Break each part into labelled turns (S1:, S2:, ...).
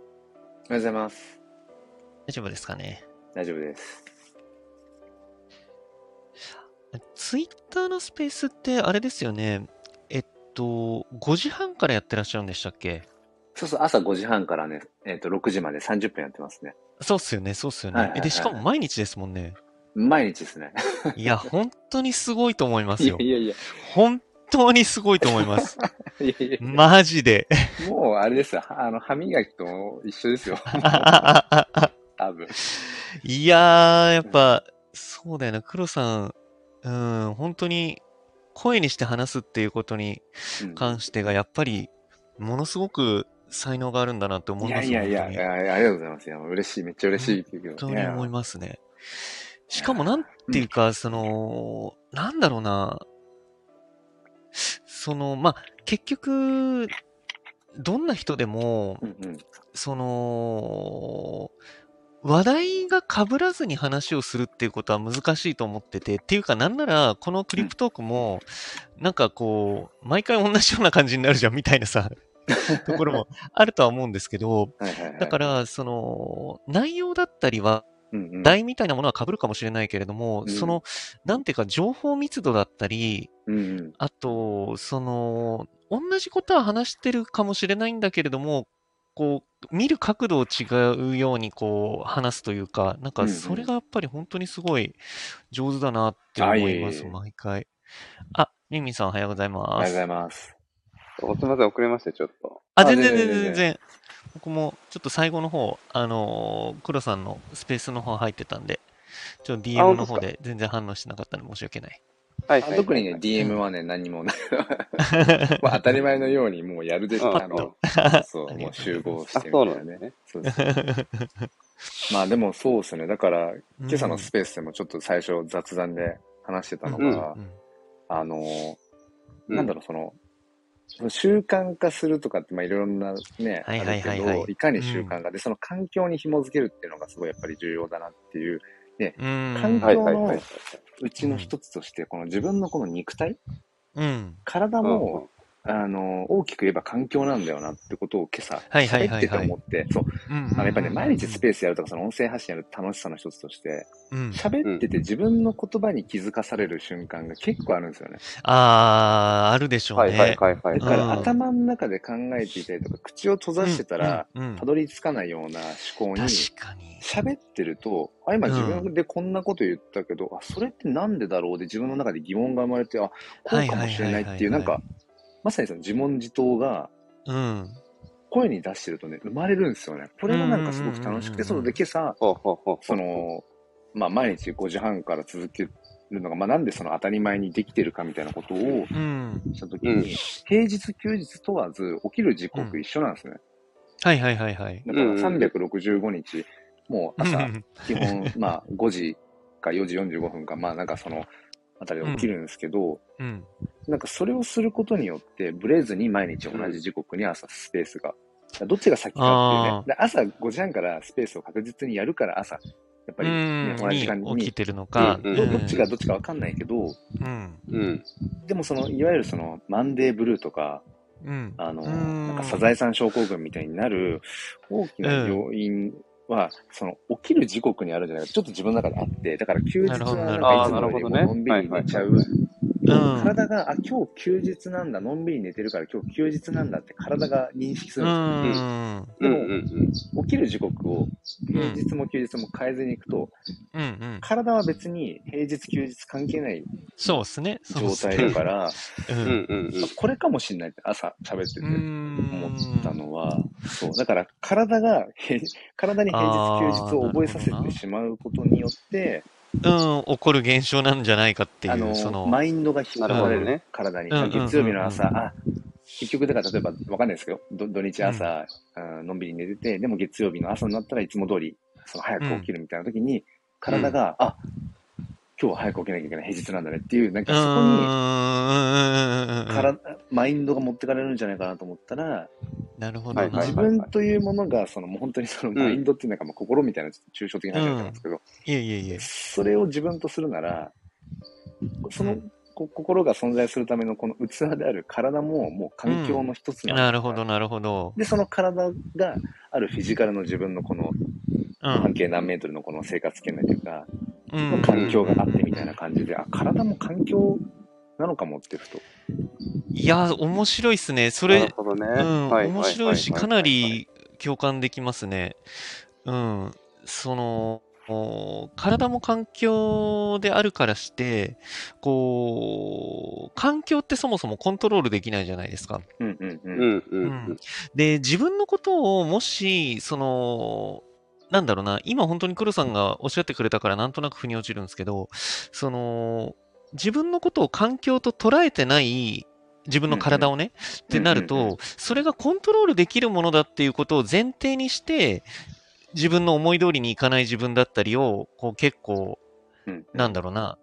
S1: おはようございます。
S2: 大丈夫ですかね。
S1: 大丈夫です。
S2: ツイッターのスペースってあれですよね。えっと、5時半からやってらっしゃるんでしたっけ
S1: そうそう、朝5時半からね、えっ、と、6時まで30分やってますね。
S2: そうっすよね、そうっすよね。
S1: はいはいはいはい
S2: で、しかも毎日ですもん ね。
S1: 毎日ですね。
S2: いや、本当にすごいと思います
S1: いや
S2: よ。
S1: いやいや、
S2: 本当にすごいと思 います。
S1: いやいやいや
S2: マジで。
S1: もうあれですよ。あの、歯磨きと一緒 ですよ。多分。
S2: いやー、やっぱ、そうだよな、黒さん、うん、本当に声にして話すっていうことに
S1: うん
S2: 関してが、やっぱり、ものすごく才能があるんだなって思
S1: い
S2: い
S1: や
S2: ます
S1: いやいや
S2: 本当
S1: い
S2: に
S1: やありがとうございます。いや嬉しい、めっちゃ嬉しいけど、
S2: 本当に思いますね。しかも、
S1: いや
S2: なんていうか、その、なんだろうな。その、まあ、結局、どんな人でも、
S1: うんうん。
S2: その、話題が被らずに話をするっていうことは難しいと思ってて、っていうかなんなら、このクリプトークも、なんかこう、毎回同じような感じになるじゃんみたいな さ、ところもあるとは思うんですけど、
S1: はいはいはい。、
S2: だからら、その、内容だったりは、
S1: うんうん、
S2: 題みたいなものは被るかもしれないけれども、
S1: うん
S2: その、なんていうか、情報密度だったり、
S1: うんうん。
S2: あと、その、同じことは話してるかもしれないんだけれども、こう、見る角度を違うように、こう、話すというか、なん
S1: う
S2: か、
S1: んうん
S2: それがやっぱり本当にすごい上手だなって
S1: あ
S2: 思
S1: いえいえ
S2: います、毎回。あ、ミンミンさんおはようござい
S1: おはよう
S2: ま
S1: ござ
S2: す。
S1: います。
S3: おすみません、遅れました、ちょっと。
S2: あ、
S1: あ
S2: 全
S1: 全
S2: 然全
S1: 然
S2: 然
S1: 全
S2: 全然。僕も、ちょっと最後の方、あのー、黒さんのスペースの方入ってたんで、ちょっと
S3: あ
S2: DM
S3: 本当
S2: の
S3: です
S2: 方
S3: か
S2: で全然反応してなかったので申し訳ない。
S3: はい、
S1: あ
S3: はい。
S1: 特に
S3: は
S1: ね、
S3: い
S1: DM はね、何もない。 まあ当たり前のように、もうやるでしょ、
S3: うん
S1: あの、そう、もう集合し
S3: あ、
S1: てみ
S3: そ
S1: たいな
S3: うな
S1: ん
S3: です
S1: ね。
S3: ね。
S1: そう ですね。まあでもそうですね。だから、今朝のスペースでもちょっと最初雑談で話してたのが、
S2: うん
S1: あのー、
S3: うん
S1: なんだろう、その、その習慣化するとかって、まあいろんなね、あ
S2: はい
S1: る
S2: はいはいはい
S1: けど、いかに習慣化で、その環境に紐づけるっていうのがすごいやっぱり重要だなっていう、
S2: うん。
S1: 環
S3: はい、
S1: 境
S3: はい、はい。
S1: うちの一つとして、この自分のこの肉体、
S2: うん。
S1: 体
S3: うん
S1: も、あの、大きく言えば環境なんだよなってことを今朝、
S2: はいはい
S1: 喋っ
S2: は
S1: て
S2: い
S1: て
S2: はい
S1: 思って、そう、
S2: うん
S1: あの、やっぱりね、毎日ス
S2: ー
S1: ペースやるとか、その音声発信やる楽しさの一つとして、
S2: ス。うん
S1: 喋ってて自分の言葉に気づかされる瞬間が結構あるんですよね。
S2: あー、あるでしょう
S3: はい、
S2: ね。
S3: はい、はい、はい
S1: だ
S3: は
S1: か
S3: い。
S1: ら頭の中で考えていたりとか、口を閉ざしてたら、
S2: うん、うんうん
S1: たどり着かないような思考に、
S2: 確かに。
S1: 喋ってると、あ、今自分でこんなこと言ったけど、あ、それってなんでだろうで自分の中で疑問が生まれて、あ、こうかもしれないっていう、な
S2: は
S1: い
S2: はいはいはい
S1: んか、まさにその自問自答が、
S2: うん。
S1: 声に出してるとね、生まれるんですよね。これがなんかすごく楽しくて、
S2: うん
S1: そ
S2: うんうんう
S1: の
S2: ん
S1: で今朝、
S3: ほうほうほう。
S1: そ、の、まあ、毎日5時半から続けるのが、まあ、なんでその当たり前にできてるかみたいなことを
S2: うん。
S1: したときに、
S3: うん
S1: 平日休日問わず起きる時
S2: う
S1: 刻
S2: ん
S1: 一緒なんですね。
S2: はいはいはいはい。
S1: だから
S3: うん
S1: 365日、もう
S2: う
S1: 朝、
S2: ん
S1: 基本、まあ、5時か4時45分か、まあ、なんかその、あたりで起きるんですけど、
S2: うん。
S1: なんかそれをすることによって、ブレずに毎日同じ時刻に朝スペースが、だからどっちが先かっていうね。で
S2: あ
S1: 朝5時半からスペースを確実にやるから朝、やっぱり、ね、
S2: う
S1: 同じ時間
S2: ん。に起
S1: に
S2: きてるのか。
S3: うん
S1: ど
S3: うん
S1: どっちがどっちかわかんないけど、
S2: うん。
S3: うん。
S1: でもその、いわゆるその、マンデーブルーとか、
S2: うん。
S1: あの、
S2: うん
S1: なんかサザエさん症候群みたいになる大きな要因は、その、起きる時刻にあるんじゃないか、ちょっと自分の中であって、だから休日はなんかいつもよりも
S3: なる
S1: の
S3: ほど
S1: んび
S3: なる
S1: り
S3: ほどね
S1: 寝ちゃう。
S2: うん
S1: 体が、あ、今日休日なんだ、のんびり寝てるから今日休日なんだって体が認識す
S2: う
S1: るんですよ
S2: ん。
S3: うん、うん、うん。
S1: 起きる時刻を平日も休日も変えずに行くと、
S2: うんうん。
S1: 体は別に平日休日関係ない
S2: そうですね。そうっ
S1: 状
S2: すね
S1: 態だから、
S2: う。
S3: うんん、うん、うん
S1: あ。これかもしれないって朝喋ってて
S2: 思
S1: 思ったのは、そう、だから体が、へ体に平日休日を覚えさせ
S2: あーなるほど
S1: て
S2: な
S1: しまうことによって、
S2: うん、起こる現象なんじゃないかってい
S1: あ
S2: う、
S1: の
S2: その、
S1: マインドが引っ張
S2: な
S1: られ
S2: る
S1: る
S3: ほどね
S1: 体に。
S2: うんうんうんうん
S1: 月曜日の朝、あ、結局だから例えばわかんないですけど、ど土日朝、うんのんびり寝てて、でも月曜日の朝になったらいつも通り、その早く起きるみたいな時に、体が、あ、今日は早く起きなきゃいけない平日なんだねっていう、なん
S2: う
S1: か
S2: んう
S1: そこ
S2: ん
S1: に、
S2: うんうんうんうん
S1: からマインドが持ってかれるんじゃないかなと思ったら、
S2: なるほど
S3: はいは
S2: な。
S3: い
S1: 自分というものが、そのもう本当にその
S3: ん
S1: マインドっていうのが、まあ心みたいなちょっと抽象的な話になっちゃうんですけど、
S2: いえいえいえ。
S1: それを自分とするなら、その
S2: うん
S1: こ心が存在するためのこの器である体ももう環境の一つ
S2: な
S1: な
S2: るほど、なるほど。
S1: で、その体があるフィジカルの自分のこの
S2: う
S1: 半
S2: ん。
S1: 径何メートルのこの生活圏内というか、
S2: うん
S1: 環境があってみたいな感じで、あ、体も環境なのかもってふと。
S2: いや、面白いっすね。そ
S3: な
S2: れ
S3: る、ほどね。
S2: うん、
S3: はは
S2: 面白いし、
S3: は
S2: かなり共感できますね。うん、その、お体も環境であるからして、こう、環境ってそもそもコントロールできないじゃないですか。
S1: うんうんう。
S3: うんんうんう
S2: うん
S3: ん。
S2: で、自分のことをもし、その、なんだろうな、今本当に黒さんがおっしゃってくれたからなんとなく腑に落ちるんですけど、その、自分のことを環境と捉えてない自分の体をね、ってなる
S1: うんうんう
S2: と、それがコントロールできるものだっていうことを前提にして、自分の思い通りにいかない自分だったりを、こう結構、
S1: うん
S2: なんだろうな、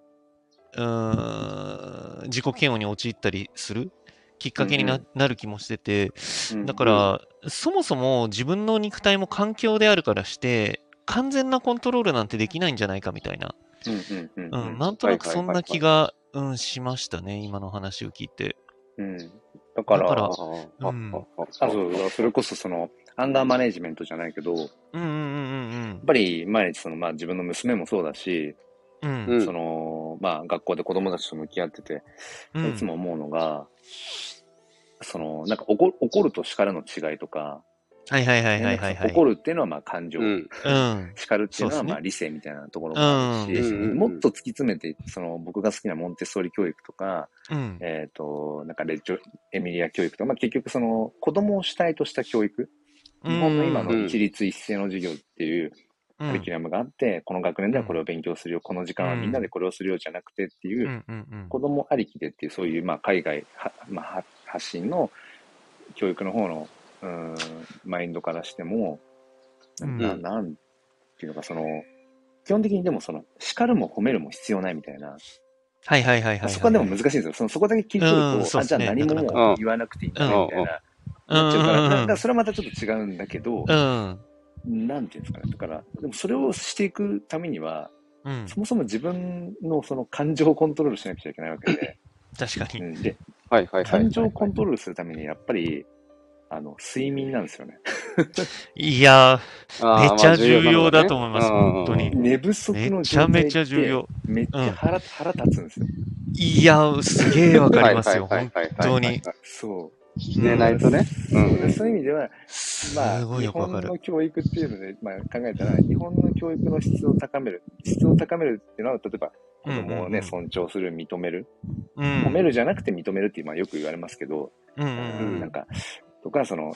S2: うーん、自己嫌悪に陥ったりするきっかけにな,、
S1: うん
S2: なる気もしてて、
S1: うん
S2: だから、そもそも自分の肉体も環境であるからして、完全なコントロールなんてできないんじゃないかみたいな、
S1: うんうんうん
S2: う
S1: うんん。
S2: なんとなく
S3: はいは
S2: そ
S3: い
S2: ん
S3: はいは
S2: ない気が、うん、しましたね、今の話を聞いて。
S1: うんだか
S2: だから
S1: ら、
S3: あーあ
S2: うん
S3: あ
S1: あ
S3: あ
S1: そうだからそれこそその、アンガーマネジメントじゃないけど、やっ
S2: うんうん
S1: ぱり毎日その、まあ自分の娘もそうだし、
S2: うんうん。
S3: うん
S1: その、まあ学校で子供たちと向き合ってて、
S2: うん、
S1: いつも思うのが、その、なんか怒る怒ると叱るの違いとか、
S2: はいはいはいはいはい、はい。
S1: 怒るっていうのはまあ感情、
S3: うん
S2: うん。
S1: 叱るっていうの
S2: そうです
S1: は
S2: ね
S1: まあ理性みたいなところもあるし、
S3: うんうんうん
S1: もっと突き詰めて、その僕が好きなモンテッソーリ教育とか、
S2: うん。
S1: えっ、と、なんかレッジョ、エミリア教育とか、まあ結局その子供を主体とした教育、日本の今
S2: う
S1: の
S2: ん
S1: 一律一斉の授業っていうカリキュラムがあって、この学年ではこれを勉強するよ、この時間はみんなでこれをするよじゃなくてっていう
S2: う、んうんうん
S1: 子供ありきでっていう、そういう、まあ、海外は、まあ、は発信の教育の方の、うーん、マインドからしても、
S2: うん
S1: ななんていうのか、その、基本的にでもその、叱るも褒めるも必要ないみたいな、
S2: はいはいはいはい、はい。
S1: そこはでも難しいんですよ。そのそこだけ聞いてると、
S2: うんそう
S1: あ、
S2: で
S1: じ
S2: す
S1: ゃあ
S2: ね
S1: 何も
S2: なかな
S3: か
S1: もう言わなくていいんだみたいな、
S2: うん
S1: なっちゃうから、
S2: うんうんうん
S1: なんかそれはまたちょっと違うんだけど、
S2: うん。
S1: なんていうんですかね。だから、でもそれをしていくためには、
S2: うん。
S1: そもそも自分のその感情をコントロールしなくちゃいけないわけで、
S2: 確か
S1: う
S2: に。
S1: ん、で、
S3: はいはいはい。
S1: 感情をコントロールするためにやっぱりあの睡眠なんですよね。
S2: いや
S3: あー
S2: めっちゃ
S3: まあなの
S2: 重要
S3: ね
S2: だと思います
S3: うんうんうん
S2: 本当に
S1: 寝不足
S2: ー、め
S1: の
S2: ち
S1: 状態っ
S2: ゃ
S1: て
S2: めちゃ重要。
S1: めっちゃ腹,、腹立つんですよ。
S2: いやー、すげえわかりますよ。
S3: はい
S2: 本
S3: はいはい
S2: 当
S3: はい
S2: に。
S1: そう。
S3: 寝ないとね。うん
S1: でそういう意味では、まあ、
S2: すごい
S1: 日
S2: よくわ
S1: 本
S2: かる。
S1: の教育っていうので、まあ、考えたら、日本の教育の質を高める。質を高めるっていうのは、例えば、子供をね、
S2: うん
S1: 尊重する、認める。
S2: うん
S1: 褒めるじゃなくて認めるって、まあ、よく言われますけど、
S2: うんう
S1: うん
S2: ん
S1: なんか、とか、その、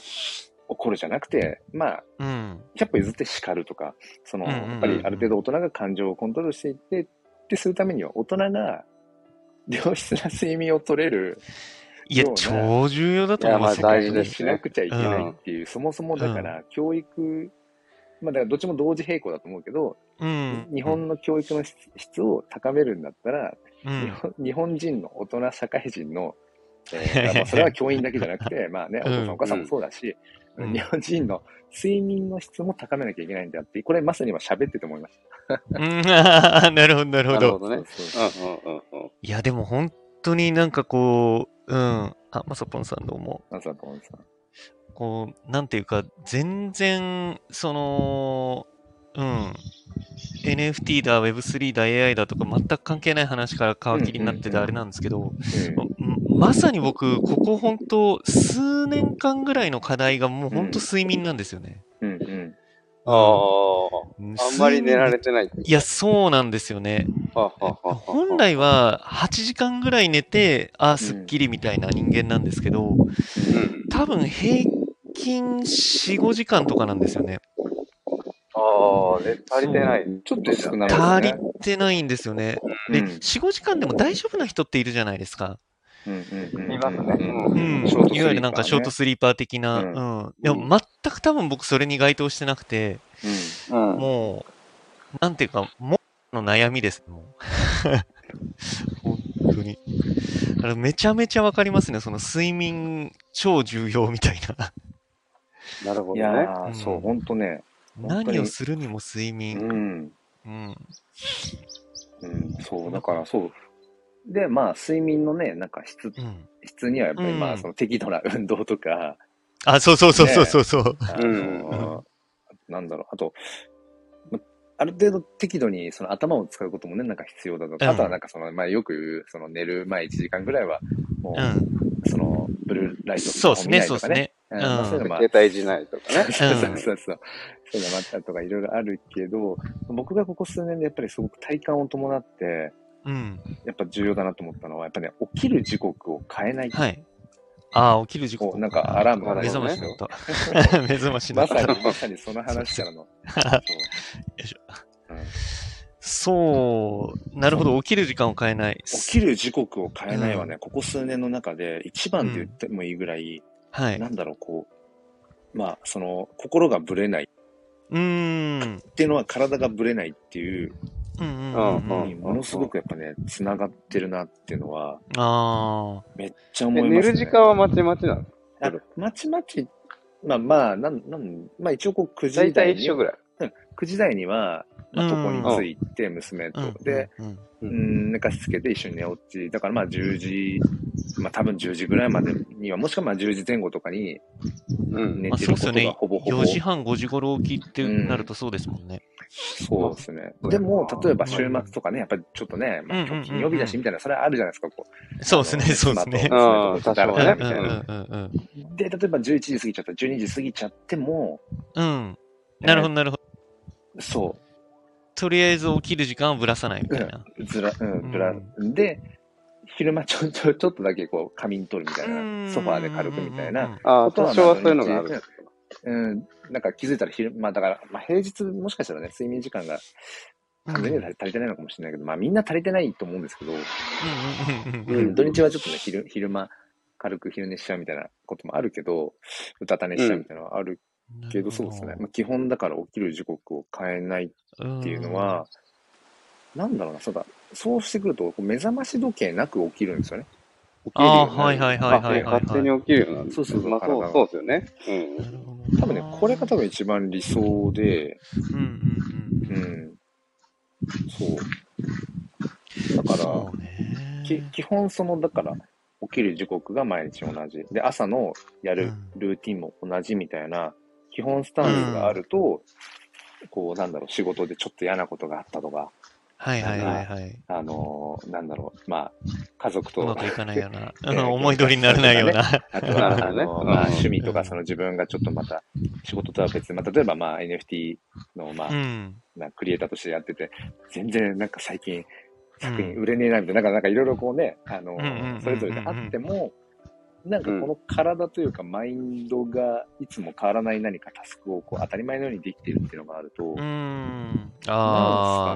S1: 怒るじゃなくて、まあ、
S2: うんうん
S1: 100歩譲って叱るとか、その、
S2: うんうんうん
S1: やっぱりある程度大人が感情をコントロールしていって、ってするためには、大人が良質な睡眠を取れる、
S2: いや
S1: よう、な
S2: 超重要だと思います
S3: いやまあ大事
S2: 本当
S3: で
S2: に
S3: す
S1: しなくちゃいけないっていう、そもそもだから、教育、まあだからどっちも同時並行だと思うけど、
S2: うん。
S1: 日本の教育の質質を高めるんだったら、
S2: うん
S1: 日本日本人の大人、社会人 の、えーまあそれは教員だけじゃなくて、 まあね、お父さ
S2: うん
S1: ん、お母さんもそうだし、
S2: うん
S1: 日本人の睡眠の質も高めなきゃいけないんだって、これまさに今喋ってて思いまし
S2: うん、 なるほど、なるほ
S3: なる
S2: ど
S3: ほ。ど
S1: た。
S3: ね。
S1: そうそう
S3: うんうんうんうん。
S2: いや、でも本当になんかこう、うん。あ、まさぽんさんどうも。
S1: なんすかと思うんですか
S2: こう、なんていうか、全然、その、うん。NFT だ、Web3 だ、AI だとか、全く関係ない話から皮切りになって
S1: うんうん
S2: て
S1: うん
S2: あれなんですけど、
S1: うん
S2: うんまさに僕、ここ本当、数年間ぐらいの課題がもう本当睡眠なんですよね。
S1: うんうん
S3: ああ。あんまり寝られてない。
S2: いや、そうなんですよね。
S3: はあはあはあはあ
S2: 本来は8時間ぐらい寝て、ああ、すっきりみたいな人間なんですけど、
S3: うん。
S2: 多分平均4、5時間とかなんですよね。
S3: ああ、ね足りてない。
S1: ちょっと少なめ
S2: 足り
S1: ね。
S2: てないんですよね。で、4、5時間でも大丈夫な人っているじゃないですか。
S1: うんうんうん
S3: いますね
S2: う。
S3: うんショートスリー
S2: い
S3: パーね
S2: わゆるなんかショートスリーパー的な。
S1: う
S2: うん。でも全く多分僕それに該当してなくて、
S3: うん。
S2: もう、なんていうか、もうの悩みです。 もう本当に。だからめちゃめちゃわかりますね。その睡眠超重要みたいな。
S3: なる
S1: い
S3: ほどね。
S1: や
S3: は
S1: ー、
S2: うん
S1: そう、ほんとね。本当に
S2: 何をするにも睡
S1: う
S2: 眠。
S1: ん。
S2: うん。
S1: うん、そう、だからそう、で、まあ、睡眠のね、なんか質、
S2: うん。
S1: 質にはやっぱり、ま
S2: う
S1: あ、
S2: ん
S1: その適度な運動とか、
S2: あ、そうそうそうそうそうそう。
S1: あの、なんだろう、あと、まある程度適度にその頭を使うこともね、なんか必要だとか、
S2: うん
S1: あとはなんかその、まあよく言う、その寝る前1時間ぐらいは、も
S2: う
S1: う、
S2: ん。
S1: その、ブルーライト
S2: そうですね、そうですね。
S1: うんまあそういうのもあ
S3: 携帯しないとか ね。
S1: そう
S2: うん
S1: そうそうそう。そういうのもあったりとかいろいろあるけど、僕がここ数年でやっぱりすごく体感を伴って、
S2: うん。
S1: やっぱ重要だなと思ったのは、やっぱね、起きる時刻を変えない。
S2: はい。ああ、起きる時
S1: こう
S2: 刻。
S1: なんかアラーム
S3: が
S2: 目
S3: 鳴る
S2: 覚
S3: の
S2: ま
S3: ね
S2: しの 音。目覚ましの
S1: ま
S2: 音。
S1: さに、まさにその話から の。
S2: よいしょ
S1: そううん
S2: そう、なるほど、起きる時間を変えない。
S1: 起きる時刻を変えないはね、ここ数年の中で一番って言ってもいいぐらい、
S2: はい。
S1: な
S2: うん
S1: だろう、こう、まあ、その、心がぶれない
S2: ーん。
S1: っていうのは体がぶれないっていう、
S2: うんうんうんう。
S3: うんん
S1: ものすごくやっぱね、繋がってるなっていうのは、
S2: ああ。
S1: めっちゃ
S3: え
S1: 思います、ね。
S3: 寝る時間はまちまちなの
S1: あまちまち、まあまあ、なん、なん、まあ一応こう9
S3: 大
S1: 時
S3: 体
S1: 台に
S3: 一緒、ぐらい。
S1: 9時台には、まあ、
S2: うん
S1: 床について、娘と、で、
S2: うんうん
S3: う
S1: うんん、寝かしつけて一緒に寝落ち、だからまあ10時、まあ多分10時ぐらいまでには、もしくはまあ10時前後とかに
S3: うん。
S1: 寝
S2: まあ
S1: て
S2: そ
S1: る
S2: うっ
S1: こ
S2: すよ
S1: と
S2: ね
S1: がほぼほぼ、
S2: 4時半、5時頃起きってなるとそうですもんね。
S1: そうですね。でも、例えば週末とかね、やっぱりちょっとね、まあ今日金曜日だしみたいな、それはあるじゃないですか、こう。
S2: そ うですね、
S1: あの
S2: そうですね
S1: 妻。と
S3: うん
S1: 娘とだらだらみ
S2: うん
S1: たい
S2: うん
S1: な。
S2: うん
S1: で、例えば11時過ぎちゃった、12時過ぎちゃっても、
S2: うん。うん。なるほど、なるほど。
S1: そう、
S2: とりあえず起きる時間をぶらさないみたいな。
S1: ずら、う
S2: うん
S1: ん、ぶら、で、昼間ちょ、ちょ、ちょっとだけこう、仮眠取るみたいな、ソファーで軽くみたいな。。
S3: ああ、
S1: こと
S3: 多
S1: は
S3: 少はそういうのがある。
S1: うん、なんか気づいたら昼、まあだから、まあ平日もしかしたらね、睡眠時間が完全には足りてないのかもしれないけど、まあみんな足りてないと思うんですけど、
S2: うんうん
S1: う
S2: うん
S1: ん、 土日はちょっとね、昼、昼間、軽く昼寝しちゃうみたいなこともあるけど、うたた寝しちゃうみたいなのはある
S2: うん。
S1: けど、そうですね。まあ、基本だから起きる時刻を変えない
S2: っ
S1: っていうのは、、なんだろうな、そうだ、そうしてくると、こう目覚まし時計なく起きるんですよね。起きるよ
S2: ああ
S1: う
S2: ー、
S1: になる
S2: はいはいはいはいはいはい。
S3: あ勝手に起きるようになる。
S1: そうそうそう
S3: まあそう
S1: 体が
S3: そうですよね。うん。
S2: なるほど
S1: 多分ね、これが多分一番理想で、
S2: うん
S1: う
S2: うんうん。
S1: ん。そう。だか
S2: そうね
S1: ら、き基本その、だから、起きる時刻が毎日同じ。で、朝のや
S2: う
S1: る
S2: ん
S1: ルーティンも同じみたいな、基本スタンスがあると、こう、なんだろう、仕事でちょっと嫌なことがあったとか、
S2: はいはいはいはい。
S1: あのーなんだろう、まあ、家族
S2: う
S1: と
S2: まくいかないような、
S1: え
S2: うん思い通りにならないような。
S1: あと
S3: な
S1: は、
S3: る
S1: あ
S3: ほどね
S1: の、
S3: うん
S1: まあ、趣味と
S2: う
S1: か、
S2: ん
S1: その自分がちょっとまた、仕事とは別に、まあ、例えば、まあ、NFT の、まあ
S2: う、ん。
S1: なクリエイターとしてやってて、全然、なんか最近、作品
S2: うん
S1: 売れねえな、みたいな、なんか、なんかいろいろこうね、あの
S2: んうんうんうん、
S1: それぞれであっても、なんかこの体というか、マインドがいつも変わらない何かタスクを、こう、当たり前のようにできてるっていうのがあると
S2: う、ん。
S1: な
S2: あ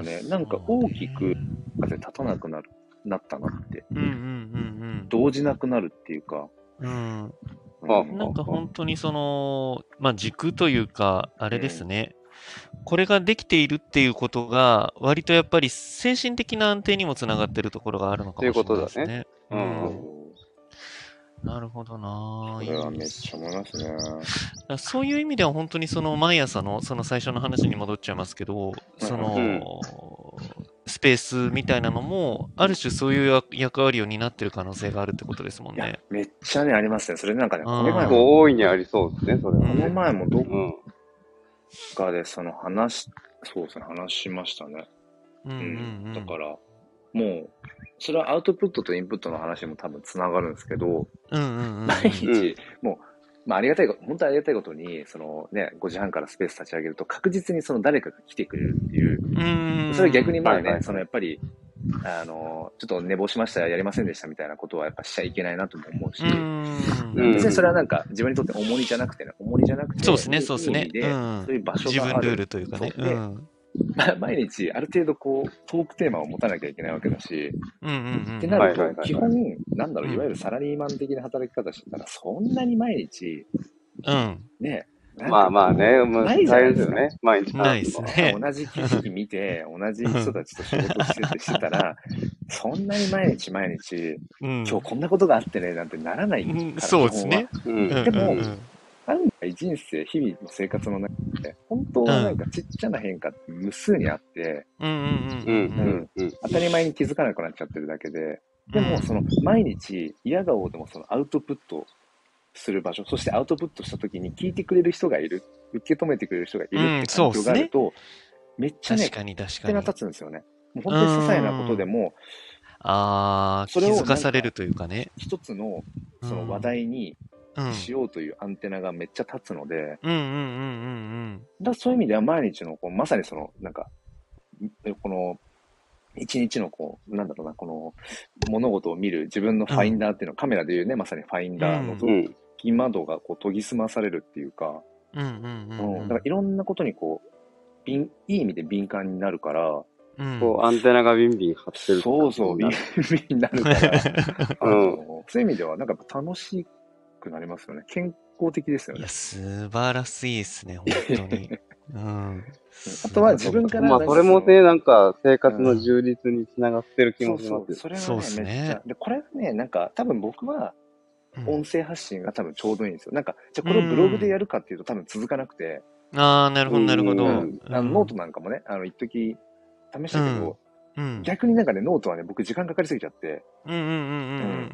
S1: ん
S2: あ。
S1: ですかね、なんか大きく風立たなくなる、なったなって、
S2: うんうん
S1: 動じなくなるっていうか、
S2: うんうん。
S1: う
S2: うん。なんか本当にその、まあ軸というか、あれですね。これができているっていうことが、割とやっぱり精神的な安定にもつながってるところがあるのかもしれないです
S3: と
S2: ね。
S3: とだねうん
S1: うん
S2: うんなるほどな
S1: こ
S2: ぁ。
S1: れはい
S2: い
S1: め
S2: で
S1: っ
S2: す
S1: ちゃ思いますね。
S2: だからそういう意味では本当にその毎朝のその最初の話に戻っちゃいますけど、そのスペースみたいなのもある種そういう役役割を担ってる可能性があるってことですもん
S1: いや
S2: ね。、
S1: めっちゃね、ありますね。それなんかね、
S2: ん
S1: この前
S3: 結
S1: も、
S3: 構大いにありそうですね、それは
S1: こ
S3: ね。
S1: の前もどっ
S3: うん。
S1: かでその話、そうですね、話しましたね。
S2: うんう
S1: うん
S2: うん
S1: ん。だから、もう、それはアウトプットとインプットの話も多分つながるんですけど、
S2: うんうんうんうん
S1: 毎
S3: う
S1: 日
S3: ん、
S1: もう、まあありがたいこと、本当にありがたいことに、そのね、5時半からスペース立ち上げると確実にその誰かが来てくれるっていう、
S2: うん
S1: それは逆にまあ
S3: はいは
S1: ね、
S3: い
S1: そのやっぱり、あの、ちょっと寝坊しました、やりませんでしたみたいなことはやっぱしちゃいけないなとも思うし、
S2: うん
S3: うん
S1: 別にそれはなんか自分にとって重荷じゃなくてね、重荷じゃなくて、
S2: そうですね、そうです
S1: いい
S2: ね
S1: 意味。で
S2: うん
S1: そういう場所
S2: 自
S1: がある
S2: 分ルールというかね。
S1: そう
S2: う
S1: で
S2: ん
S1: ま毎日ある程度こう、トークテーマを持たなきゃいけないわけだし、
S2: うんうん
S1: って
S2: うん
S1: なる
S3: はいはいはい
S1: と、
S3: はい
S1: 基本、なんだろ
S2: う
S1: う、
S2: ん
S1: いわゆるサラリーマン的な働き方してたら、そんなに毎日、
S2: うん
S1: ね、
S3: まあまあね、まあ、
S1: ない
S3: 大
S1: じゃないですす
S3: 変でよ
S1: か
S3: ね。毎日。
S2: ないですね
S1: 同じ景色見て、同じ人たちと仕事しててしてたら、そんなに毎日毎日、
S2: う
S1: 今
S2: ん
S1: 日こんなことがあってね、なんてならないから
S2: うんそうですね。。
S3: うん。
S2: うん
S1: でも
S2: うんうん
S1: 案外人生、日々の生活の中で、本当はなんかちっちゃな変化って無数にあって、
S2: うんうん
S3: う
S2: うんんうん。
S3: うん。
S1: 当たり前に気づかなくなっちゃってるだけで、でも、
S2: うん
S1: その、毎日、嫌顔でもそのアウトプットする場所、そしてアウトプットした時に聞いてくれる人がいる、受け止めてくれる人がいるって
S2: う
S1: い
S2: ん
S1: う
S2: そう
S1: 環境
S2: っすね
S1: があると、めっちゃね
S2: 確、かに確
S1: 手
S2: か
S1: が
S2: に。
S1: 立つんですよね。もう本当に些細なことでも、
S2: ああ、気
S1: それをなん
S2: づ
S1: か
S2: かされるというかね。
S1: 一つの
S2: うん
S1: その話題に
S2: うん
S1: しようというアンテナがめっちゃ立つので、
S2: うんうんうんうん
S1: だからそういう意味では毎日のこうまさにそのなんかんこの一日のこうなんだろうなこの物事を見る自分のファインダーっていうの、カメラでいうねまさにファインダーの
S2: ん
S3: う
S1: ぞ
S3: ん。
S1: き窓がこう研ぎ澄まされるっていうか、
S2: うん。うんうんう
S1: うん
S2: んうん。
S1: だからいろんなことにこう敏いい意味で敏感になるから、
S2: うん
S3: こう、アンテナがビンビン張ってる。
S1: そうそう
S3: う
S1: 敏敏になるから あ
S3: うん
S1: のそういう意味ではなんかやっぱ楽しくなりますよね健康的ですよ
S2: い
S1: ね
S2: や、。素晴らしいですね、本当に。うん。
S1: あとは自分から
S3: まあ、それもね、なんか、生活の充実につながってる気
S1: そ
S3: も
S1: う
S3: し
S1: そ
S3: ま
S1: う、
S3: すよ。
S1: それ
S2: そう
S1: は
S2: っす
S1: ね、
S2: ね
S1: めっちゃ。で、これはね、なんか、多分僕は音声発信が多分ちょうどいいんですよ。なんか、じゃあこれをブログでやるかっていうと多分続かなくて、
S2: ああ、なるほど、なるほど。
S3: うん
S1: あのノートなんかもね、あの、一時試したけど、
S2: うん。
S1: 逆になんかね、ノートはね、僕時間かかりすぎちゃって、
S2: うんうんうんうんう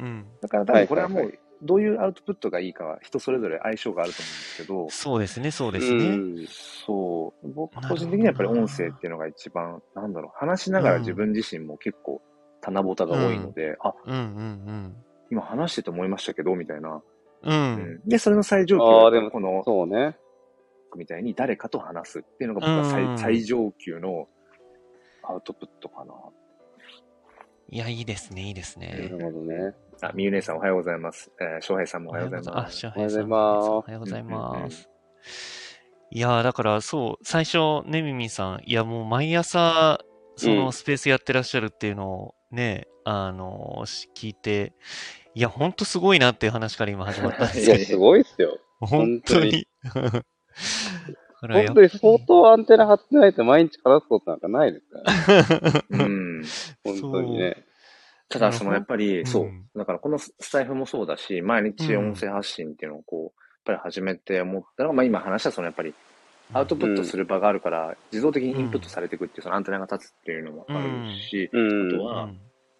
S2: ん
S1: だから多分これは
S3: はいは
S1: も
S3: いは
S1: う、どういうアウトプットがいいかは人それぞれ相性があると思うんで
S2: うん。
S1: す
S2: そうですね、そうです
S3: う
S2: ね。
S3: ん。
S1: けど、そう、僕
S2: なるほ
S1: 個
S2: ど
S1: 人的にはやっぱり音声っていうのが一番、なんだろう、話しながら自分自身も結構、棚ぼたが多いので、あ、
S2: うんうん
S1: 今話してて思いましたけど、みたいな。
S2: うん。うん。
S1: で、それの最上級
S3: ああ、で
S1: は
S3: も、
S1: この
S3: そうね。
S1: みたいに誰かと話すっていうのが僕は
S2: うん
S1: 最最上級のアウトプットかな。
S2: いや、いいですね、いいです
S3: な
S2: ね
S3: る。ほどね。
S1: あ、みゆねさんおはようございます。えー、翔平さんも
S2: お
S1: おはようござい
S2: はようござい
S1: ますす。
S2: ま。あ、翔平さんお
S3: お
S2: はようござい
S1: うんうんう
S2: ま
S1: ん
S2: す。いやー、だからそう、最初、ねみみさん、いや、もう毎朝、そ
S3: うん
S2: のスペースやってらっしゃるっていうのをね、あのーし聞いて、いや、ほんとすごいなっていう話から今始まったんです
S3: い
S2: け
S3: や、
S2: ど、
S3: すごいっすよ。
S2: 本当に。
S3: 本当に相当アンテナ張ってないと毎日話すことなんかないです からね。
S1: う
S2: に。。
S1: ん。
S3: 本当にね。
S1: ただ、そのやっぱり、そううんだからこのスタイフもそうだし、毎日音声発信っていうのをこう、やっぱり始めて思ったのが、まあ今話したそのやっぱりアウトプットする場があるから、自動的にインプットされていくっていうそのアンテナが立つっていうのもあるし、
S3: うん。
S1: あとは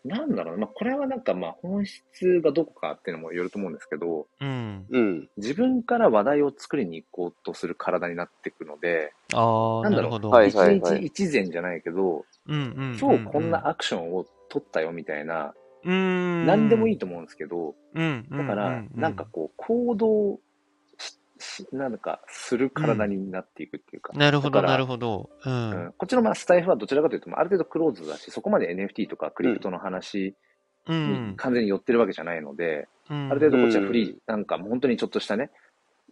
S1: なんだろうな、まあ、これはなんかまあ本質がどこかっていうのもよると思うんですけど、
S2: うん。
S3: うん。
S1: 自分から話題を作りに行こうとする体になっていくので、
S2: ああ、
S1: なん
S2: な
S1: だろ
S2: る
S1: う
S2: ほど。
S3: は
S1: 一
S3: いはいはい
S1: 日一善じゃないけど、
S2: うんうん。
S1: 今日こんなアクションを取ったよみたいな、
S2: うん、うん。
S1: 何でもいいと思うんですけど、
S2: うん。うん。
S1: だから、なんか
S2: う
S1: こう、行動し、しなんかする体になっていくっていうか。
S2: ん、なるほど、
S1: だから
S2: なるほど。うん。
S1: うんこっちのまあスタイフはどちらかというと、まあある程度クローズだし、そこまで NFT とかクリプトの話
S2: う
S1: に
S2: ん。
S1: 完全に寄ってるわけじゃないので、
S2: あ
S1: ある程度こっちはフリー、なんかもう本当にちょっとしたね、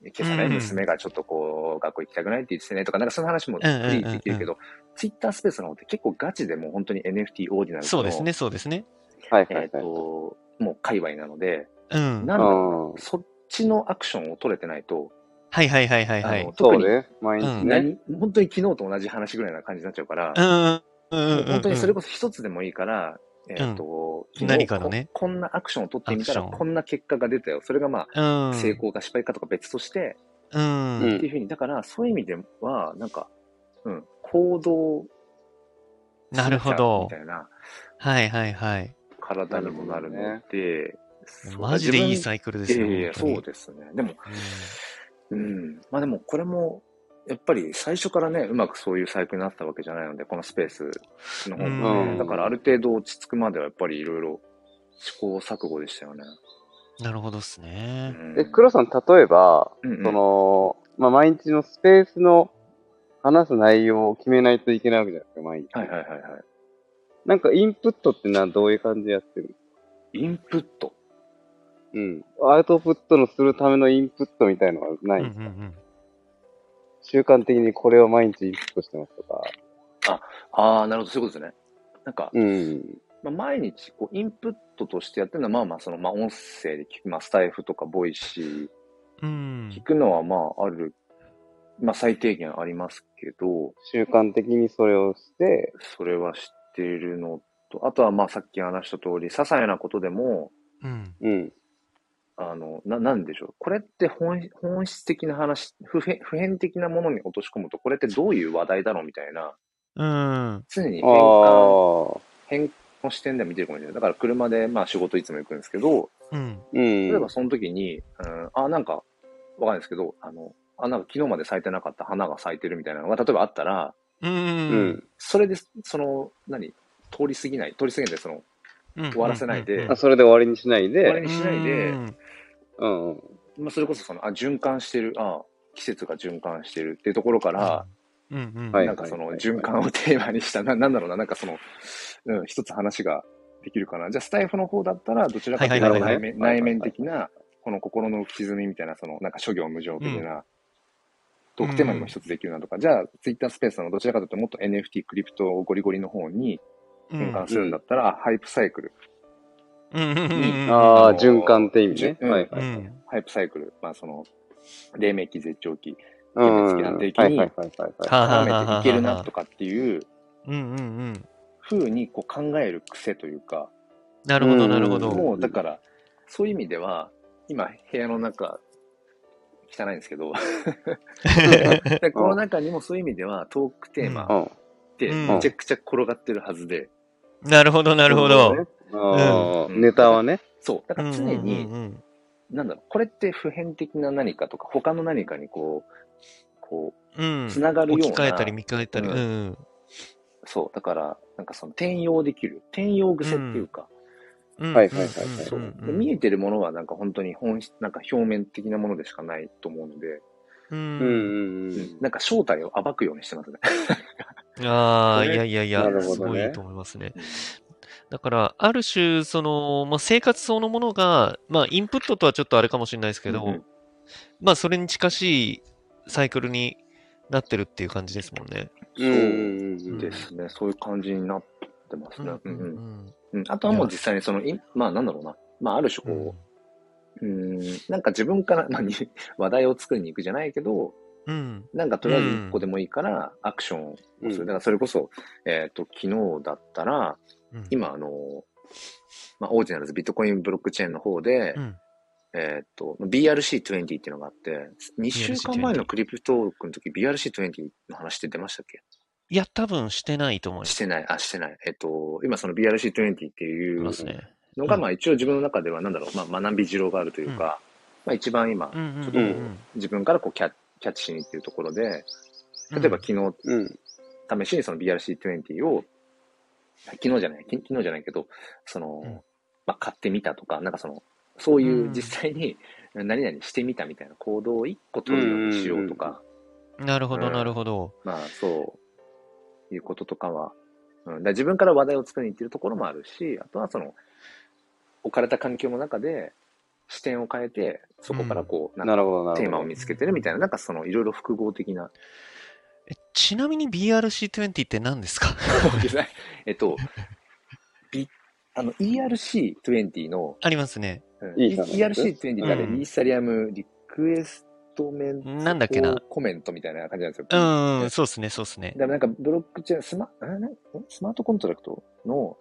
S1: 今朝ね、
S2: うん
S1: 娘がちょっとこう、学校行きたくないって言ってねとか、なんかその話も
S2: う
S1: フ
S2: んうんうんうん
S1: リーってできるけど、ツイッタースペースの方って結構ガチでもう本当に NFT オーディナルズ
S2: そ
S1: の
S2: うですね、そうですね。
S3: はい
S1: え
S3: は
S1: っ
S3: いはい。
S1: と、もう界隈なので、
S2: うん。
S1: な
S3: う
S1: だ
S3: んん。
S1: そっちのアクションを取れてないと、
S2: はいはいはいはいは
S1: あ
S2: い
S1: の。特
S3: そ
S1: に
S3: うね。毎
S2: う
S3: 日
S2: ん
S3: ね。
S1: 何、本当に昨日と同じ話ぐらいな感じになっちゃうから、
S2: うんうんうんうんうん。
S1: 本当にそれこそ一つでもいいから、えっ、と、昨日
S2: 何かのね
S1: こ、こんなアクションを取ってみた
S2: ア
S1: ら、
S2: クション
S1: こんな結果が出たよ。それがま
S2: そ、う
S1: あ、
S2: ん。
S1: 成。功か失敗かとか別として、
S2: うん。
S3: う
S1: っ
S3: ん
S1: ていうふうに、だから、そういう意味では、なんか、うん、行動す
S2: なるほど
S1: みた。いな
S2: はいはいはい。
S1: 体にもなるので、そう
S2: マジでいい
S1: 自
S2: サイクル
S1: 分
S2: です
S1: いやいやい
S2: ね
S1: や。
S2: 本当に
S1: そうですね。でも、うん、まあでも、これも、やっぱり最初からね、うまくそういうサイクルになったわけじゃないので、このスペースの方もね、
S3: うん
S1: だからある程度落ち着くまではやっぱりいろいろ試行錯誤でしたよね。
S2: うんなるほどっす
S1: う
S2: ね。
S1: ん
S3: え、黒さん、例えば、
S1: うんうん
S3: その、まあ、毎日のスペースの話す内容を決めないといけないわけじゃないですか、毎日。
S1: はいはいはいは
S3: なんか、インプットってのはどういう感じでやってる
S1: い。インプット。
S3: うん。アウトプットのするためのインプットみたいのはな
S2: う
S3: い、
S2: んうんうん。
S3: 習慣的にこれを毎日インプットしてますとか。
S1: ああ、なるほど、そういうことですね。なんか、
S3: うん。
S1: まあ、毎日こうインプットとしてやってるのは、まあまあ、その、まあ、音声で聞く、まあ、スタイフとかボイシー、
S2: うん。
S1: 聞くのは、まあ、ある、まあ、最低限ありますけど、
S3: 習慣的にそれをして、
S1: それは知っているのと、あとは、まあ、さっき話した通り、些細なことでも、
S2: うん。
S3: うん。
S1: あの、な、なんでしょう。これって本本質的な話、普遍、普遍的なものに落とし込むと、これってどういう話題だろうみたいな、
S2: うん。
S1: 常に変
S3: ああ
S1: 換、変、の視点では見てるかもしれない。だから車で、まあ仕事いつも行くんですけど、
S2: うん。
S3: うん。
S1: 例えばその時に、うん、あ、なんか、わかんないですけど、あの、あ、なんか昨日まで咲いてなかった花が咲いてるみたいなのが、例えばあったら、
S2: う。
S3: うんん。
S1: それで、その、何通り過ぎない、通り過ぎない、その、
S2: 終
S1: わらせないで
S3: あ、それで終わりにしない
S1: 終わ
S3: で
S1: り、にしないで
S3: うんうん。
S1: まあ、それこそその、あ、循環してる、あ、季節が循環してるっていうところから、
S2: うんうん。
S3: はい
S1: なんかその
S3: はい
S1: 循環をテーマにした、ななんだろうな、なんかその、うん、一つ話ができるかな。じゃあ、スタイフの方だったら、どちらかというと
S2: はいはいはい
S1: 内
S3: はい
S1: 面内面的な、この心の浮き沈みみたいな、その、なんか諸行無常的な、トークテーマにも一つできるなとか、じゃあ、ツイッタースペースのどちらかというと、もっと NFT、クリプトをゴリゴリの方に
S2: う
S1: 転
S2: ん
S1: 換するんだったら、ハイプサイクル、
S2: うんうんうん。
S3: あ
S1: あ
S3: あ、
S1: の
S3: 循環って意味ね。
S1: うん
S3: はいは
S2: う
S3: い。
S2: ん。
S1: ハイプサイクル、まあ、その、黎明期、絶頂期、
S3: うん。はい
S1: 好きな
S3: はい
S1: 敵
S3: はい
S1: に
S3: はい
S2: は
S3: は
S1: 高めていけるなとかっていう
S2: うんうんうん。
S1: 風にこう考える癖というか、
S2: なるほど、なるほ
S3: うん
S2: ど。
S1: もうだから、そういう意味では、今、部屋の中、汚いんですけ ど、でこの中にもそういう意味では、トークテーマ
S2: う
S1: っ
S3: い。
S1: て、
S2: うん
S1: めちゃくちゃ転がってるはずで、
S2: なるほど、な
S3: な
S2: るほど。。
S3: ああ、
S1: うん
S3: ネタはね。
S1: そう、だから常に、
S2: うん
S1: なんだろう、これって普遍的な何かとか、他の何かにこう、こ
S2: うんうん。
S1: う、つながるよう
S2: 置き
S1: な、
S2: 換えたり見換えたり。うん。
S1: そう、だから、なんかその転用できる、転用癖っていうか、
S2: うん。
S3: はいはいはいはい
S1: そう
S2: うん
S1: で見えてるものはなんか本当に本質、なんか表面的なものでしかないと思うので、
S2: う
S3: うん
S2: ん。
S3: うんうん。
S1: なんか正体を暴くようにしてますね。
S2: ああ、いやいやいや
S3: なる、ほ
S2: す
S3: ど
S2: ご
S3: ね
S2: いいいと思いますね。だから、ある種、その、まあ、生活そのものが、まあ、インプットとはちょっとあれかもしれないですけど、
S1: うんうん
S2: まあ、それに近しいサイクルになってるっていう感じですもんね。
S3: うんうんうんうん。
S1: ですね。そういう感じになってますね。うんうん
S2: ん。
S1: うんあとはもう実際にその、いまあなんだろうな。まあある種こう、うん、なんか自分から、 まあに話題を作りに行くじゃないけど、
S2: うん。
S1: なんかとりあえず一個でもいいからアクションをする。
S3: うん
S1: だからそれこそ、えっ、と、昨日だったら、
S2: うん。
S1: 今あの、まあオーディナルズビットコインブロックチェーンの方で、
S2: うん。
S1: えっ、と、BRC20 っていうのがあって、2週間前のクリプトークの時 BRC20 の話って出ましたっけ
S2: いや、多分してないと思いま
S1: し
S2: す。
S1: てない、あ、してない。えっ、と、今その BRC20 ってい
S2: いうますね。
S1: のが、
S2: うん
S1: まあ一応自分の中では、なんだろう、まあ学び次郎があるというか、まあ一番今
S2: う、んうん
S3: う
S2: うんん。
S1: 自分からこうキャキャッチしにっていうところで、
S2: うん
S1: 例えば昨日
S3: うん。
S1: 試しにその BRC20 を、昨日じゃない、き昨日じゃないけど、その、
S2: うん
S1: まあ買ってみたとか、なんかその、そういう
S2: うん
S1: 実際に何々してみたみたいな行動を一個取るようにしようとか、
S2: なるほ
S1: う
S2: ど、
S1: ん
S2: なるほど。
S1: まあそういうこととかは、うん、だから自分から話題を作りに行ってるところもあるし、あとはその置かれた環境の中で視点を変えて、そこからこう、
S3: な
S1: なんか
S3: るほど、なるほど。
S1: テーマを見つけてるみたいな、なんかそのいろいろ複合的 な。
S2: えちなみに BRC20 って何ですか
S1: えっと、ビあの ERC20 の、
S2: ありますね。
S1: うん
S3: いいかな
S1: ERC20 ってあれ、
S2: うん
S1: イーサリアムリクエストメント
S2: なんだっけな
S1: コメントみたいな感じなんですよ。
S2: うんうん、そうですね、そうですね
S1: だ。からなんかブロックチェーン、スマあなんんスマートコントラクトの、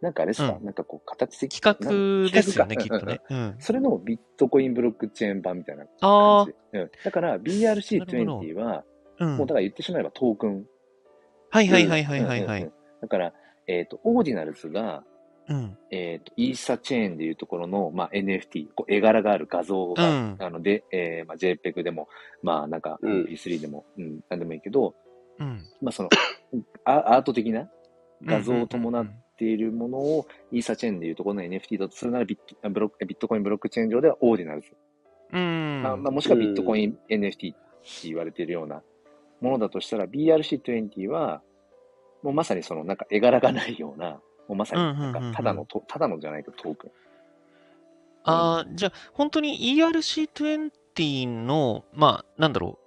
S1: なんかあれですか、
S2: う
S1: なんかこう形的
S2: 企画ですよね、き
S1: 企
S2: っ
S1: 画か
S2: とね。うん。
S1: それのビットコインブロックチェーン版みたいな
S2: あ
S1: 感
S2: あ
S1: じ。、うん、だから
S2: なるほ
S1: BRC20 は、
S2: うん。
S1: もうだから言ってしまえばトークン。
S2: はいはいはいはいはいは
S1: うんう
S2: い
S1: ん。うんだから、えっ、と、オーディナルズが、
S2: うん。
S1: えっ、と、イーサチェーンでいうところの、まあ、NFT、こう絵柄がある画像が、
S2: うん
S1: あので、えーまあ、JPEG でも、まあ、なんか、
S3: うん
S1: P3 でも、うん、なんでもいいけど、
S2: うん。
S1: まあ、その、アアート的な画像を伴っっているものをイーサチェーンでいうところの NFT だとするならビットあブロックビットコインブロックチェーン上ではオーディナルズ、
S2: うん。
S1: まあまあ、もしくはビットコイン NFT って言われているようなものだとしたら BRC20 はもうまさにそのなんか絵柄がないようなもうまさになんかただのとただのじゃないけどトークン
S2: ああ、じゃあ、本当に ERC20 の、まあ、なんだろ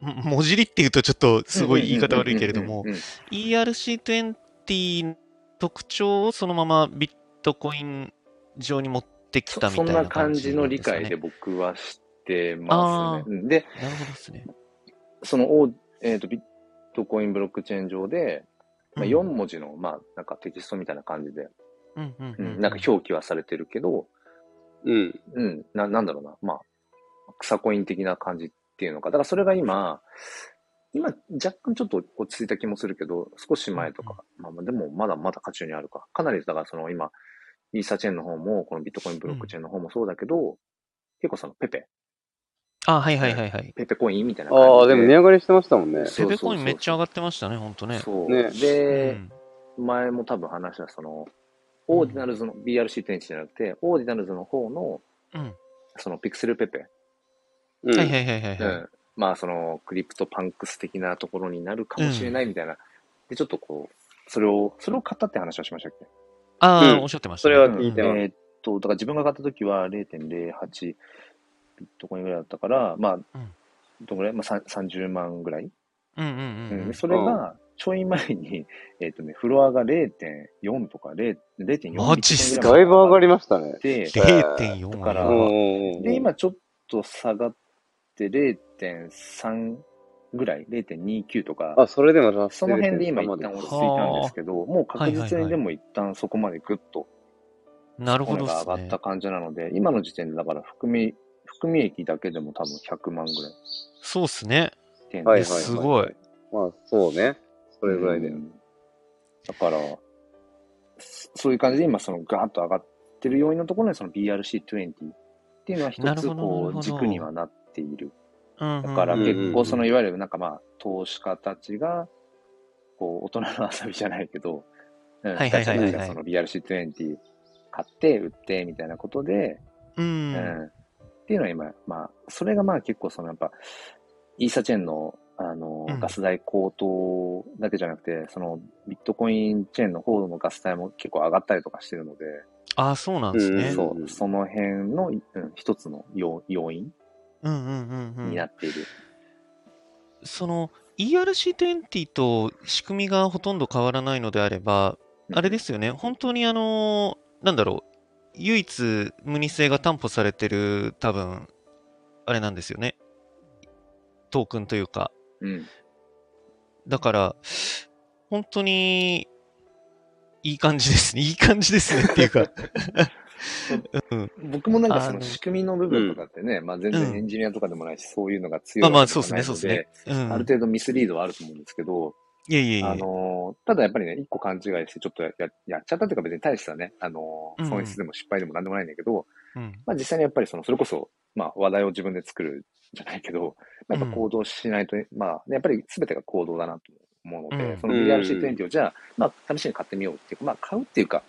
S2: う、も文字りっていうとちょっとすごい言い方悪いけれども
S1: うん、うんうん
S2: ERC20 の特徴をそのままビットコイン上に持ってき
S1: そ
S2: たみた
S1: そ
S2: い
S1: んな
S2: な
S1: 感
S2: 感じ
S1: じ
S2: な
S1: の
S2: んで
S1: 理
S2: すかね
S1: 解で僕はしてますねうんで
S2: なるほどですね。
S1: そのオー、えー、とビットコインブロックチェーン上で、まあ、
S2: うん
S1: 4文字の、まあ、なんかテキストみたいな感じで
S2: うんうん
S1: う
S2: うんん。
S1: なんか表記はされてるけど、
S3: うん。
S1: うん、ななんだろうな、まあ、草コイン的な感じっていうのか、だからそれが今、今、若干ちょっと落ち着いた気もするけど、少し前とか、まあまあ、でもまだまだ渦中にあるか。かなり、だからその今、イーサチェーンの方も、このビットコインブロックチェーンの方もそうだけど、結構そのペペ、
S2: あ、はいはいはいはい。
S1: ペペコインみたいな感じで。
S3: ああ、でも値上がりしてましたもんね。
S1: そ
S2: セ
S1: うそうそう
S2: ペコインめっちゃ上がってましたね、ほんとね。
S1: そう。
S3: ね
S1: で、
S2: うん
S1: 前も多分話した、その、オーディナルズの BRC 天使じゃなくて、オーディナルズの方の、
S2: うん。
S1: そのピクセルペペ、
S3: うん
S2: はいはいはいはいは
S1: う
S2: い。
S1: ん、まあそのクリプトパンクス的なところになるかもしれないみたいな、でちょっとこうそれをそれを買ったって話をしましたっけ
S2: ああ、
S3: うん
S2: おっしゃってました
S3: そ
S2: ね。
S3: れは聞いて
S1: え
S3: ます。
S1: ーっとだから自分が買った時は0.08ビットコインぐらいだったからまあ、どのぐらい、まあ、さ30万ぐらい、
S2: うんうんう
S1: うん
S2: んう
S1: で
S2: ん。
S1: それがちょい前に、えーっとね、フロアが0.4とか0.4ビットコインぐらい
S2: マジっす
S3: だいぶ上がりましたね。
S1: で
S2: 0.4
S1: だから
S2: は
S3: う
S2: や
S3: ん
S2: ば
S3: うんうん
S1: で、今ちょっと下がって0.3ぐらい、0.29とか、
S3: あ、それでもラス
S1: その辺で今一旦落ち着いたんですけど、もう確実にでも一旦そこまでぐっと、
S2: なるほ
S1: こ
S2: ど
S1: の
S2: っ
S1: が
S2: す
S1: 上がっ
S2: ね
S1: た。感じなので、今の時点でだから含み、含み益だけでも多分100万ぐらい
S2: そうっすね。
S1: 点
S3: はいはいはい
S2: やすごい。
S3: まあ、そうね。それぐらいで。
S1: うんだから、そそういう感じで今そのガーッと上がってる要因のところにその BRC20 っていうのは一
S2: なる
S1: つ
S2: ほどな
S1: こ
S2: るほ
S1: う
S2: ど
S1: 軸にはなっている。
S2: だ
S1: だから
S3: うんうんうん
S1: 結構そのいわゆるなんかまあ投資家たちがこう大人の遊びじゃないけど、うん
S2: はいはいはいはい
S1: 私たちがその BRC20 買って売ってみたいなことで、う
S2: う。
S1: んっていうのは今、まあ、それがまあ結構そのやっぱイーサチェーンのあの
S2: うん
S1: ガス代高騰だけじゃなくて、そのビットコインチェーンの方のガス代も結構上がったりとかしてるので、
S2: ああ、そうなんです
S3: う
S2: ね
S3: ん。
S1: そうその辺の、うん、一つの要要因
S2: うんうんうん
S1: に
S2: う。
S1: なんっている。
S2: その ERC20 と仕組みがほとんど変わらないのであれば、あれですすよね、本当にあのーなんだろう、唯一無二性が担保されてる、多分あれなんですよね、トークンというか、
S1: うん
S2: だから、本当にいい感じですね、いい感じですねっ ていうか、うん、
S1: 僕もなんかそ
S2: あ
S1: の
S2: の
S1: 仕組みの部分とかってね、まあ全
S2: う
S1: 然
S2: ん
S1: エンジニアとかでもないし、そういうのが強い
S2: まあまあ、
S1: わけ
S2: そうですね、
S1: で
S2: そう
S1: も
S2: です
S1: ないの
S2: ね。う
S1: ある
S2: ん、
S1: 程度ミスリードはあると思うんですけど、
S2: いやいやいや
S1: あ、のーただやっぱりね、一個勘違いしてちょっとやややっちゃったっていうか別に大したね、あのー
S2: うん
S1: 損失でも失敗でもなんでもないんだけど、
S2: うん、
S1: まあ実際にやっぱりその、それこそ、まあ話題を自分で作るじゃないけど、まあやっぱ行動しないとね、まあねやっぱり全てが行動だなと思うので、
S2: うん
S1: その BRC20 をじゃあ、まあ試しに買ってみようっていうか、まあ買うっていうか、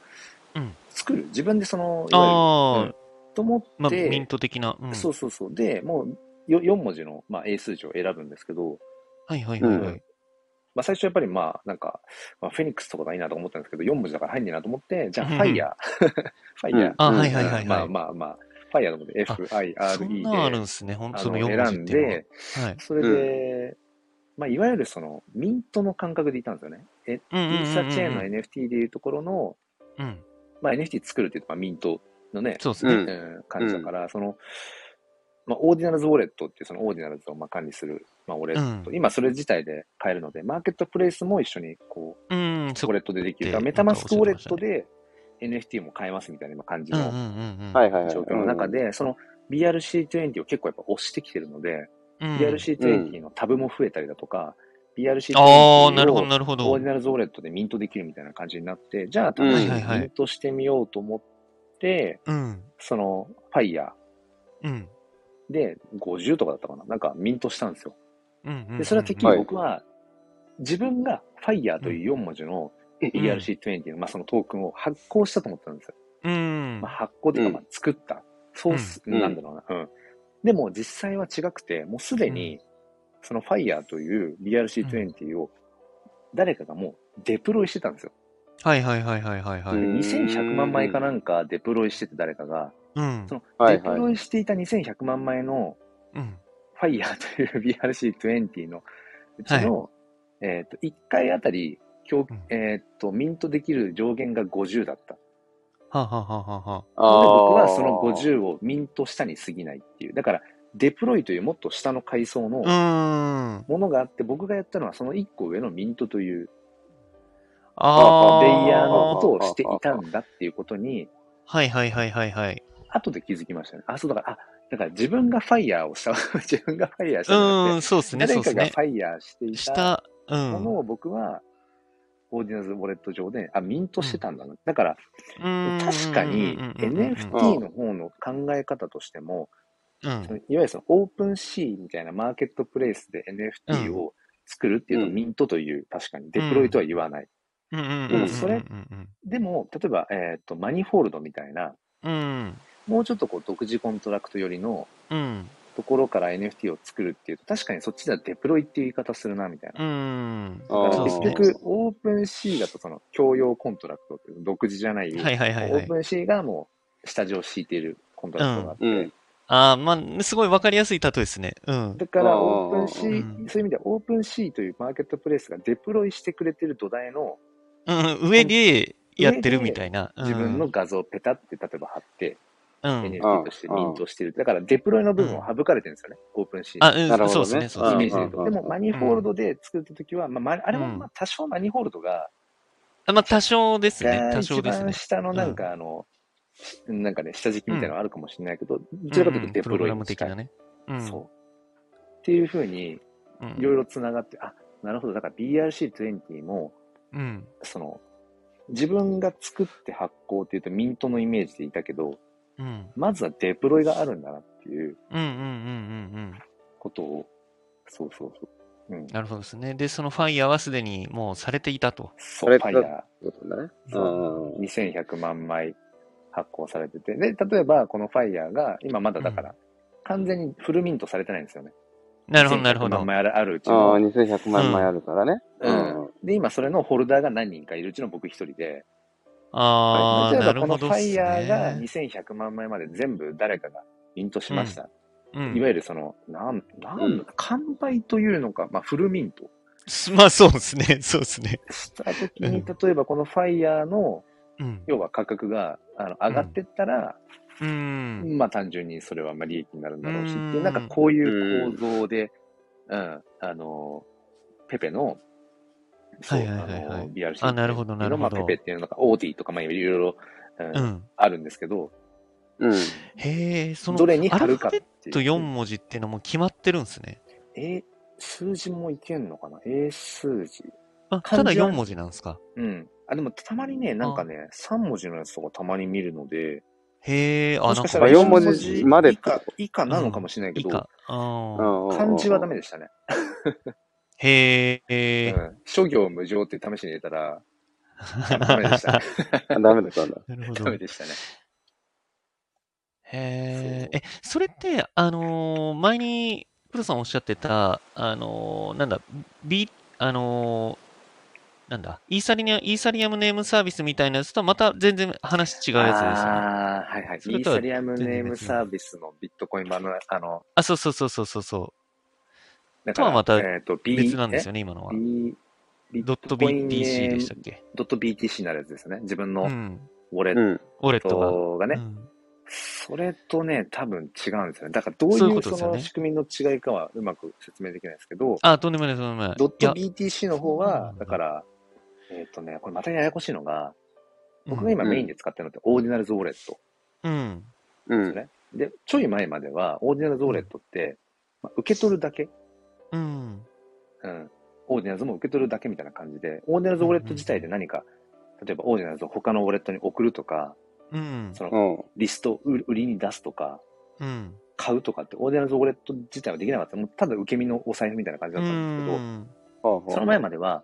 S2: うん
S1: 作る。自分でその、いわ
S2: ああ、
S1: ゆると思って、
S2: まあ、ミント的な、うん、
S1: そうそうそう。で、もうよ4文字の、まあ、英数字を選ぶんですけど、
S2: はいはいはいは
S3: う
S2: い、
S1: まあ、最初やっぱりまあ、なんか、まあ、フェニックスとかがいいなと思ったんですけど、4文字だから入んねえなと思って、じゃあ、
S2: うん
S1: ファイヤー。ファイヤー。
S3: うん
S2: あ
S3: うん
S2: はいはいはいはい、
S1: まあまあまあ、ファイヤーと思って、F、I、
S2: そ
S1: R、
S2: ん
S1: E
S2: なんあるん
S1: で、
S2: ですね、本
S1: あ
S2: 当の4
S1: の、
S2: 文
S1: 選
S2: 字
S1: ん
S2: っていう
S1: で、
S2: のは。はい
S1: それで、まあ、いわゆるその、ミントの感覚でいたんですよね。え、
S2: うん
S1: イ
S2: うんうんうん
S1: ーサチェーンの NFT でいうところの、
S2: うん、
S1: まあ、NFT 作るっていうと、まあ、ミントのね、
S2: そうですね。
S3: うん
S1: うん感じだから、その、まあ、オーディナルズウォレットっていう、そのオーディナルズをまあ管理する、まあ、ウォレット、
S2: う
S1: 今それ自体で買えるので、マーケットプレイスも一緒にこう、
S2: うん、
S1: ウ
S2: そ
S1: ォ
S2: こ
S1: レットでできる。だ
S2: だ
S1: から
S2: って
S1: メタマスクウォレットで NFT も買えますみたいな今感じ
S2: うんうん
S1: の
S2: うんうん。
S3: はいはいはい。
S1: 状況の中で、その BRC20 を結構やっぱ押してきてるので、
S2: うん、
S1: BRC20 のタブも増えたりだとか、BRC20
S2: ああ、なるほど、
S1: を
S2: なるほ
S1: オー
S2: ど
S1: ディ。ナルズウォレットでミントできるみたいな感じになって、じゃあ、
S3: うん
S1: 試し
S2: はいは
S1: に
S2: い
S1: ミントしてみようと思って、
S2: うん。
S1: その、ファイヤー、
S2: うん。
S1: で、50とかだったかな。なんか、ミントしたんですよ。
S2: うんうん。
S1: で、それはてっき
S3: は
S1: り
S3: い
S1: 僕は、自分が FIRE という4文字の
S3: うん
S1: ERC20 の、まあ、そのトークンを発行したと思ってたんですよ。
S2: うん
S1: まあ、。発行というか、まあ、作った。そうす、
S3: うん
S1: なんだろうな。うん。でも、実際は違くて、もうすでに、その FIRE という ERC20 を、誰かがもうデプロイしてたんですよ。
S2: はいはいはいはいはいは
S3: う
S2: い。
S3: ん
S1: 2100万枚かなんかデプロイしてて誰かが、
S2: うん
S1: そ。の
S3: は
S1: デ
S3: い
S1: プロ
S3: はい。
S1: イしていた2100万枚の
S2: うん。
S1: ファイヤーという BRC20 のうちの、えっ、と、1回あたり、供
S2: うん
S1: えっ、と、ミントできる上限が50だった。
S2: ははははは。
S1: ので僕は
S3: ー
S1: その。50をミント下に過ぎないっていう。だから、デプロイというもっと下の階層の
S2: うーん。
S1: ものがあって、僕がやったのはその1個上のミントという
S2: ああ。
S1: レイヤーの
S3: あ
S1: ことをしていたんだっていうことに、
S2: はいはいはいはいはい。
S1: 後で気づきましたね。あ、そうだから、あ、だから自分がファイヤーをした、 自分がファイヤーし
S2: う
S1: たんじゃ
S2: ー、
S1: なんくて、
S2: そうですね、
S1: 誰
S2: そうで
S1: か
S2: す
S1: が
S2: ね
S1: フ。ァイヤーしてい
S2: したた、う
S1: も
S2: ん。
S1: のを僕は、オーディナンスウォレット上で、あ、ミントしてたんだな。だから、
S2: うーん
S1: 確かに
S2: うんうんうんうん
S1: NFT の方の考え方としても、
S2: うん
S1: そのいわゆるそのオープンシーみたいなマーケットプレイスで NFT を作るっていうのは
S3: うん
S1: ミントという、確かにデプロイとは言わない。
S2: うんうんうん
S3: で
S2: うん
S3: も
S1: それでも、例えば、えっ、と、マニフォールドみたいな、
S2: うん
S1: もうちょっとこう独自コントラクト寄りの
S2: うん
S1: ところから NFT を作るっていうと、確かにそっちではデプロイっていう言い方するな、みたいな。
S2: うん
S3: あー
S1: だから結
S2: そう
S1: 局、オープンシーだとその共用コントラクトっていう独自じゃない、
S2: はいはいはいは
S1: オー
S2: い
S1: プ。ンシーがもう下地を敷いているコントラクトがあって、
S3: うん。
S2: ああ、まあ、すごいわかりやすい例えですね。うん。
S1: だから、
S3: うん
S1: オープンシー、
S2: うん
S1: そういう意味では、オープンシーというマーケットプレイスがデプロイしてくれてる土台の
S2: うんうん、上でやってるみたいな。うん
S1: 自分の、画像をペタって例えば貼って、
S2: うん。
S1: NFT としてミントしてる。だから、デプロイの部分を省かれてるんですよね、オープンシー
S2: あ、
S1: の
S2: う
S3: なる
S2: ん、
S3: ほ
S2: そう
S3: どね
S2: ですね、そう
S1: イ
S2: で
S1: メ
S2: す
S1: ー
S2: ね
S1: ジで言う
S3: う
S1: と。
S3: ん
S1: でも、マニフォールドで作ったときは、まあまあ、あれも
S2: うん
S1: まあ多少マニフォールドが、
S2: あまあ、多少ですね。
S1: が
S2: 多
S1: 一
S2: 少ですね
S1: 番。下のなんかあの、しなんかね、下敷きみたいなのあるかもしれないけど、どちらかというとデ
S2: プ
S1: プ
S2: ログ
S1: ロイ
S2: ラ
S1: に
S2: ム
S1: 近
S2: 的
S1: い。
S2: なね。うん。
S1: そう。っていうふうに、
S2: うん。
S1: いろいろつながって、あ、なるほど、だから BRC20 も、
S2: うん。
S1: その、自分が作って発行っていうとミントのイメージでいたけど、
S2: うん。
S1: まずはデプロイがあるんだなっていう
S2: うん。うん。うん。うん。
S1: ことを、そうそうそう。うん。
S2: なるほどですね。で、そのファイヤーはすでにもうされていたと。
S1: そう、フ
S3: そ
S1: ァ
S3: れ
S1: イヤ
S3: そうだね。
S1: そうー
S3: ん。
S1: 2100万枚発行されてて、で、例えばこのファイヤーが、今まだだから、完全にフルミントされてないんですよね。
S2: なるほど、なるほ
S1: 2100
S2: ど
S1: 万。枚あるあるうち
S3: あ
S1: の
S3: あ、2100万枚あるからね。
S1: うん。で、今それのホルダーが何人かいるうちの僕一人で、
S2: ああ、
S1: 例え
S2: な
S1: ば
S2: る
S1: こ
S2: ほ
S1: のフ
S2: ど
S1: ァ
S2: で
S1: イ
S2: す
S1: ヤーが
S2: ね。
S1: 2100万枚まで全部誰かがミントしました。
S2: うん
S1: いわゆるその、なん、なん
S3: うん
S1: だ、完売というのか、まあ、フルミント
S2: すまあ、そうですね。 そうですね。
S1: した時に、
S2: うん
S1: 例えばこのファイヤーの、
S2: うん。
S1: 要は価格があの上がってったら、
S2: うん。
S1: まあ単純にそれはまあ利益になるんだろうし、って
S2: う
S1: い
S2: ん
S1: う、なんかこういう構造で、うん、あの、ペペの、そう、
S2: はい
S1: あ
S2: はいはいはい
S1: の、BRC
S2: あなるほど
S1: っていうの
S2: なるほど
S1: まあペペっていうのが、オーディとか、まあいろいろ、うん
S2: うん。
S1: あるんですけど、
S3: うん。
S2: へえ、その、
S1: どれに貼るかってい
S2: アルファベッ
S1: う。
S2: ト4文字っていうのも決まってるんですね。
S1: え、数字もいけんのかな ?A 数字。
S2: あ、ただ
S1: 漢字は
S2: 4文字なんですか。
S1: うん。あ、でもたまにね、なんかね、3文字のやつとかたまに見るので、
S2: へえ、あ、
S1: も
S2: な
S1: し
S2: ん
S1: かし
S2: か
S1: たら
S3: まあ四
S1: 4
S3: 文
S1: 文
S3: 字
S1: 字
S3: までっ
S1: 以
S3: てこ
S1: 下以下なのかもしれない
S2: い
S1: け
S2: いか
S1: ど、。
S2: ああ。
S3: 漢
S1: 漢字はダメでしたね。
S2: へ
S1: う
S2: え。
S1: ん。諸行無常って試しに入れた ら、ダメでしたね。
S3: ダメだったんだ。
S2: なるほ
S1: ダ
S2: ど
S1: メ。でしたね。そう
S2: へえ、え、それって、あのー前に、黒さんおっしゃってた、あのーなんだ、B、あのーなんだ、イーサリア、イーサリアムネームサービスみたいなやつとはまた全然話違うやつですよね。
S1: ああ、はいはい。
S2: そ
S1: イ
S2: れ
S1: ー
S2: とは
S1: サリアムネームサービスのビットコイン版の、あの、
S2: あ、そうそうそうそうそうそ
S1: だ
S2: とはまた
S1: えっと、
S2: う。
S1: B、
S2: 別なんです
S1: よ。
S2: よね、今のは。
S1: B、ビ
S2: ド
S1: ッ
S2: ット
S1: トコイン
S2: BTC
S1: ネ
S2: で
S1: ー
S2: した
S1: ム
S2: っけ。
S1: ドット BTC になるやつですね。自分
S2: う
S1: の
S2: ん。
S1: ウォレ
S3: う
S1: ッ
S3: ん。
S2: ウォレット
S1: トが
S2: が。
S1: ね
S2: う。ん
S1: それとね、多分違うんですよね。だからどう
S2: そうい
S1: い
S2: うこ
S1: う
S2: とで
S1: そ
S2: すよね
S1: の仕組みの違いかはうまく説明できないですけど、
S2: あ、とんでもない、とんでもない。
S1: ドッ
S2: い
S1: ト
S2: や
S1: BTC の方
S2: そうな
S1: は
S2: ん、だ
S1: だから、えっ、とね、これまたややこしいのが、僕が
S2: うん
S1: 今メインで使ってるのってオーディナルズウォレット
S2: うん。
S3: う
S1: です
S3: ん。
S1: ね。で、ちょい前まではオーディナルズウォレットって、まあ、受け取るだけ、
S2: うん。
S1: うん、オーディナルズも受け取るだけみたいな感じで、オーディナルズウォレット自体で何か、例えばオーディナルズを他のウォレットに送るとか、
S2: うん。
S1: その
S3: うん。
S1: リストを売売りに出すとか、
S2: うん。
S1: 買うとかって、オーディナルズウォレット自体はできなかった。もうただ受け身のお財布みたいな感じ
S2: う
S1: だったんですけど、
S2: ん。
S1: その前
S3: も。
S1: までは、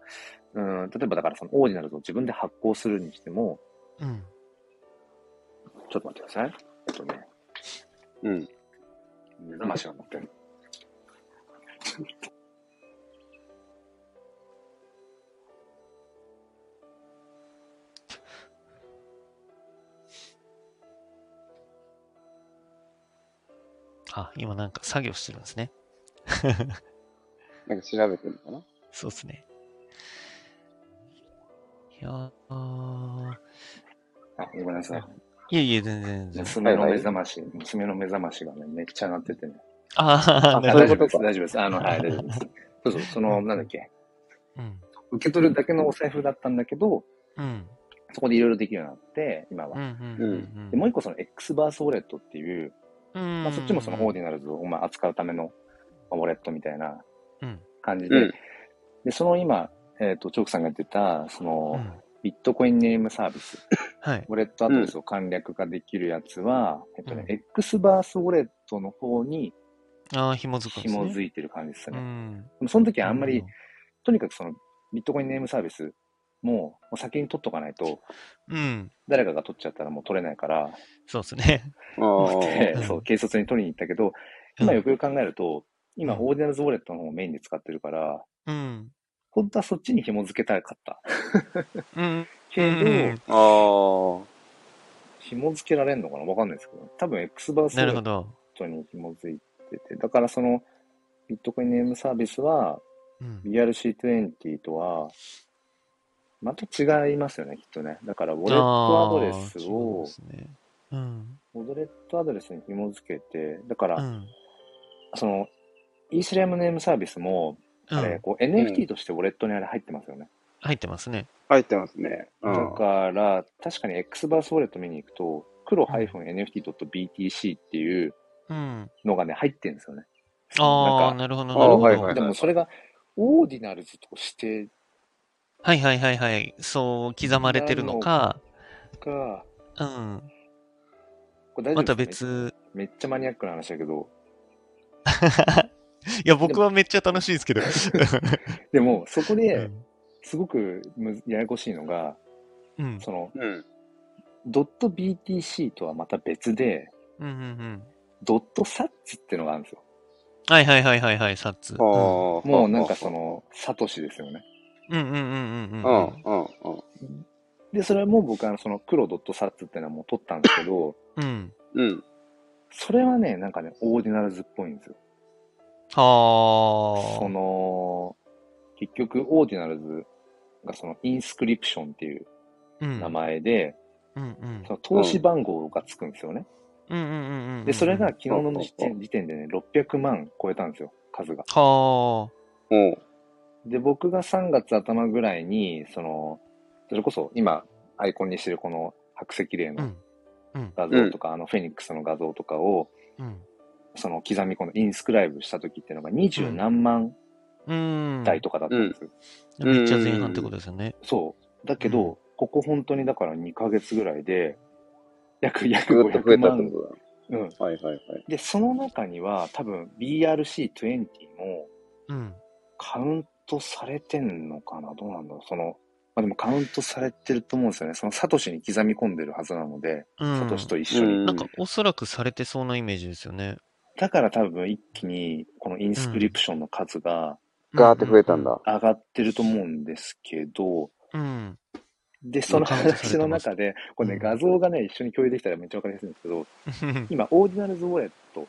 S1: うん、例えばだからそのオーディナルズを自分で発行するにしても、
S2: うん。
S1: ちょっと待ってください。えっとね、
S3: うん。
S1: 目覚ましが持ってる。
S2: あ、今なんか作業してるんですね。
S3: なんか調べてるのかな
S2: そうですね。いやー
S1: あ、ごめんなさい。
S2: いえいえ、全然全然。
S1: 娘の目覚まし、娘の目覚ましがね、めっちゃ鳴っててね。
S2: ああ、
S1: あ
S2: な
S1: 大
S2: るほ
S1: 丈夫
S2: ど。
S1: です。大丈夫です。あの、はい、大丈 夫です。そうそう、その、なんだっけ。
S2: うん。
S1: 受け取るだけのお財布だったんだけど、
S2: うん。
S1: そこでいろいろできるようになって、今
S2: うん。う
S1: は。
S2: ん。
S3: う
S2: うんん
S1: でもう一個その X バースウォレットっていう、まあ、そっちもそのオー
S2: で。
S1: ディナルズをまあ扱うためのまあウォレットみたいな
S2: うん。
S1: 感じで、
S3: うん。
S1: でその今、えー、とチョークさんが言ってたその、
S2: うん
S1: ビットコインネームサービス、
S2: はい。
S1: ウォレットアドレスを簡略化できるやつは、えっとね、
S2: う
S1: X バースウォレットの方に
S2: ああ、紐づくんですね。
S1: 紐づ
S2: い
S1: いてる感じです
S2: て
S1: ね。
S2: うん。
S1: でもその時はあんま
S2: な
S1: り
S2: るほ、
S1: とにかくそのビットコインネームサービスももう先に取っとかないと、
S2: ど。うん。
S1: 誰かが取っちゃったらもう取れないから、
S2: そうですね。
S3: あ
S1: で
S2: うん
S1: そう警察に取りに行ったけど、 今よくよく考えると、今
S2: うん
S1: オーディナルズウォレットの方をメインで使ってるから、
S2: うん。
S1: 本当はそっちに紐付けたかった。
S2: うん。
S1: けど、
S2: うん
S3: あ。ああ。
S1: 紐付けられるのかなわかんないですけど、多分 X バースウォ
S2: な
S1: レ
S2: る
S1: ット
S2: ほど。
S1: ットに紐づいてて、だからそのビットコインネームサービスは
S2: うん。
S1: BRC20 とはまた違いますよね、きっとね。だからウォレットアドレスを、
S2: あーそうですね。うん。
S1: ウォレットアドレスに紐づけて、だから、
S2: うん。
S1: そのイーサリアムネームサービスも、
S2: う
S1: あれ
S2: ん。
S1: こう
S3: う
S1: NFT
S3: ん
S1: としてウォレットにあれ入ってますよね。
S2: 入ってますね。
S3: 入ってますね。う
S1: だ
S3: ん。
S1: から、確かに X バースウォレット見に行くと、黒-nft.btc っていう
S2: うん。
S1: のがね、入ってるんですよね。
S2: あ
S1: な
S2: あ、
S1: んか
S2: なるほど。な
S3: あー
S2: るほ
S3: は
S2: ど
S3: い
S1: でもそれがオーディナルズとして
S2: はいはいはいはい。そう、刻まれてるのか。
S1: か、
S2: うん。
S1: これ大丈夫
S2: また
S1: ですか
S2: 別。
S1: めっちゃマニアックな話だけど、
S2: いや、僕はめっちゃ楽しいですけど。
S1: でもそこ
S2: う
S1: で
S2: ん
S1: すごくむややこしいのが、
S2: うん。
S1: その
S3: うん。
S1: ドット BTC とはまた別で、
S2: うんうんうん。
S1: ドットサッツっていうのがあるんですよ。
S2: はいはいはいはいはい、サッツ。
S3: ああ。
S1: もうなんかそ。の、サトシですよね。
S2: うんうんうんうん
S3: う
S2: うん
S3: ん
S2: う
S3: うんうん。
S1: で、それはもう僕はその黒ドットサッツっていうのはもう取ったんですけど、
S2: ん。うん。
S3: うん。
S1: それはね、なんかね、オーディナルズっぽいんですよ。そ
S2: は
S1: の、結局オーディナルズがそのインスクリプションっていう
S2: あ。
S1: 名前で、
S2: うんうん
S1: その投資番号がつくんですよね。
S2: うんうんうんうんうん。
S1: で、それが昨日の時
S3: うんう
S1: 点時点でね、600万超えたんですよ、数が。
S2: は
S3: おう。
S1: で、僕が3月頭ぐらいに、その、それこそ今、アイコンにしてるこの白石霊
S2: あ。う
S1: の
S2: ん。うん。
S1: 画像とか、あのフェニックスの画像とかを、
S2: うん。
S1: その刻み込んでインスクライブした時っていうのが二十何万
S2: うん。
S1: 台とかだったんですよ。
S2: めっちゃ前半ってことですよね。
S1: そう。だけ
S2: う
S1: ど、ここ本当にだから2ヶ月ぐらいで、約、約
S3: ぐっと増
S1: 500
S3: えたって
S1: 万。
S3: こ
S1: うん。
S3: とだ。はいはいはい。
S1: で、その中には多分 BRC20 も、
S2: うん。
S1: カウントされてんのかなどうなんだろうその、まあ、でもカウントされてると思うんですよね。そのサトシに刻み込んでるはずなので、
S2: うん。
S1: サトシと一緒に。
S3: うん
S2: なんか、おそらくされてそうなイメージですよね。
S1: だから多分一気にこのインスクリプションの数が
S3: ガーって増えたんだ。
S1: 上がってると思うんですけど、
S2: うん。うん。
S1: で、その
S2: カウントされてます
S1: 話の中で、これね、
S2: うん
S1: 画像がね、一緒に共有できたらめっちゃわかりやすいんですけど、今、オーディナルズウォレット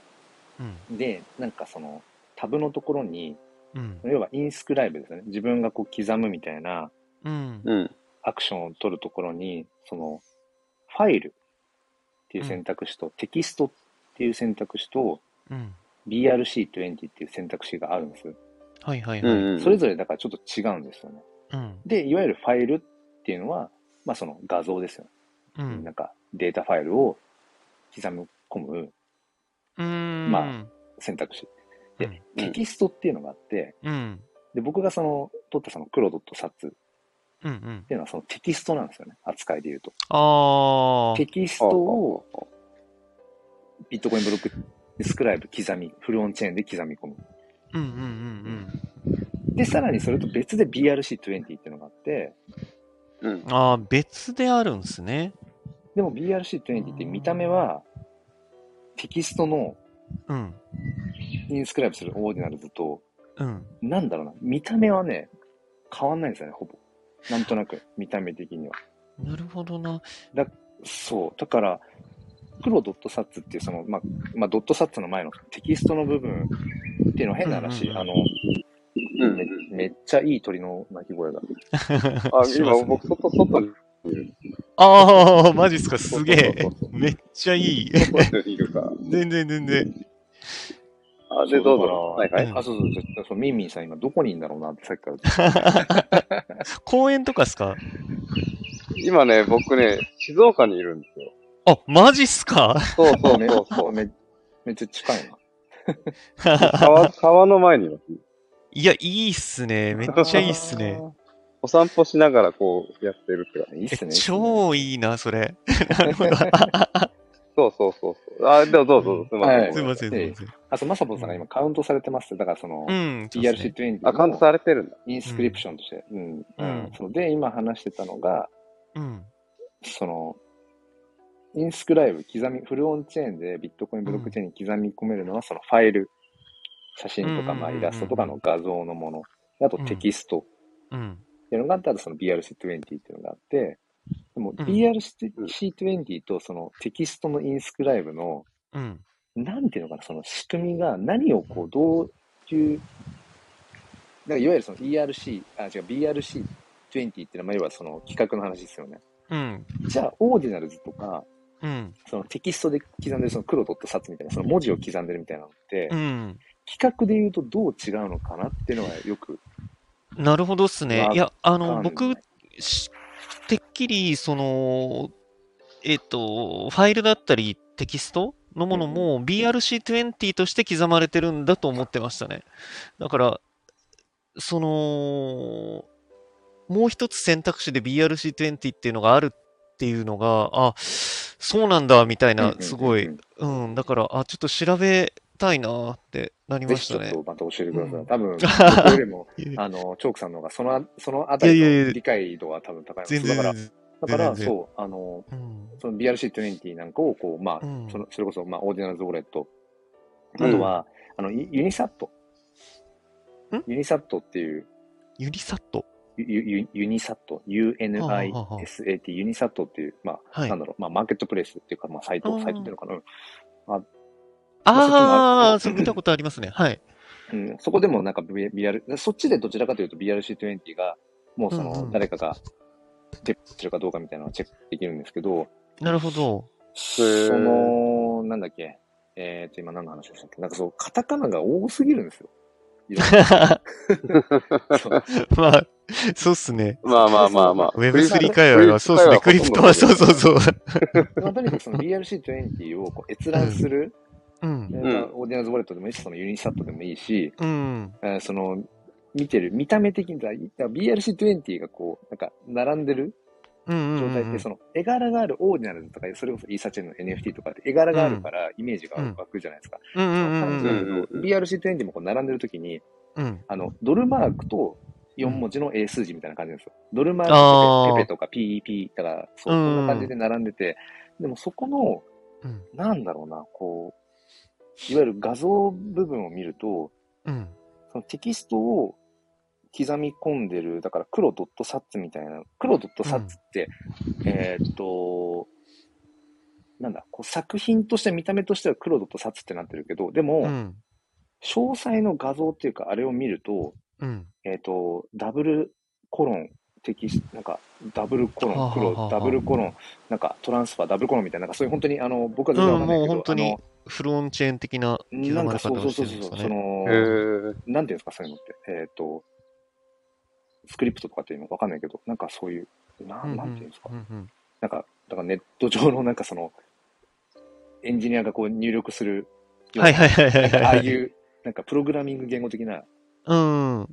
S2: うん。
S1: で、なんかその、タブのところに、
S2: うん。
S1: 要はインスクライブですよね。自分がこう刻むみたいな
S2: うん。
S3: うん。
S1: アクションを取るところに、その、ファイルっていう選択肢と、テキストっていう選択肢と、
S2: うん。
S1: BRC20 っていう選択肢があるんです。
S2: はいはいはい。
S3: うん。
S1: それ
S3: ぞ
S1: ぞれだからちょっと違うんですよね。
S2: うん。
S1: で、いわゆるファイルっていうのは、まあその画像ですよね。
S2: う
S1: なん
S2: ん。
S1: かデータファイルを刻み込む
S2: うん。
S1: まあ。選択肢。で、
S2: うん
S1: テキストっていうのがあって、
S2: うん。
S1: で、僕がその、取ったその黒ドットサッツっ
S2: うんうん
S1: て。いうのはそのテキストなんですよね。扱いで言うと。
S2: ああ
S1: テ。キストをビットコインブロックディスクライブ刻み、フルオンチェーンで刻み込む。
S2: うんうんうん
S1: で、さらにそれと別で BRC20 っていうのがあって、
S3: うん
S2: うん。。ああ、別であるんですね。
S1: でも BRC20 って見た目はテキストの
S2: うん。
S1: インスクライブするオーディナルズと、
S2: うん。
S1: なんだろうな、見た目はね、変わんないんですよね、ほぼ。なんとなく、見た目的には。
S2: なるほどな。
S1: そう。だから、黒ドットサッツっていうその、まあ、まあ、ドットサッツの前のテキストの部分っていうのは変な話、
S2: うんうんうん
S1: あの、
S3: うん
S1: め、。めっちゃいい鳥の鳴き声が。
S3: あ、
S2: します
S3: 今
S2: ね
S3: 僕、外、外に、
S2: ああ、マジっすか、すげえ
S3: そうそうそう。そう
S2: めっちゃいい。
S3: 外にいるか。
S2: 全然全然。
S3: あ、で、どうぞ。
S1: そ
S3: はい
S1: だか
S3: は
S1: ら
S3: い。
S1: あ、そうそうそうそう、ミンミンさん今どこにいんだろうなってさっきから
S2: 公園とかっすか
S3: 今ね、僕ね、静岡にいるんですよ。
S2: あ、マジっすか
S3: そうそう
S1: め
S3: そうそ
S1: めめっちゃ近いな。
S3: 川、川の前にいます。。
S2: いや、いいっすね。めっちゃいいっすね。
S3: お散歩しながらこうやってるって感じ。
S1: いいっすね。
S2: 超いいな、それ。なるほど。
S3: そうそうそうそう。あ、でもどうぞどうぞ、すみません。
S1: はい
S2: すいません、すいません。
S1: あ、そう、まさぼんさんが今カウントされてます。だからその、
S2: うん、そうですね
S1: ERC20
S3: あ、カウント
S1: の
S3: されてるんだ。
S1: インスクリプションとして。うん。
S2: うん
S1: そうで、今話してたのが、
S2: うん。
S1: その、インスクライブ、刻み、フルオンチェーンでビットコインブロックチェーンに刻み込めるのは、そのファイル、写真とか、まあ、
S2: うん
S1: イラストとかの画像のもの、あとテキストっ
S2: うん。
S1: ていうのがあったら、その BRC20 っていうのがあって、でも
S2: ん
S1: BRC20 とそのテキストのインスクライブの、
S2: うん。
S1: なんていうのかな、その仕組みが何をこう、どういう、なんかいわゆるその ERC、あ、違う、BRC20 っていうのは、いわゆるその企画の話ですよね。
S2: うん。
S1: じゃあ、オーディナルズとか、
S2: うん。
S1: そのテキストで刻んでるその黒ドット札みたいな、その文字を刻んでるみたいなのって、
S2: うん。
S1: 企画で言うとどう違うのかなっていうのがよく。
S2: なるほどっすね
S1: わ。
S2: いや、あ
S1: わ
S2: の、
S1: かんな
S2: 僕
S1: い、
S2: してっきり、その、えっと、ファイルだったり、テキストのものも BRC20 として刻まれてるんだと思ってましたね。だから、その、もう一つ選択肢で BRC20 っていうのがあるっていうのが、あ、そうなんだ、みたいな、すごい
S1: うん、
S2: うん、だから、あ、ちょっと調べたいなってなり
S1: ぜ
S2: ま
S1: ひ
S2: し
S1: ちょ
S2: た
S1: っ
S2: ね
S1: と。また教えてください。
S2: うん
S1: 多分、僕よりも、
S2: いやいや
S1: あの、チョークさんの方が、その、そのあたり
S2: いやいやい
S1: の
S2: や
S1: 理解度は多分高いの
S2: 全
S1: だ
S2: 然、
S1: から、
S2: 全
S1: だから、
S2: 全然
S1: そう、あの、
S2: 然うん
S1: その BRC20 なんかを、こう、まあ、
S2: うん
S1: そのそれこそ、まあ、オーディナルズウォレット。あ
S3: うん
S1: とは、あの、ユユニサット
S2: ん。
S1: ユニサットっていう、
S2: ユリサット。
S1: ユユユニサット、
S2: はあはあは
S1: UNISAT、ユニサットっていう、まあ、
S2: はい
S1: なん。だろう、まあ、マーケットプレイスっていうか、まあ、サイト、
S2: あー
S1: サイトっていうのかな。
S2: ああ、そう見たことありますね。はい。
S1: うん、そこでもなんか V- BR、そっちでどちらかというと BRC20 が、もうそ
S2: うんう
S1: の、
S2: ん
S1: 誰かがチェックしてるかどうかみたいなのをチェックできるんですけど、
S2: なる ほど。
S1: そ
S3: ー
S1: の、なんだっけ、えっと、今何の話でしたっけなんかそう、カタカナが多すぎるんですよ。いろんな そう
S2: まあ、そうっすね。
S3: まあまあまあまあ。
S2: Web3 界隈は、そうっすね。クリプトは、そうそう
S3: う。
S2: そう。
S1: まあとにかくその BRC20 をこう閲覧する、
S2: うん。
S1: なんかオーディナルズウォレットでもいいし、そのユニサットでもいいし、
S2: うん。
S1: えーその、見てる、見た目的にだ、いだ BRC20 がこう、なんか、並んでる
S2: うん。
S1: 状態って、その、絵柄があるオーディナルズとか、それこそイーサチェンの NFT とかって、絵柄があるから、イメージが湧くじゃないですか。
S2: うんう
S1: そ
S2: ん
S1: の
S2: う
S1: 感
S2: ん
S1: じ
S2: う
S1: だ
S2: ん
S1: け
S3: うんうんう
S1: ど、
S3: ん
S1: BRC20 もこう、並んでるときに、
S2: うん。
S1: あの、ドルマークと4文字の英数字みたいな感じなんですよ。ドルマークと
S2: あー
S1: ペペとか PEP とか、そう、
S2: う
S1: こ
S2: ん
S1: んな感じで並んでて、でもそこの、
S2: うん。
S1: なんだろうな、こう、いわゆる画像部分を見ると、
S2: うん。
S1: そのテキストを刻み込んでる、だから黒ドットサッツみたいな、黒ドットサッツって、えーっと、なんだ、こう作品として見た目としては黒ドットサッツってなってるけど、でも、
S2: うん。
S1: 詳細の画像っていうか、あれを見ると、
S2: うん。
S1: えーっと、ダブルコロン、テキスト、なんか、ダブルコロン、
S2: はあはあは
S1: 黒、
S2: あ
S1: ダブルコロン、なんか、トランスファー、ダブルコロンみたいな、なんかそういう本当に、あの、僕は全然わか
S2: うん、
S1: んない
S2: もう
S1: けど、
S2: 本当
S1: あ
S2: に
S1: の、
S2: フルオンチェーン的な刻
S1: なん
S2: ま
S1: か
S2: れ方
S1: そうそ
S2: を
S1: うそ
S2: して
S1: う
S2: るんです
S1: そ
S2: か
S1: う、そ
S2: ね。
S1: の、
S3: へー
S1: なんていうんですか、そういうのって。えっ、と、スクリプトとかっていうのかわかんないけど、なんかそういう、な
S2: うんうん
S1: なんていうんですか。
S2: うんうん
S1: なんか、だからネット上のなんかその、エンジニアがこう入力する、
S2: はいはいはいは
S1: なん
S2: いは
S1: か
S2: い。
S1: ああいう、なんかプログラミング言語的な、
S2: うん。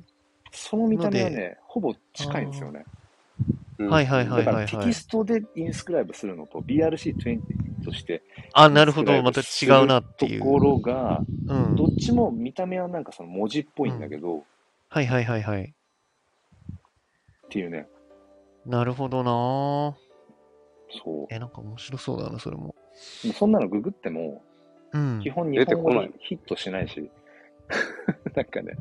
S1: その見た目は
S2: の
S1: ね、ほぼ近いんですよね。
S2: はいはいは
S1: だ
S2: い
S1: か
S2: は
S1: ら
S2: い
S1: テ
S2: は
S1: キ
S2: い。
S1: ストでインスクライブするのと BRC20 として、
S2: あ、なるほど。また違うなってい
S1: とこ
S2: う。
S1: ろが、
S2: うん
S1: ど。っちも見た目はなんかその文字っぽいんだけど、っ
S2: はいはいはいはい。
S1: ていうね、
S2: なるほどなぁ。
S1: そ
S2: え、なんか面白そうだな、それも。
S1: う。もうそんなのググっても、
S2: うん
S1: 基。本日
S3: 出て
S1: 本
S3: こ
S1: 語
S3: ない
S1: にヒットしないし、 なんかね、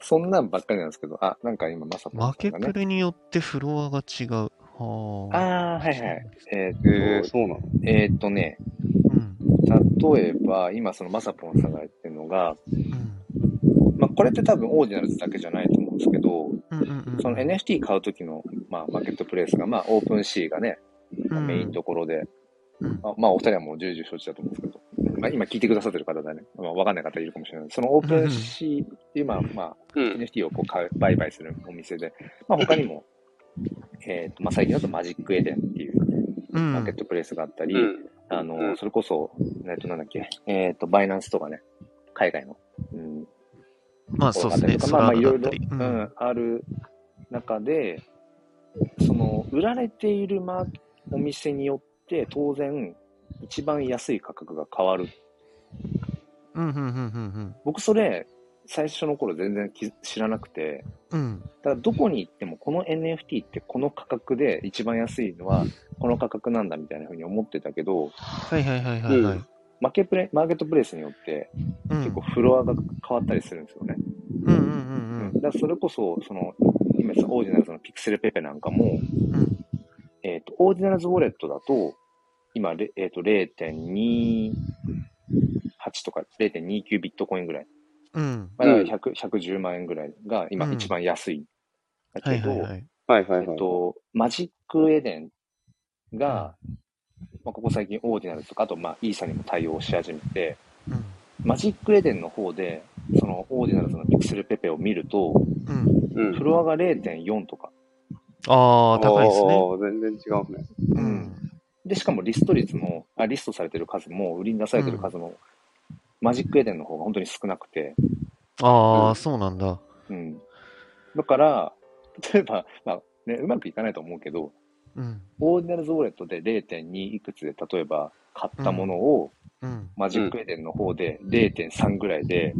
S1: そんなんばっかりなんですけど、あ、なんか今、まさぽ
S2: 負
S1: んさ
S2: け
S1: んがね
S2: プ。レによってフロアが違う。はあ。
S1: ああー、はいはい。え
S3: え
S1: ー
S3: ー、
S1: っと、
S3: そうなの
S1: えーっとね、
S2: うん。
S1: 例えば、今そのまさぽんさんが言ってるのが、
S2: うん。
S1: まあこれって多分オーディナルズだけじゃないと思うんですけど、
S2: うんうんうん。
S1: その NFT 買う時の、まあ、マーケットプレイスが、まあオープンシーがね、
S2: うん
S1: メインところで、
S2: うん
S1: あまあお二人はもう重々承知だと思うんですけど、まあ今聞いてくださってる方だね、まあわかんない方いるかもしれない。そのオープンシーっていう、まあまあ、
S3: うん
S1: NFT をこう買う売買するお店で、まあ、他にも、えーとまあ、最近だとマジックエデンっていう
S2: うん
S1: マーケットプレイスがあったり、
S3: うん。
S1: あの、それこそ、えっと、なんだっけ、えっと、バイナンスとかね、海外の、うん、
S2: まあそうですね、
S1: とこ
S2: ソ
S1: ろだ
S2: ラ
S1: ったり
S2: ー
S1: とかまあ、まあ、いろいろ、
S2: ナだったり。う
S1: うんん、ある中で、その、売られているマーお店によって、当然、一番安い価格が変わる。
S2: うん、うん、うん、
S1: 僕、それ、最初の頃全然き知らなくて、
S2: うん。うん。
S1: ただどこに行ってもこの NFT ってこの価格で一番安いのはこの価格なんだみたいな風に思ってたけど、
S2: はいはいはいはいはい。
S1: マーケプレマーケットプレイスによって
S2: うん、
S1: 結構フロアが変わったりするんですよね。
S2: うん、うん、うん
S1: だからそれこそ、その、今さ、オーディナルズのピクセルペペなんかも、
S2: うん、うん。
S1: えっ、と、オーディナルズウォレットだと、今、れえっ、と、0.28とか0.29ビットコインぐらい。
S2: うん。
S1: まあ、だか
S3: うん
S1: ら100 110万円ぐらいが今
S2: うん
S1: 一番安い。だ
S2: は
S1: け
S2: い
S1: ど、
S2: はいはい。
S3: はいはい
S1: え
S3: は
S1: っ
S3: い。
S1: と、マジックエデンが、まあ、ここ最近オーディナルズとか、あと、まあ、イーサにも対応し始めて、
S2: うん、
S1: マジックエデンの方で、その、オーディナルズのピクセルペペを見ると、
S2: うん。
S3: うん
S1: フロアが0.4とか。
S2: ああ、高いですね。
S3: おー全然違うね。
S2: う
S1: ー
S2: ん。
S1: で、しかもリスト率も、あリストされてる数も、売りに出されてる数も、マジックエデンの方が本当に少なくて、
S2: あ
S3: う
S2: あ、
S3: ん
S2: そうなんだ。
S1: うん。だから、例えば、まあ、ね、うまくいかないと思うけど、
S2: うん。
S1: オーディナルズウォレットで0.2いくつで、例えば、買ったものを、
S2: うん。
S1: マジックエデンの方で0.3ぐらいで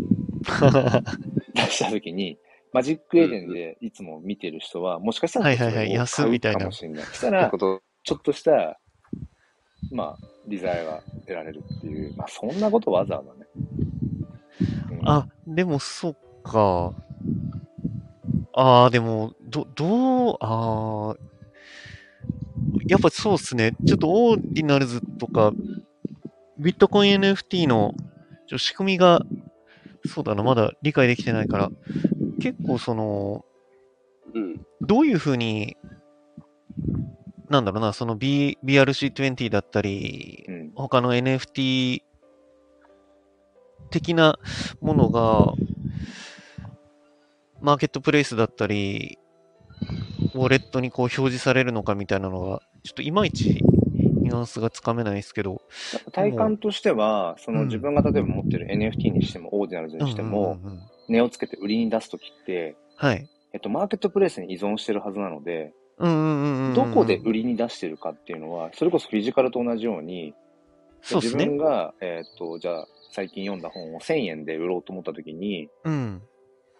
S1: 出したときに、マジックエデンでいつも見てる人は、もしかした
S2: は
S1: ら
S2: いはいは
S1: そ
S2: い
S1: れを
S2: 安みたい
S1: 買
S2: な
S1: うかもしれない。そした
S3: って
S1: ら
S3: こ、と。
S1: ちょっとした、まあ、利罪が得られるっていう、まあ、そんなことわざわざね。うん
S2: あ、でも、そっか。ああ、でも、ど、どう、ああ、やっぱそうっすね。ちょっとオーディナルズとか、ビットコイン NFT のちょ仕組みが、そうだな、まだ理解できてないから、結構その、
S3: うん。
S2: どういうふうに、なんだろうな、その B BRC20 だったり
S1: う、ん。
S2: 他の NFT 的なものが、マーケットプレイスだったり、ウォレットにこう表示されるのかみたいなのが、ちょっといまいちニュアンスがつかめないですけど。
S1: 体感としては、その
S2: うん
S1: 自分が例えば持ってる NFT にしても、オーディナルズにしても
S2: う、んうんうんうん
S1: 値をつけて売りに出すときって、
S2: はい。
S1: えっと、マーケットプレイスに依存してるはずなので、
S2: うんうんうんうんうん
S1: どこで売りに出してるかっていうのは、それこそフィジカルと同じように、
S2: そうです
S1: 自分
S2: ね。
S1: が、えーっと、じゃあ、最近読んだ本を1000円で売ろうと思った時に、
S2: うん。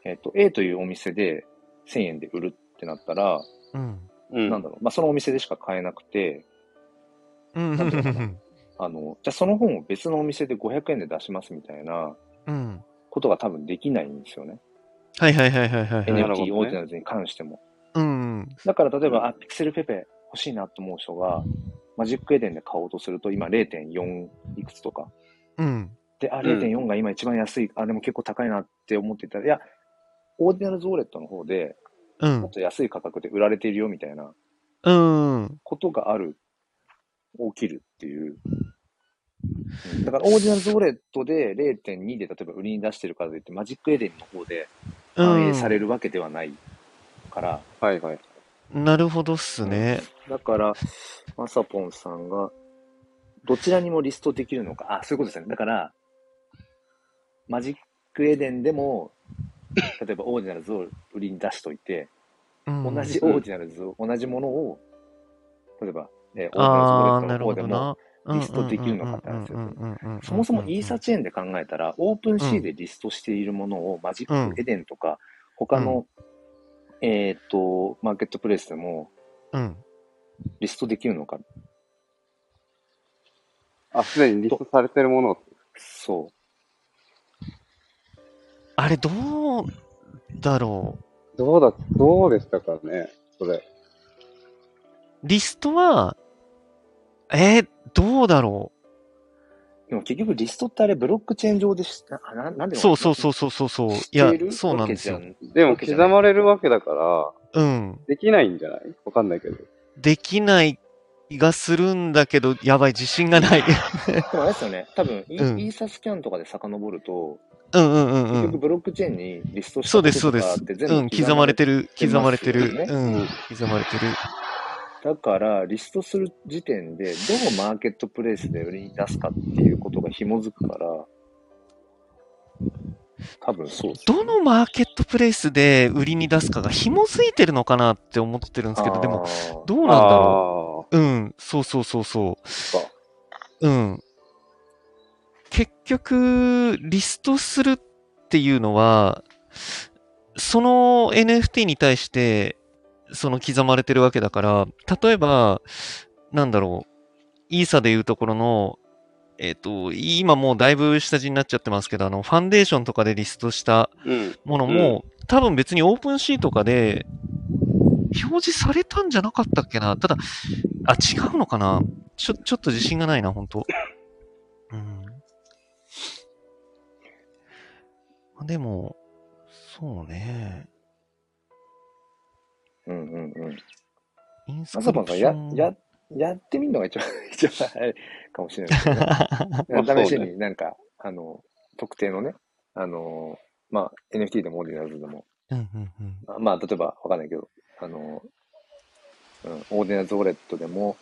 S1: えーっと、A というお店で1000円で売るってなったら、
S2: うん。
S3: うん。
S1: なんだろう、まあ、そのお店でしか買えなくて、
S2: うん。うん。
S1: なんていうのか
S2: う。
S1: あの、じゃあその本を別のお店で500円で出しますみたいなんことが多分できないんですよね。
S2: はいはいはいはいはいはい。
S3: るほど
S1: NFT
S3: ね
S1: オーディナルズに関しても。
S2: うん。
S1: だから例えば、あ、ピクセルペペ欲しいなと思う人が、マジックエデンで買おうとすると、今0.4いくつとか、
S2: うん。
S1: で、あ、
S3: ん
S1: 0.4が今一番安い、あ、でも結構高いなって思ってたら、いや、オーディナルズウォレットの方で、
S2: う
S1: もっ
S2: ん。
S1: と安い価格で売られているよみたいな
S2: うん。
S1: ことがある、起きるっていう。うんだから、オーディナルズウォレットで0.2で、例えば売りに出してるからといって、マジックエデンの方で反映されるわけではないから、
S3: はいはい。
S2: なるほどっすね。
S1: だから、まさぽんさんが、どちらにもリストできるのか。あ、そういうことですね。だから、マジックエデンでも、例えばオーディナルズを売りに出しといて、
S2: 同
S1: 同じオーディナルズを、同じものを、例えば、えー
S2: あ
S1: オーディナ
S2: あ、な
S1: ルズウ
S2: る
S1: ォレットの方
S2: ほど
S1: でも、
S2: な。
S1: リストできるのかって話ですよ
S2: よ
S1: そもそもイーサチェーンで考えたら、オープンシ
S2: う
S1: ー
S2: ん
S1: でリストしているものをマジ
S2: う
S1: ッ
S2: ん
S1: クエデンとか、他の、えっと、マーケットプレイスでも
S2: うん。
S1: リストできるのか。
S3: あ、すでにリストされてるものを。
S1: そう。
S2: あれ、どうだろう。
S3: どうだ、どうでしたかねそれ。
S2: リストは、えー、どうだろ
S1: でも結局リストってあれブロックチェーン上でし、なななん
S2: う。
S1: で
S2: そうそう
S1: う。
S2: そうそうそうそう。い
S1: 知っ
S2: や
S1: てい、る
S2: そうなんです
S1: わ
S2: よ
S1: け。じゃん
S3: でも刻まれるわけだから、
S2: うん。
S3: できないんじゃないわかんないけど。
S2: できない気がするんだけど、やばい、自信がない。
S1: でもあれですよね、多 分イ、
S2: うん
S1: イーサスキャンとかで遡ると、
S2: うんうんうん
S1: 結
S2: う
S1: 局
S2: ん。
S1: ブロックチェーンにリストした
S2: そうです、そう
S1: こと
S2: で
S1: とか
S2: す
S1: って。全部
S2: うん、刻まれて
S1: る。
S2: る、
S1: 刻
S2: 刻
S1: ま
S2: ま
S1: れ
S2: れ
S1: て
S2: て
S1: ますよ
S2: る。うん、刻まれてる。
S1: だだから、リストする時点で、どのマーケットプレイスで売りに出すかっていうことが紐づくから、多分そうです
S2: どのマーケットプレイスで売りに出すかが紐づいてるのかなって思ってるんですけど、でも、
S1: も
S2: どうなんだろ
S3: あ
S2: う。うん、そうそうそうそ
S1: そうか
S2: う。うん。結局、リストするっていうのは、その NFT に対して、その刻まれてるわけだから、例えば、なんだろう、イーサでいうところの、えっ、と、今もうだいぶ下地になっちゃってますけど、あの、ファンデーションとかでリストした
S3: ーうん。
S2: ものも、多分別にオープンシーとかで表示されたんじゃなかったっけな。ただ、あ、違うのかな。ちょ、ちょっと自信がないな、本当うん。まあでも、そうね。
S1: うんうんうん。
S2: インス
S1: 朝晩がや、や
S2: ク、
S1: やってみるのが一番、 一番早いかもしれないです
S2: リプシ
S1: ね。
S2: ョン
S1: 試しになんか、あの、特定のね、あの、まあ、NFT でもオーディナルズでも、
S2: うんうんうん。
S1: あまあ、例えばわかんないけど、あの、うん、オーディナルズウォレットでも、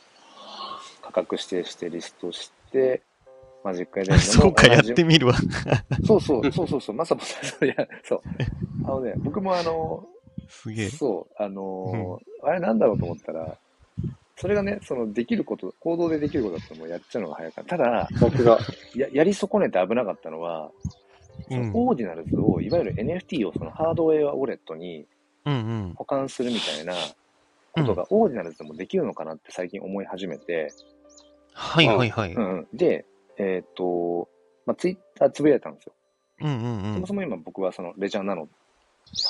S1: 価格指定してリストして、マジックエデンでも同じ。
S2: そうか、やってみるわ。
S1: そうそう、そうそうそう、まさもさん、そういや、そう。あのね、僕もあの、
S2: すげえ。
S1: そう、あのーあれなんだろうと思ったら、それがね、そのできること、行動でできることだったらもうやっちゃうのが早かった。ただ、
S3: さすが。
S1: ややり損ねて危なかったのは、
S2: うん。うん
S1: オーディナルズを、いわゆる NFT をそのハードウェアウォレットに
S2: うん。
S1: 保管するみたいなことが、オーディナルズでもできるのかなって最近思い始めて、
S2: はいはいはい。う
S1: うんんうん、で、えーっ、と、まあ、ツイッターつぶやいたんですよ。
S2: うんう
S1: そ
S2: ん
S1: もそ。も今僕はそのレジャーなの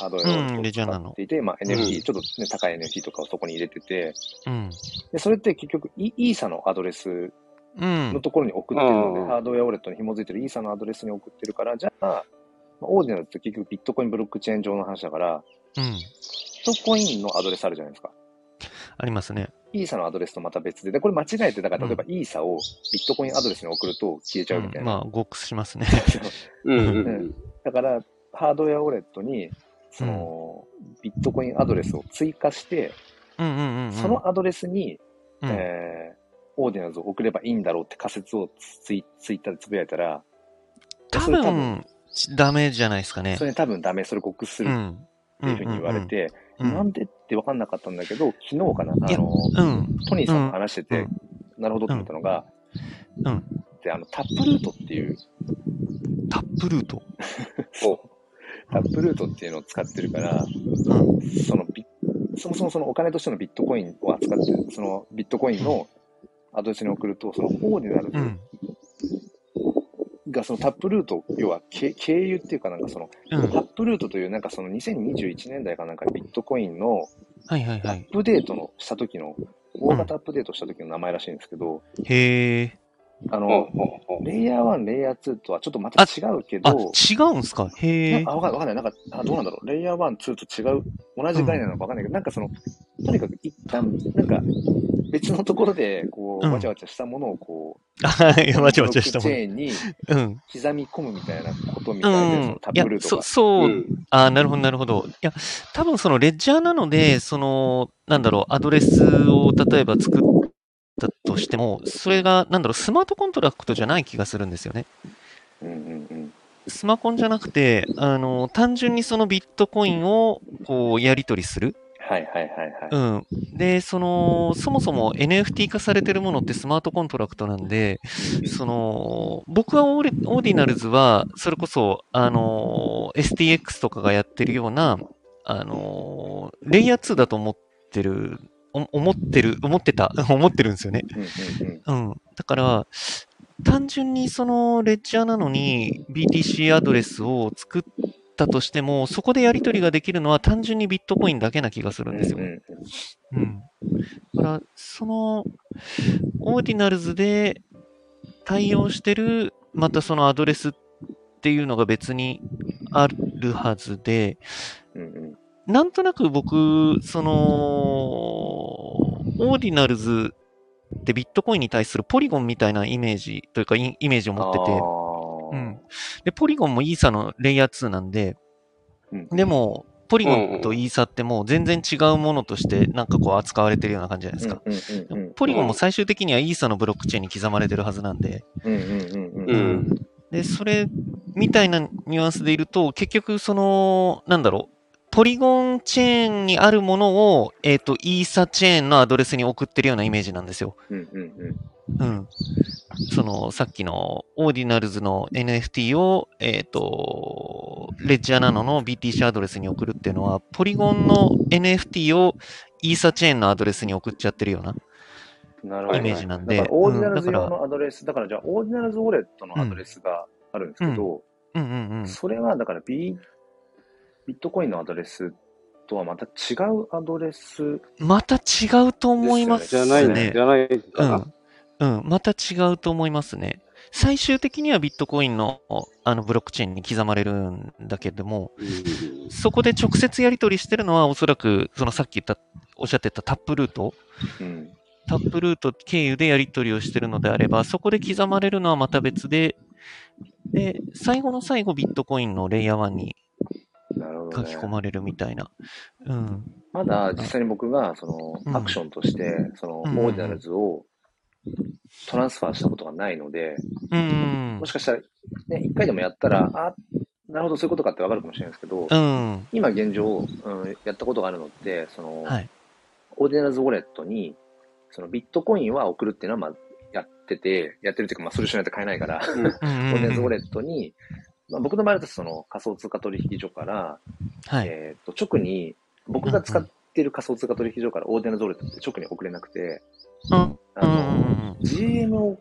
S1: ハードウェ
S2: う
S1: ア
S2: ん
S1: を
S2: レジャーナ
S1: 使
S2: ノ
S1: っていて、まあ、
S3: ん
S1: NFT、ちょっと、ね、高い NFT とかをそこに入れてて、
S2: うん。
S1: で、それって結局イ、イーサのアドレス
S2: う
S1: の
S2: ん。
S1: ところに送ってるので、
S3: うん
S1: ハードウェアウォレットに紐づいてるイーサのアドレスに送ってるから、じゃあ、まあオーディナルズって結局ビットコインブロックチェーン上の話だから、
S2: うん。
S1: ビットコインのアドレスあるじゃないですか。
S2: ありますね。
S1: イーサのアドレスとまた別で、でこれ間違えて、だから例えばイーサをビットコインアドレスに送ると消えち
S2: う
S1: ゃうみ
S2: ん
S1: たいな。
S2: まあ、ゴックスしますね。
S3: うんうん
S1: う
S3: うん ん。
S1: だから、ハードウェアウォレットに、その、ビットコインアドレスを追加して、
S2: うんうんうんうん。
S1: そのアドレスに、
S2: うん、
S1: えーオーディナルズを送ればいいんだろうって仮説をツイツイッターでつぶやいたら、
S2: 多
S1: それ多
S2: 分、ダメじゃないですかね
S1: そ。れ多分ダメ、それ告するっ
S2: ん。
S1: ていうふうに言われて、
S2: うん、
S1: なんでって分かんなかったんだけど、昨日かな、あ
S2: いや
S1: の、
S2: うん。
S1: トニーさんと話してて、
S2: うん
S1: なるほどと思ったのが、
S2: うんうん
S1: であのタップルートっていう、
S2: タップルート。
S1: タップルートっていうのを使ってるから、
S2: うん。
S1: そのビそもそもそのお金としてのビットコインを扱ってる、そのビットコインのアドレスに送ると、そのオーディナルズ
S2: うん。
S1: がそのタップルート、要はけ経由っていうかなんかその、
S2: うん。
S1: タップルートというなんかその2021年代かなんかにビットコインの
S2: はいはい
S1: ア
S2: は
S1: ッ
S2: い。
S1: プデートのした時の、大型アップデートした時の名前らしいんですけど、
S2: へえ。
S1: あ
S3: ほ
S1: の、
S3: うほうほう
S1: レイヤー1、レイヤー2とはちょっとまた違うけ
S2: あ、
S1: ど、
S2: 違うんすかへ
S1: な
S2: え
S1: んか。あ、わかんない、わかんない、なんか、あどうなんだろう、レイヤー1、2と違う、同じ概念なのかわかんないけど、なんかその、とにかく一旦、なんか、別のところで、こう、
S2: うん
S1: わちゃわちゃしたものを、こ
S2: あはい、
S1: う、
S2: わちゃわちゃしたも
S1: ブロ
S2: ん。
S1: ックチェーンに
S2: うん。
S1: 刻み込むみたいなことみ
S2: う
S1: たいで、そ
S2: ん
S1: のタ。
S2: いや
S1: ップル、ート
S2: そ
S1: が
S2: う、。そうう。
S3: ん。
S2: ああ、なるほど、なるほど。いや、多分そのレッジャーなので、その、なんだろう、アドレスを例えば作ったとしても、それが、なんだろう、スマートコントラクトじゃない気がするんですよね。
S1: うんうんうん。
S2: スマコンじゃなくて、あの、単純にそのビットコインを、こう、やり取りする。
S1: はいはいはいはい。
S2: うん。で、その、そもそも NFT 化されてるものってスマートコントラクトなんで、その、僕はオーレオーディナルズは、それこそ、あの、STX とかがやってるような、あの、レイヤー2だと思ってる、お思ってる、思ってた、 思ってるんですよね。
S1: うんうんうん。
S2: うん。だから、単純にそのレッジャーなのに BTC アドレスを作ったとしても、そこでやり取りができるのは単純にビットコインだけな気がするんですよ
S1: うんう
S2: ね。
S1: んうん
S2: うん。だから、その、オーディナルズで対応してる、またそのアドレスっていうのが別にあるはずで、
S1: うんうん
S2: なんとなく僕、その、オーディナルズってビットコインに対するポリゴンみたいなイメージというかインイメージを持って
S1: あ
S2: て、うんで、ポリゴンもイーサのレイヤー2なんで、
S1: ーうん
S2: でも、ポリゴンとイーサってもう全然違うものとしてなんかこう扱われてるような感じじゃないですか。
S1: うんうん
S2: ポリゴンも最終的にはイーサのブロックチェーンに刻まれてるはずなんで、
S1: うんうんうん
S3: う
S1: うん
S3: ん。
S2: で、それみたいなニュアンスでいると、結局その、なんだろう、ポリゴンチェーンにあるものを、えっ、と、イーサチェーンのアドレスに送ってるようなイメージなんですよ。
S1: うんうんうん
S2: うん。その、さっきのオーディナルズの NFT を、えっ、と、レッジャーナノの BTC アドレスに送るっていうのは、ポリゴンの NFT をイーサチェーンのアドレスに送っちゃってるような
S1: なる
S3: はい
S2: イメージなんで。
S1: だから、オーディナ
S2: うん
S1: ルズ
S2: だ
S1: 用
S2: から
S1: のアドレス、だからじゃあ、オーディナルズウォレットのアドレスがあるんですけど、
S2: うんうんうん。
S1: それはだからビ、ビットコインのアドレスとはまた違うアドレス。
S2: また違うと思います
S3: じゃないね。
S2: ね
S3: じ。ゃないかな。
S2: うん。うん。また違うと思いますね。最終的にはビットコインのあのブロックチェーンに刻まれるんだけども、
S3: うん
S2: そこで直接やり取りしてるのは、おそらく、そのさっき言った、おっしゃってたタップルート、
S1: うん。
S2: タップルート経由でやり取りをしてるのであれば、そこで刻まれるのはまた別で、で、最後の最後、ビットコインのレイヤー1に
S1: なるほど、
S2: 書
S1: ね
S2: き。込まれるみたいな。うん。
S1: まだ実際に僕が、そ
S2: うん
S1: の、アクションとして、その、オ
S2: うんうん
S1: ーディナルズをトランスファーしたことがないので、
S2: うん
S1: もし。かしたら、ね、一回でもやったら、あ、なるほど、そういうことかってわかるかもしれないですけど
S2: う、ん。
S1: 今現状、うん、やったことがあるのって、その、
S2: はい。
S1: オーディナルズウォレットに、そのビットコインは送るっていうのは、まあ、やってて、やってるっていうか、まあ、ソリューションやって買えないから、
S2: うんうん
S1: オー
S2: う
S1: ディナルズウォ
S2: ん
S1: レットに、まあ、僕の場合だとその仮想通貨取引所から、
S2: はい。
S1: えっと、直に、僕が使ってる仮想通貨取引所からオーディナルズウォレットって直に送れなくて、
S2: うん。
S1: あ
S2: うんう
S1: の、
S2: ん
S1: GMO、え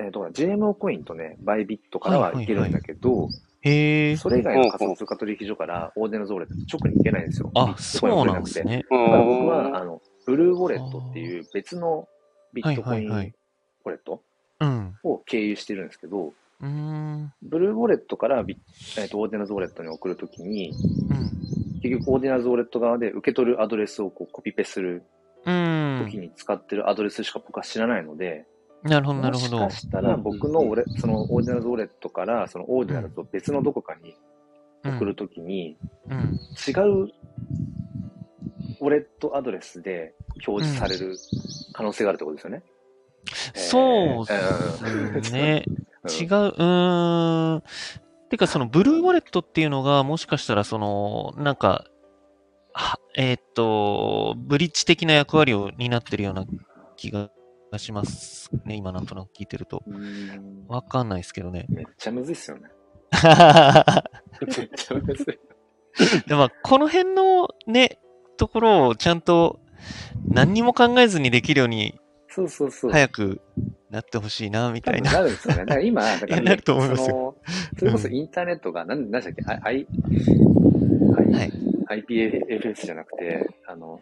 S1: えーどうだ、GMO コインとね、バイビットからはいけるんだけど、
S2: へえ。
S1: それ以外の仮想通貨取引所からオーディナルズウォレットって直に行けないんですよ。
S2: あ、そうなんですね。
S3: う
S1: だから
S3: ん
S1: 僕は、あの、ブルーウォレットっていう別のビ
S2: は
S1: ッ
S2: い
S1: トコ
S2: は
S1: イ
S2: い
S1: ンウォ
S2: は
S1: レ
S2: い。
S1: ット
S2: うん。
S1: を経由してるんですけど、
S2: うーん。
S1: ブルーウォレットからビッ、えーとオーディナルズウォレットに送るときに、
S2: うん。
S1: 結局オーディナルズウォレット側で受け取るアドレスをこうコピペする
S2: う
S1: とき
S2: ん。
S1: に使ってるアドレスしか僕は知らないので、
S2: なるほど、な
S1: も
S2: るほ
S1: し
S2: ど。
S1: かしたら僕のウォレそのオーディナルズウォレットからそのオーディナルズを別のどこかに送るときに、
S2: うん。うん
S1: 違うウォレットアドレスで表示される可能性があるってことですよね。えー
S2: そう
S1: うん
S2: ですね。
S1: うん
S2: 違う、うーん。てか、そのブルーウォレットっていうのが、もしかしたら、その、なんか、はえーっと、ブリッジ的な役割を担ってるような気がしますね。今、なんとなく聞いてると。
S1: うん。
S2: わかんないですけどね
S1: めっちゃむずいっすよね。めっちゃむずい。
S2: でも、この辺のね、ところをちゃんと何にも考えずにできるように
S1: そうそうそう。
S2: 早くなってほしいな、みたいな。
S1: なるんですよね。だから今、だから
S2: いやなると思います
S1: そのそれこそインターネットが、なん、なんでしたっけ、I、I、
S2: はい
S1: IPFS じゃなくて、あの、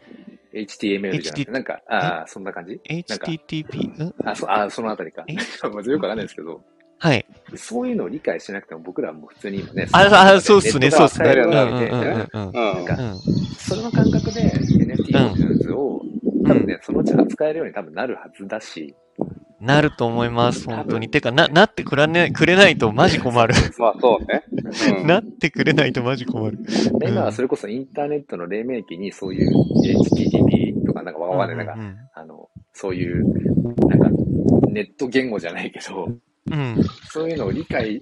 S1: HTML じゃなくて、
S2: HT
S1: なんか、ああ、そんな感じ
S2: HTTP? ん
S1: あ、そあそのあたりか
S2: え。
S1: まずよくわかんないですけど、
S2: はい。
S1: そういうのを理解しなくても僕らはもう普通に今ね。
S2: あ、あそうっすね、そうっすね。
S1: ネッ
S2: うん
S1: ト
S2: う
S1: が使え
S2: ん
S1: るようになって
S2: うんうん。
S3: うん
S1: なんか
S2: うん
S1: それの感覚で NFT の技術を、多分ね、そのうち扱えるように多分なるはずだし、
S2: なると思います、
S1: 多分
S2: 本当に。てか、な、なってくらね、くれないとマ ジ困る。
S3: まあそうね。うん
S2: なってくれないとマジ困る。
S1: 今はそれこそインターネットの黎明期にそういう HTTP とかなんかわかんない、なんか
S2: う、ん
S1: あの、そういう、なんか、ネット言語じゃないけど、
S2: うん。
S1: そういうのを理解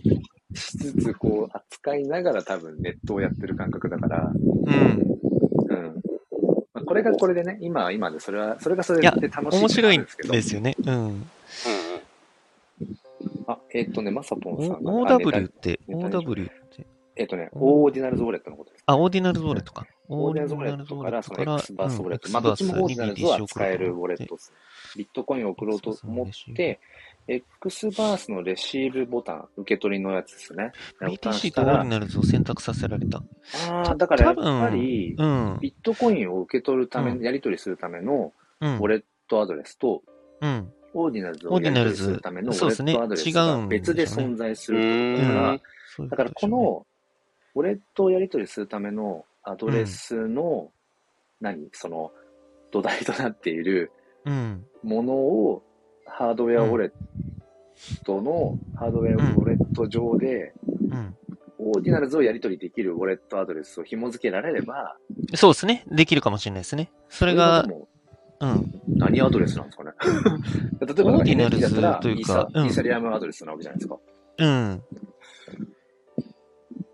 S1: しつつ、こう、扱いながら多分ネットをやってる感覚だから、
S2: うん。
S1: うん。まあ、これがこれでね、今は今で、それは、それがそれ
S2: いや
S1: で楽しい
S2: 面白い
S1: ん
S2: んですよね。うん。
S1: あ、えっ、とね、まさぽんさんが。
S2: お
S1: あネタ
S2: OW って、
S1: ネタに
S2: OW って。
S1: えっ、とね、オーディナルズウォレットのことです。
S2: あ、オーディナルズウォレットか。
S1: オーディナルズウォレットから、その X バースウォレット。まあ、どっちもオーディナルズは使えるウォレットです。ビットコインを送ろうと思って、X バースのレシーブボタン、受け取りのやつですね。ボタン
S2: BTC と
S1: した
S2: オーデ
S1: ら
S2: ィナルズを選択させられた。
S1: ああ、だからやっ
S2: 多
S1: ぱり
S2: 分、うん。
S1: ビットコインを受け取るため、
S2: うん
S1: やり取りするための
S2: うん
S1: ウォ。レットアドレスと、
S2: うん。
S1: オーディナルズ
S2: オ
S1: を
S2: ーデ
S1: や
S2: ィ
S1: り取
S2: ナル
S1: り
S2: ズ
S1: するためのウォレットアドレス
S2: そうですね違う
S1: が
S2: んです
S1: 別
S2: よね
S1: で存在す
S3: う
S1: る。
S3: ん。
S1: だから、
S2: そういう
S1: だ
S2: こ
S1: か
S2: と
S1: ら
S2: で
S1: こ
S2: しょうね
S1: の、ウォレットをやり取りするためのアドレスの、何その、土台となっている
S2: うん。
S1: ものを、ハードウェアウォレットの、ハードウェアウォレット上で、
S2: うん。
S1: オオーディナルズをやり取りできるウォレットアドレスを紐付けられれば、
S2: そうですね。できるかもしれないですね。そ
S1: そ
S2: れが
S1: で、も
S2: うん。
S1: 何アドレスなんです かね。例えばなん
S2: オ
S1: か
S2: ーディナル
S1: NFT だ
S2: ズ
S1: ったら
S2: というか
S1: イーサ
S2: うん
S1: イーサリアムアドレスなわけじゃないですか。
S2: うん。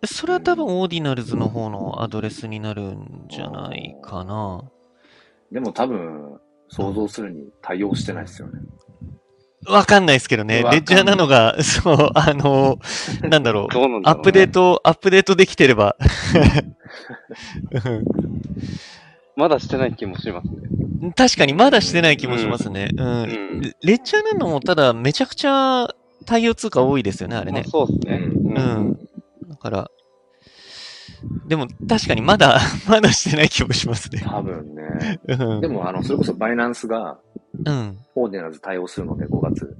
S2: それは多分、オーディナルズの方のアドレスになるんじゃないかな。
S1: でも多分、想像するに対応してないですよね。
S2: わかんないですけど
S1: わ
S2: ね。
S1: かんな
S2: レ
S1: い
S2: ッジャーなのが、そう、あの、なんだろう。
S3: どうなんだ
S2: ア
S3: ろうね
S2: ップデート、アップデートできてれば。うん
S3: まだしてない気もしますね。
S2: 確かにまだしてない気もしますね。うん。
S3: うん
S2: レレッチャーなのも、ただ、めちゃくちゃ対応通貨多いですよね、あれ
S3: まあ
S2: ね。
S3: そうですね。
S1: うん
S3: う
S2: うんん。だから、でも確かにまだ、 まだしてない気もしますね。
S1: 多分ね。
S2: うん
S1: で。も、あの、それこそバイナンスが、
S2: うん。
S1: オーディナルズ対応するので、5月。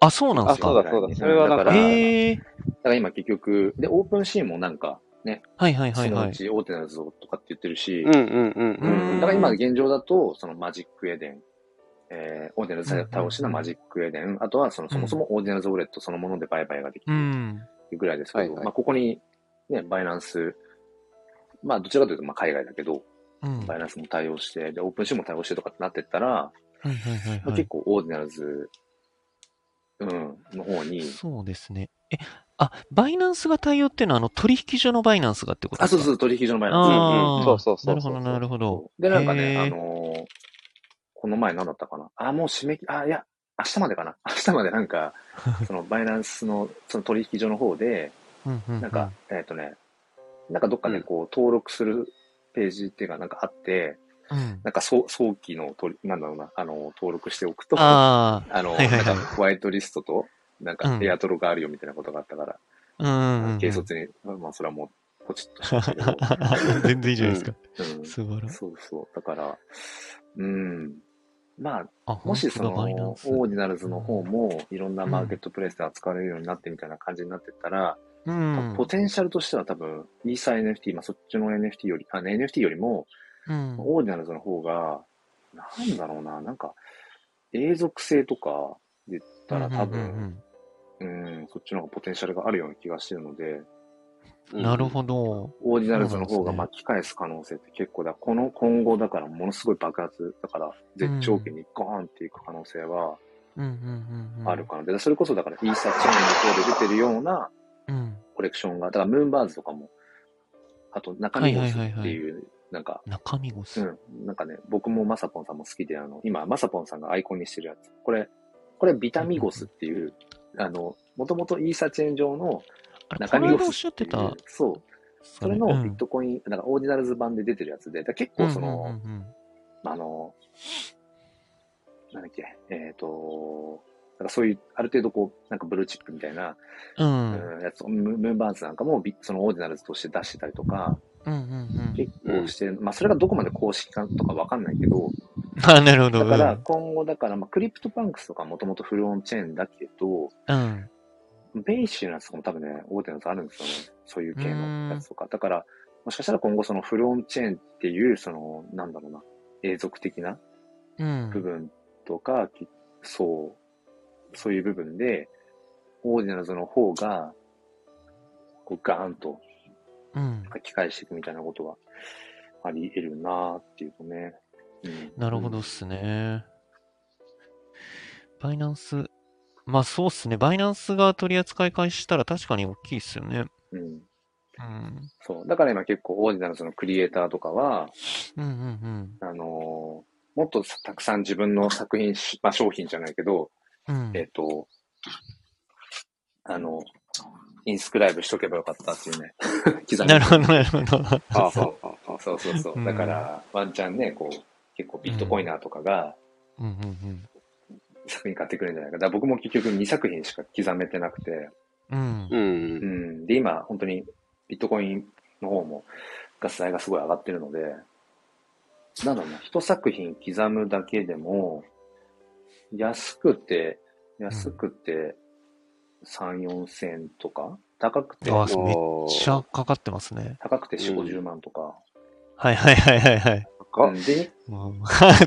S2: あ、そうなんで
S3: あ、
S2: す
S3: そう
S2: か。
S3: だそうだ。それはなん
S1: だ
S3: か、
S1: から
S2: へえ。
S1: だから今結局、で、オープンシーンもなんか、ね、
S2: はいはいは
S1: そ
S2: い
S1: の
S2: は
S1: う
S2: い。
S1: ちオーディナルズをとかって言ってるし、
S3: うんうんうん
S1: う
S3: うんん。
S1: だから今現状だと、そのマジックエデン、えー、オーディナルズ対応してのマジックエデン、あとはそのそもそもオーディナルズウォレットそのもので売買ができ
S2: う
S1: る
S2: ん。
S1: ぐらいですけど、
S3: はいはい
S1: まあここに、ね、バイナンス、まあどちらかというとまあ海外だけど、
S2: うん。
S1: バイナンスも対応して、で、オープンシーンも対応してとかってなってったら、
S2: はいはいはい
S1: まあ
S2: はい
S1: 結構オーディナルズ、うん、の方に、
S2: そうですね。え、あ、バイナンスが対応っていうのは、あの、取引所のバイナンスがってこと
S1: あ、
S2: です
S1: そ
S2: か
S1: うそう、取引所のバイナンス。
S2: あ
S3: うんうん
S2: あ、
S3: そうそうそう
S2: なるほど、なるほど。
S1: で、なんか
S2: へ
S1: ね、
S2: ー
S1: あのーこの前何だったかな。あ、もう締め切り、あ、いや、明日までかな。 明日までなんか、そのバイナンスのその取引所の方で、
S2: うんうんうん
S1: なんか、えっ、とね、なんかどっかでこう登録するページっていうかなんかあって、
S2: うん
S1: なんか早早期の取り、なんだろうな、あの、登録しておくと、あ
S2: あ
S1: の、
S2: はいはいはい
S1: なんかホワイトリストと、なんか
S2: うん
S1: エアトロがあるよみたいなことがあったから、
S2: あ、うんうんうん。
S1: 軽率に、まあまあそれはもう、ポチッとしましたけど、
S2: 全然いいじゃないですか。
S1: うん、
S2: 素晴らしい。
S1: そうそう。だから、うん。まあ、
S2: あ、
S1: もしその、
S2: 本当だバイナ
S1: オ
S2: ンス
S1: ーディナルズの方も、いろんなマーケットプレイスで扱われるようになってみたいな感じになってったら、
S2: うん
S1: ポテンシャルとしては多分、イーサ NFT、まあそっちの NFT より、あ、ね NFT よりも、
S2: うん
S1: オーディナルズの方が、なんだろうな、なんか、永続性とかで言ったら多
S2: うんうん
S1: 分、
S2: うん
S1: うん、そっちの方がポテンシャルがあるような気がしてるので、
S3: うん
S2: なるほど。
S1: オーディナルズの方が
S2: そうなんです
S1: 巻
S2: ね
S1: き返す可能性って結構だ、この今後だからものすごい爆発、だから絶頂期にゴーンっていく可能性は
S2: うんうんうんうん
S1: あるかな。で、それこそだからイーサチェーンの方で出てるような
S2: うん。
S1: コレクションが、だからムーンバーズとかも、あと中身
S2: は
S1: も
S2: い
S1: って、
S2: はいいうはいはい
S1: なんか、
S2: 中身ゴス。
S1: うん、なんかね、僕もマサポンさんも好きで、あの、今、マサポンさんがアイコンにしてるやつ。これ、これビタミゴスっていう、あの、もともとイーサチェーン上の
S2: あれ、
S1: 中
S2: この
S1: 身
S2: 間お
S1: ゴ
S2: っし
S1: ス
S2: ゃ
S1: っ
S2: ってて
S1: いう
S2: た。
S1: そう、それの
S2: うん
S1: ビットコイン、なんかオーディナルズ版で出てるやつで、だから結構その、
S2: うんうんうんうん
S1: あの、なんだっけ、えっ、と、なんかそういう、ある程度こう、なんかブルーチップみたいな、
S2: うん
S1: うんやつをムムーンバーンズなんかもビ、そのオーディナルズとして出してたりとか、
S2: うんうんうん。
S1: 結構してる、まあそれがどこまで公式かとかわかんないけど、
S2: あ、なるほど。
S1: だ
S2: うん
S1: から今後、だから、まあクリプトパンクスとかもともとフルオンチェーンだけど、
S2: うん。
S1: ベーシーなやつとかも多分ね、大手のやつあるんですよね。そういう系のやつとか。だから、もしかしたら今後そのフルオンチェーンっていう、その、なんだろうな、永続的な
S2: うん。
S1: 部分とか、きそう、そういう部分で、オーディナルズの方が、こうガーンと
S2: うん。
S1: 書き返していくみたいなことはあり得るなーっていうとね。うん
S2: なるほどっすね。バイナンス、まあそうっすね。バイナンスが取り扱い開始したら確かに大きいっすよね。
S1: うん。うん
S2: うん。
S1: そう。だから今結構オーディナルズのクリエイターとかは、
S2: うんうん
S1: あのーもっとたくさん自分の作品し、まあ、商品じゃないけど、
S2: うん。うん。
S1: えっ、と、あの、インスクライブしとけばよかったっていうね、 刻み
S2: なるほど、なるほど。
S3: あそうあああ
S1: そうそうそうう。
S2: ん
S1: だから、ワンチャンね、こう、結構ビットコイナーとかが
S2: うんうん
S1: 作品買ってくれるんじゃないか。だから僕も結局2作品しか刻めてなくて、
S2: うん。うん
S3: う。。
S1: うんん。で、今、本当にビットコインの方もガス代がすごい上がってるので、なんだろうな、一作品刻むだけでも、安くて、安くて3、4千とか、高くて、
S2: あ
S3: そう
S2: めっちゃかかってますね。
S1: 高くて4、
S3: うん
S1: 50万とか。
S2: はいはいはいはいはい。
S3: 高
S1: うんで、
S2: うん、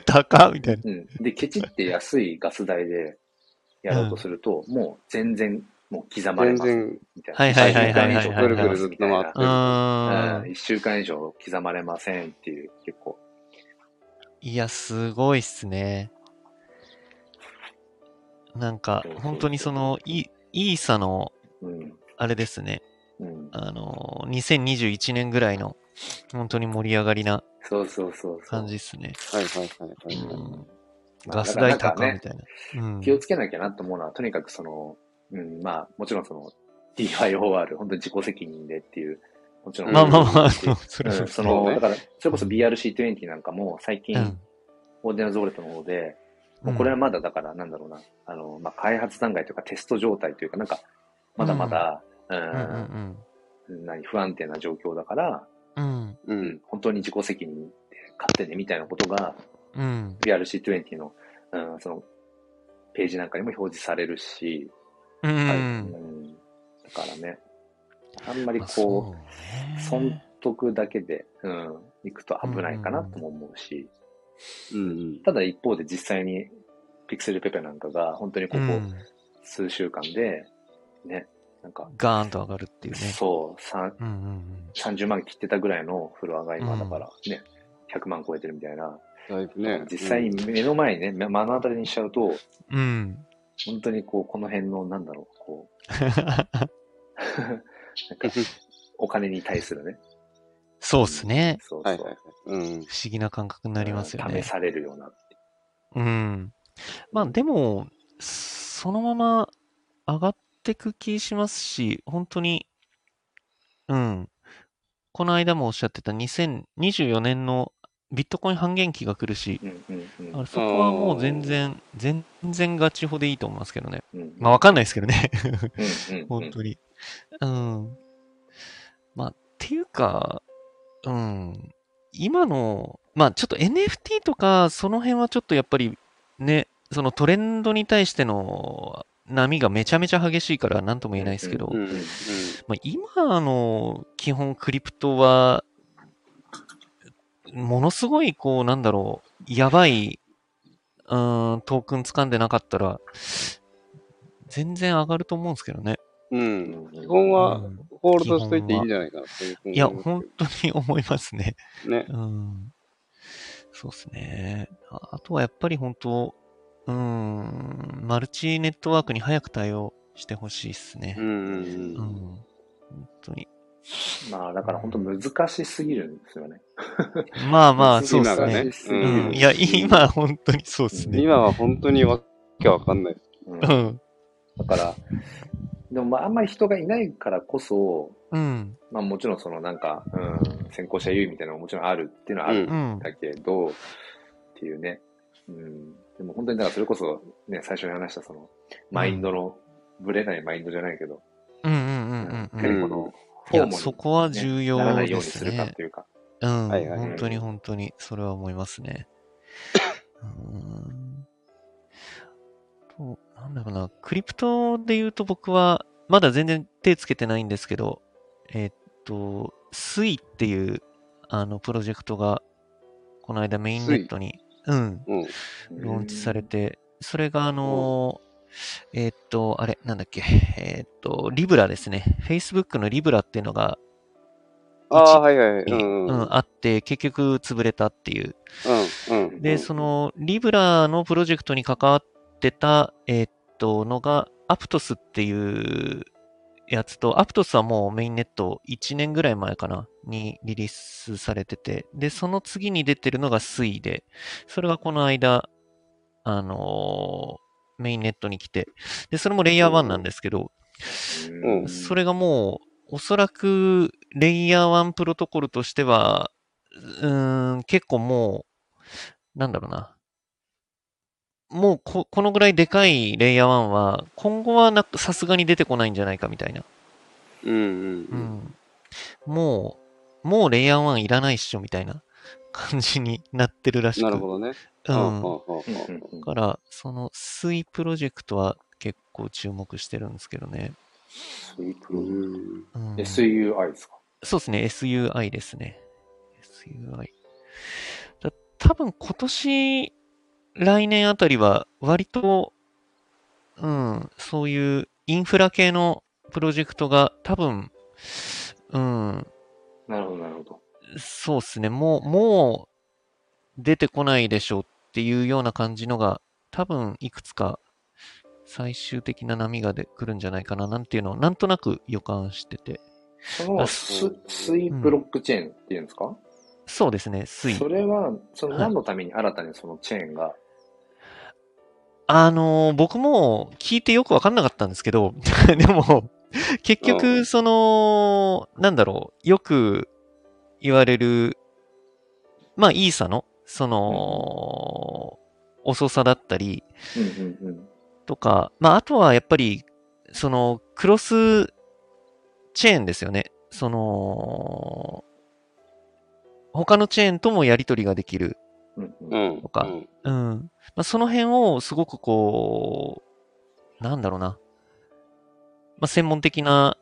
S2: 高っみたいな。
S1: うん。で、ケチって安いガス代でやろうとすると、もう全然もう刻まれ
S3: 全
S1: ます
S3: 然、
S1: みたいな。
S2: はいはいはいはいは
S1: 3
S2: い
S1: 週間以上
S3: ぐるぐるずっと回って
S2: うーん。
S1: 1週間以上刻まれませんっていう、結構。
S2: いや、すごいっすね。なんか
S1: そうそう、そう
S2: 本当にその、イイーサの、
S1: うん。
S2: あれですね、
S1: うん。
S2: あの、2021年ぐらいの、本当に盛り上がりな
S1: そうそうそうそう。
S2: 感じっすね。
S3: はいはいはいは
S2: う
S3: い。
S1: ま
S2: ん
S1: あ
S2: ガス代
S1: だか
S2: 高
S1: ら
S2: みたいな。うん
S1: 気をつけなきゃなと思うのは、とにかくその、うん、まあ、もちろんその、DIOR、本当に自己責任でっていう、もちろん。
S2: まあまあまあ、
S1: うん
S2: それは
S1: そ
S3: そう
S1: の、
S3: ね
S1: だから、それこそ BRC20 なんかも、最近、
S2: うん
S1: オーディナゾーレットの方で、もうこれはまだだから、なんだろうな、あの、まあ、開発段階というかテスト状態というか、なんか、まだまだ、う
S2: うんうん
S1: ん、何、不安定な状況だから、
S2: うん。うん。
S3: うん。
S1: 本当に自己責任で勝手ねみたいなことが、
S2: うん。
S1: BRC20 の、うん、その、ページなんかにも表示されるし、
S2: う
S1: はい
S2: ん。
S1: うんだからね、あんまり
S2: まあ
S1: こ、
S2: そうね
S1: 損得だけで、うん、いくと危ないかなとも思うし、
S3: うん。
S1: ただ一方で実際に、ピクセルペペなんかが、本当にこ
S2: う
S1: こ
S2: ん
S1: 数週間で、ね、なんか、
S2: ガーンと上がるっていうね。
S1: そう、さん
S2: うんうんうん。
S1: 30万切ってたぐらいのフロアが今だからね、100万超えてるみたいな、
S3: だいぶね。
S1: 実際に目の前にね、目目の当たりにしちゃうと、
S2: うん。
S1: 本当にこう、この辺の、なんだろう、こ う、なん
S3: う
S1: か
S3: ん。
S1: お金に対するね、
S2: そうっすね。
S1: そう
S3: は
S1: そ、
S3: いうはいはい。うん。
S2: 不思議な感覚になりますよ
S1: うん
S2: ね
S1: 試。されるような。
S2: うん。まあでも、そのまま上がってく気しますし、本当に、うん。この間もおっしゃってた2024年のビットコイン半減期が来るし、
S1: うんうんうん
S2: あそこはもう全然、全然ガチほでいいと思いますけどね。
S1: うん。
S2: まあわかんないですけどね。
S1: うんうんう
S2: 本
S1: ん
S2: 当に。うん。まあ、っていうか、うん。今の、まあちょっと NFT とか、その辺はちょっとやっぱりね、そのトレンドに対しての波がめちゃめちゃ激しいから何とも言えないですけど、
S3: うん。うん。
S2: まあ、今の基本クリプトは、ものすごいこうなんだろう、やばい、うーん、トークン掴んでなかったら、全然上がると思うんですけどね。
S3: うん。
S1: うん
S3: 基本は
S2: うん
S3: ホールドしといていいんじゃないかなっていうふう
S2: い
S3: に
S2: や、
S3: 思ま
S2: 本当に思いますね。
S3: すね。
S2: うん。そうですね。ああとはやっぱり本当、うーん、マルチネットワークに早く対応してほしいです
S3: う
S2: ね。
S3: んうん
S2: うん。
S3: うん。
S2: 本当に。
S1: まあ、だから本当難しすぎるんですよね。
S2: まあまあ、
S3: そ
S2: そうう
S3: で
S2: ですす
S3: ね
S2: ね。
S3: うん
S2: うん、いや、今、本当にそうですね。
S3: 今は本当にわけわかんない。
S1: うん
S2: う
S1: だ
S2: ん。
S1: から、でもまあ、あんまり人がいないからこそ、
S2: うん。
S1: まあもちろんそのなんか、うん、先行者優位みたいなのももちろんあるっていうのはあるん
S2: うん。
S1: だけど、っていうね。うん。でも本当にだからそれこそね、最初に話したその、マインドの、ぶれないマインドじゃないけど、
S2: うんうんう
S1: うん
S2: うん
S1: やっ
S2: う
S1: ぱり
S2: ん。
S1: この、
S2: い
S1: フォーム
S2: や、
S1: に
S2: そこは重要
S1: ねならないよ
S2: で
S1: うに
S2: す
S1: するかっ
S2: ね。
S1: ていうか。
S2: うん。
S3: はいはい
S2: 本当に本当に、それは思います ね。うん。と、なんだろうな、クリプトで言うと僕は、まだ全然手つけてないんですけど、えっと、スイっていう、あの、プロジェクトが、この間メインネットに、うん、
S3: うん。
S2: ローンチされ
S1: て。
S2: て、それがあのー、えーっと、あれ、なんだっけ、えーっと、リブラですね。Facebook のリブラっていうのが、
S3: ああ、はいはい。う。
S2: うんん
S3: うん。
S2: あって、結局潰れたっていう。
S3: うん。
S2: で、その、リブラのプロジェクトに関わってた、えーっと、のが、アプトスっていうやつと、アプトスはもうメインネット1年ぐらい前かな、にリリースされてて、で、その次に出てるのがスイで、それがこの間、あのーメインネットに来て、で、それもレイヤー1なんですけど、
S3: うん
S2: それがもう、おそらく、レイヤー1プロトコルとしては、うーん、結構もう、なんだろうな。もうこ、このぐらいでかいレイヤー1は、今後はなく、さすがに出てこないんじゃないかみたいな。
S3: うんうん
S2: う
S3: うん。
S2: ん。もう、もうレイヤー1いらないっしょみたいな 感じになってるらしく。
S3: なるほどね。
S2: うん。
S3: はあはあはあ
S1: うん
S2: だから、その、スイプロジェクトは結構注目してるんですけどね。
S1: そういうプ
S3: う
S1: ロジェク
S3: ん
S2: うん
S1: ト SUI ですか
S2: そうですね、SUI ですね。SUI。だ多分今年、来年あたりは割と、うん、そういうインフラ系のプロジェクトが多分、うん、
S1: なるほど、なるほど。
S2: そうですね、もう、もう出てこないでしょうっていうような感じのが、多分いくつか最終的な波がで来るんじゃないかななんていうのを、なんとなく予感してて。
S1: その
S2: あ
S1: ス
S3: そう
S1: スイー
S2: う
S1: プ
S2: ん
S1: ロックチェーンっていうんですか、
S2: そうですね、スイ
S1: それは、その
S2: はい
S1: 何のために新たにそのチェーンが、
S2: あのー僕も聞いてよくわかんなかったんですけど、 でも、結
S3: う
S2: 局、その、なんだろう、よく言われる、まあ、イーサの、その、遅さだったり
S1: うんうんうん。
S2: とか、まあ、あとはやっぱり、その、クロスチェーンですよね。その、他のチェーンともやり取りができる。
S1: うんうん
S3: うん。
S2: とか
S3: うん
S2: うん。まあ、その辺をすごくこう、なんだろうな。まあ、専門的な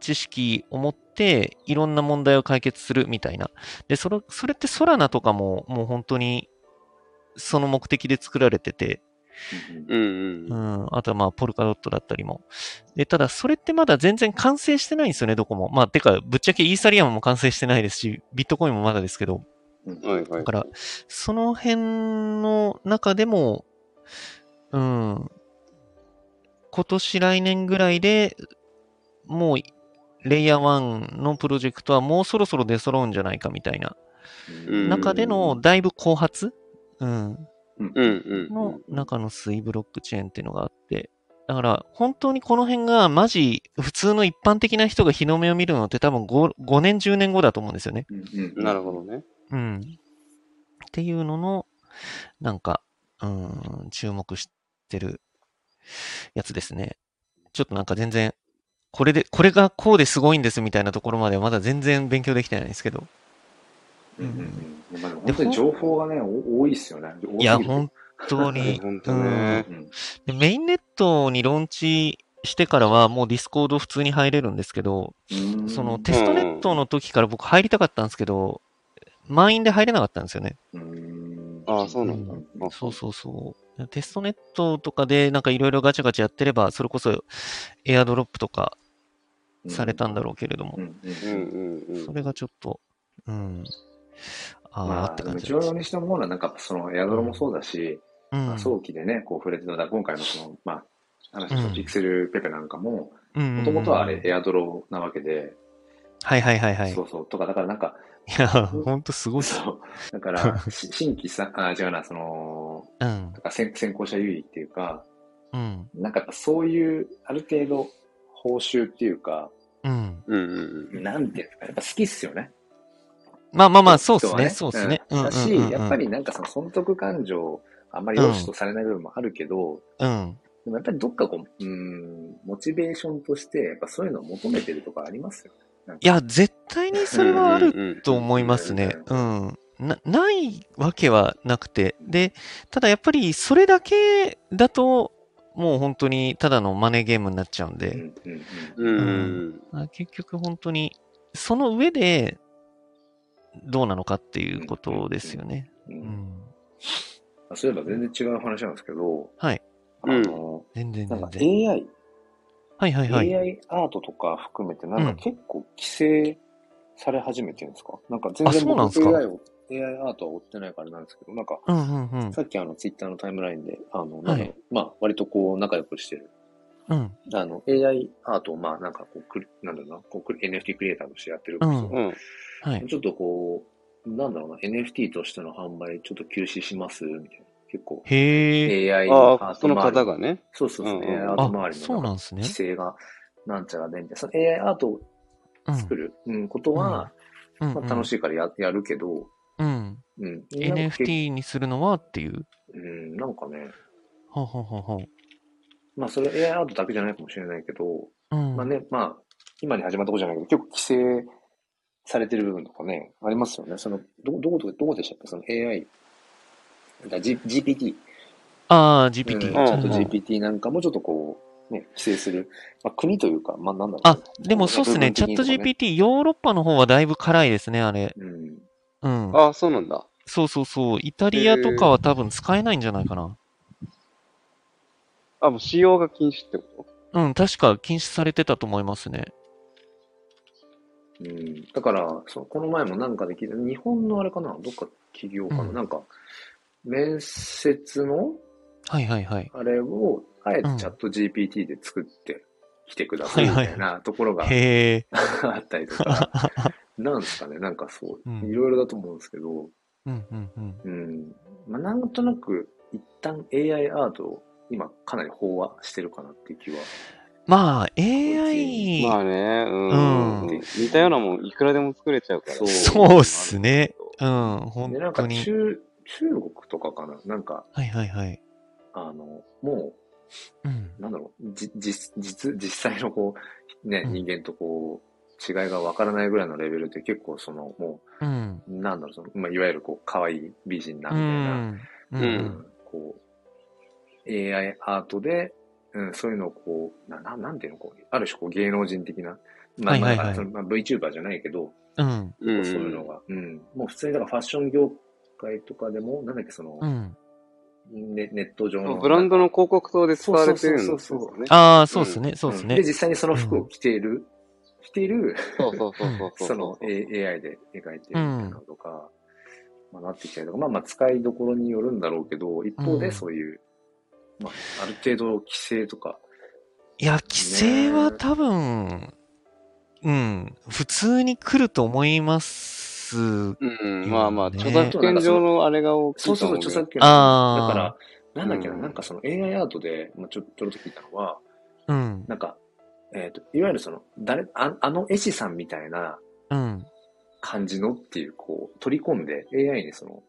S2: 知識を持って、いろんな問題を解決するみたいな。で、それ、それってソラナとかも、もう本当に、その目的で作られてて、
S1: うんう
S3: う
S1: ん
S3: ん
S2: う
S3: うん。
S2: ん、あとはまあ、ポルカドットだったりも。で、ただ、それってまだ全然完成してないんですよね、どこも。まあ、てか、ぶっちゃけイーサリアムも完成してないですし、ビットコインもまだですけど、
S1: うん
S3: はいは
S2: だ
S3: い。
S2: から、その辺の中でも、うん、今年来年ぐらいでもう、レイヤー1のプロジェクトはもうそろそろ出揃うんじゃないかみたいな
S3: うん
S2: 中でのだいぶ後発、うん、
S3: うんうん。
S2: の中のスイブロックチェーンっていうのがあって、だから本当にこの辺がマジ普通の一般的な人が日の目を見るのって多分 5, 5年10年後だと思うんですよね。
S1: うん
S3: なるほどね。
S2: うん。っていうのの、なんか、うん、注目してるやつですね。ちょっとなんか全然、これで、これがこうですごいんですみたいなところまではまだ全然勉強できてないんですけど。
S1: うんうんうんまあでも本当に情報がね、お多いですよね。多すぎて
S2: いや、本当 に。
S3: 本当ね
S1: うん
S2: うんでメインネットにローンチしてからはもうディスコード普通に入れるんですけど、
S1: うん
S2: そのテストネットの時から僕入りたかったんですけど、満員で入れなかったんですよね。
S1: うん
S3: ああ、そうなんだ。
S1: ん
S3: あ
S2: そうそうそう。テストネットとかでなんかいろいろガチャガチャやってれば、それこそエアドロップとかされたんだろうけれども
S1: う、んうん
S3: うんうんうん
S2: そ。れがちょっと、うん。あー、
S1: まあ、
S2: って
S1: でも
S2: 感じ
S1: 一
S2: な
S1: 応
S2: んです
S1: にして思うのは、なんかそのエアドロもそうだし、
S2: うん
S1: まあ早期でね、こう触れてた、今回のその、まあ、話のピクセルペペなんかも、
S2: うん
S1: もともとはあれ
S2: うん
S1: エアドロなわけで、
S2: はいはいはいはい。い
S1: そうそう、とか、だからなんか、
S2: や、ほんとすごいっす。
S1: そう、だ から、し新規さ、あ、違うな、その、
S2: うん
S1: と。か先先行者優位っていうか、
S2: うん。
S1: なんかやっぱそういう、ある程度、報酬っていうか、
S2: うん。
S3: うんうん
S1: なんていうんですか、やっぱ好きっすよね。
S2: まあまあまあ、そうっす
S1: 人は
S2: ね。そうっすね。
S1: うんだ
S2: うん
S1: し
S2: うんうんう、ん
S1: やっぱりなんかその損得感情、あんまり良しとされない部分もあるけど、
S2: うん。
S1: でもやっぱりどっかこう、うーん、モチベーションとして、やっぱそういうのを求めてるとかありますよね。
S2: いや、絶対にそれはある
S3: る
S2: と思いますね。うん。な、ないわけはなくて。で、ただやっぱりそれだけだと、もう本当にただのマネーゲームになっちゃうん
S1: うん
S2: で、
S1: うんうん
S3: うんうん
S2: あ結局本当に、その上で、どうなのかっていうことですよね。
S1: うん
S2: うん。
S1: あそういえば全然違う話なんですけど、
S2: はい。
S1: あの、
S2: 全然
S1: なん
S2: 全
S1: か
S2: 然。
S1: AI、
S2: はいはいはい。
S1: AI アートとか含めて、なん
S2: う
S1: か
S2: ん
S1: 結構規制され始めてるんですか、なんか全
S2: あそう
S1: 然
S2: なんです
S1: 僕
S2: か
S1: AI を、AI アートは追ってないからなんですけど、なんか、
S2: うんうんうん。
S1: さっきあのツイッターのタイムラインで、あの、
S2: はい
S1: なんだろうまあ、割とこう仲良くしてる、
S2: うん。
S1: あの、AI アートをまあ、なんかこうクリ、なんだろうな、こうクリ NFT クリエイターとしてやってる人
S2: うん
S3: うん。
S2: はい。
S1: ちょっとこう、なんだろうな、NFT としての販売ちょっと休止しますみたいな。結構、
S2: へえ。
S1: AI
S3: あ
S1: の
S3: あ、
S1: アー
S3: そ
S1: ト
S3: の
S1: 周り
S3: 方がね。
S1: そうそうそう、
S3: うんうん
S1: AI アート
S2: あ
S1: 周りの、
S2: そうなんですね
S1: 規。制がなんちゃらで、みたいな。その AI アートを作る、うん、ことは、まあ、楽し
S2: い。
S1: いからややるけど、
S2: う
S1: う
S2: ん。
S1: ん。なんかけ
S2: NFT にするのはっていう。
S1: うん、なんかね、
S2: ほうほうほうほう。
S1: まあそれ AI アートだけじゃないかもしれないけど、
S2: うん。
S1: まあね、まあ、今に始まったことじゃないけど、結構規制されてる部分とかね、ありますよね。その、ど、どこ、どこでしたっけその AI、だ G、GPT。
S2: ああ、
S1: うん、
S2: GPT。
S1: チ
S3: ん
S1: ャット
S3: うん
S1: GPT なんかもちょっとこう、ね、規制する。まあ、国というか、まあ、なんだろう、
S2: あ、でもそうっすね。チャット GPT、ヨーロッパの方はだいぶ辛いですね、あれ。
S1: うん。
S2: うん。
S3: ああ、そうなんだ。
S2: そうそうそう。イタリアとかは多分使えないんじゃないかな。
S3: あ、もう使用が禁止ってこ
S2: うん、確か禁止されてたと思いますね。
S1: うん、だからそう、この前もなんかで聞いた、日本のあれかな、どっか企業かな、
S2: うん
S1: なんか、面接の
S2: はいはいはい。
S1: あれを、あえて
S2: うん
S1: チャット GPT で作ってきてくださいみたいなところが
S2: へえ。
S1: あったりとか、 なんですかね、なんかそうう、
S2: ん
S1: いろいろだと思うんですけど、
S2: うんうんうん。
S1: うん、まあ、なんとなく、一旦 AI アートを今かなり飽和してるかなっていう気は。
S2: まあ、
S3: ま
S2: AI、
S3: あね、
S2: う
S3: うんん。似たようなもん、いくらでも作れちゃうから。
S1: そう
S2: そうっすね。うん、本
S1: で、なん
S2: 当
S1: か中、
S2: に。
S1: 中国とかかな、なんか、
S2: はいはいはい。
S1: あの、もう、
S2: うん。
S1: なんだろう、じ、実、実、実際のこう、 ね、
S2: うん
S1: 人間とこう、違いがわからないぐらいのレベルって結構その、も
S2: うん。
S1: う、なんだろう、その、まあ、いわゆるこう、可愛い美人な、
S2: う
S1: みたいな、
S2: ん。う。
S1: うんこう、AI アートで、うん、そういうのをこう、な、ななんていうの、こう、ある種こう、芸能人的な、まあ、
S2: はいはい
S1: ま
S2: は
S1: あ、
S2: い
S1: そのまあ、VTuber じゃないけど、
S2: うん。
S3: う
S1: そういうの
S3: ん。
S1: が、うん、もう普通にだからファッション業界とかでも、なんだっけ、その、
S2: うん。
S1: ねネット上の。
S3: ブランドの広告塔で使われてるんです
S1: そうそうそう
S3: よ
S1: そう
S3: ね。
S2: ああ、そうっすね、そうっす
S1: ん
S2: ね
S1: で、。実際にその服を着ている、着ている、
S3: そうそうそうそうう。
S1: その A- AI で描いてるっていうのとか、まあ、なってきたりとか、まあまあ使いどころによるんだろうけど、一方
S2: う
S1: で
S2: ん
S1: そういう、まあある程度規制とか、
S2: いや、規制は多分、うん、普通に来ると思います。
S3: うん、まあまあ、
S2: ね
S3: 著作権上のあれが大きいと
S1: そう
S3: 思
S1: そうそう、
S3: け
S1: 著作
S3: ど
S1: 権
S2: あー
S1: だから、なんだっけな、
S3: うん
S1: なんかその AI アートで、まあ、ちょちょろっと聞いたのは、
S2: うん、
S1: なんか、えっ、と、いわゆるその、誰、ああの絵師さんみたいな
S2: うん。
S1: 感じのっていう、こう、取り込んで AI にその、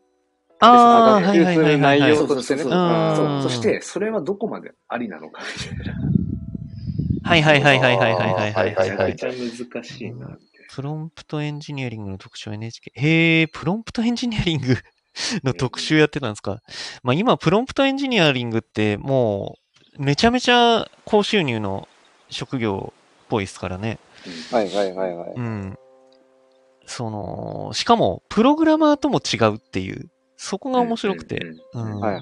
S2: ああ、
S1: 別
S2: は
S1: に
S2: いはいはいはいは
S3: 内
S2: い。
S3: 容
S1: そう
S3: と
S1: そう
S3: して
S1: そう
S3: ね
S1: そう
S2: うん
S1: そうそして、それはどこまでありなのかみたいな。
S2: はいはいはいはいはいはいはい
S3: は
S1: め
S3: い
S1: ち
S3: は
S1: ゃ
S3: いは
S1: く
S3: い
S1: ちゃ難しいなって。
S2: プロンプトエンジニアリングの特集は NHK。へえ、プロンプトエンジニアリングの特集やってたんですか。まあ今、プロンプトエンジニアリングってもう、めちゃめちゃ高収入の職業っぽいですからね。
S1: うん
S3: はいはいはいはい。
S2: うん。その、しかも、プログラマーとも違うっていう、そこが面白くて、。
S1: うんうんうん
S2: うん
S3: はいはいは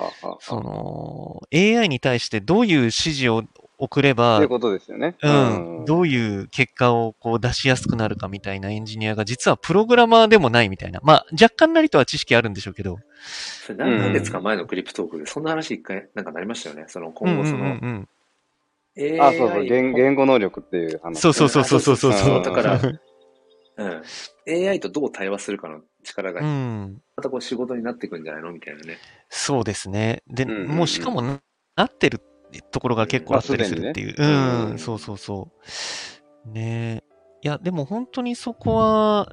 S3: いはいはい。
S2: その、AI に対してどういう指示を送れ
S3: と
S2: ば
S3: いう、ことですよね。
S2: うん、どういう結果をこう出しやすくなるかみたいなエンジニアが実はプログラマーでもないみたいな。まあ、若干なりとは知識あるんでしょうけど。
S1: それな
S3: うん
S1: 何ですか前のクリプトークで、そんな話一回なんかなりましたよね。その今後そ
S2: うんう
S1: の
S2: んうんうん
S1: AI
S3: あ、そうそう、言言語能力っていう話。
S2: そうそうそうそうそうそう
S3: そう
S1: だから、うん AI とどう対話するかの力が、
S2: う
S1: ま
S2: ん。
S1: たこう仕事になっていくんじゃないのみたいなね。
S2: そうですね。で、
S3: うんうんうん
S2: もうしかもななってるところが結構あったりするっていう。
S3: あすでにね
S2: う、
S3: うんん
S2: そうそうそう。ねえ。いや、でも本当にそこは、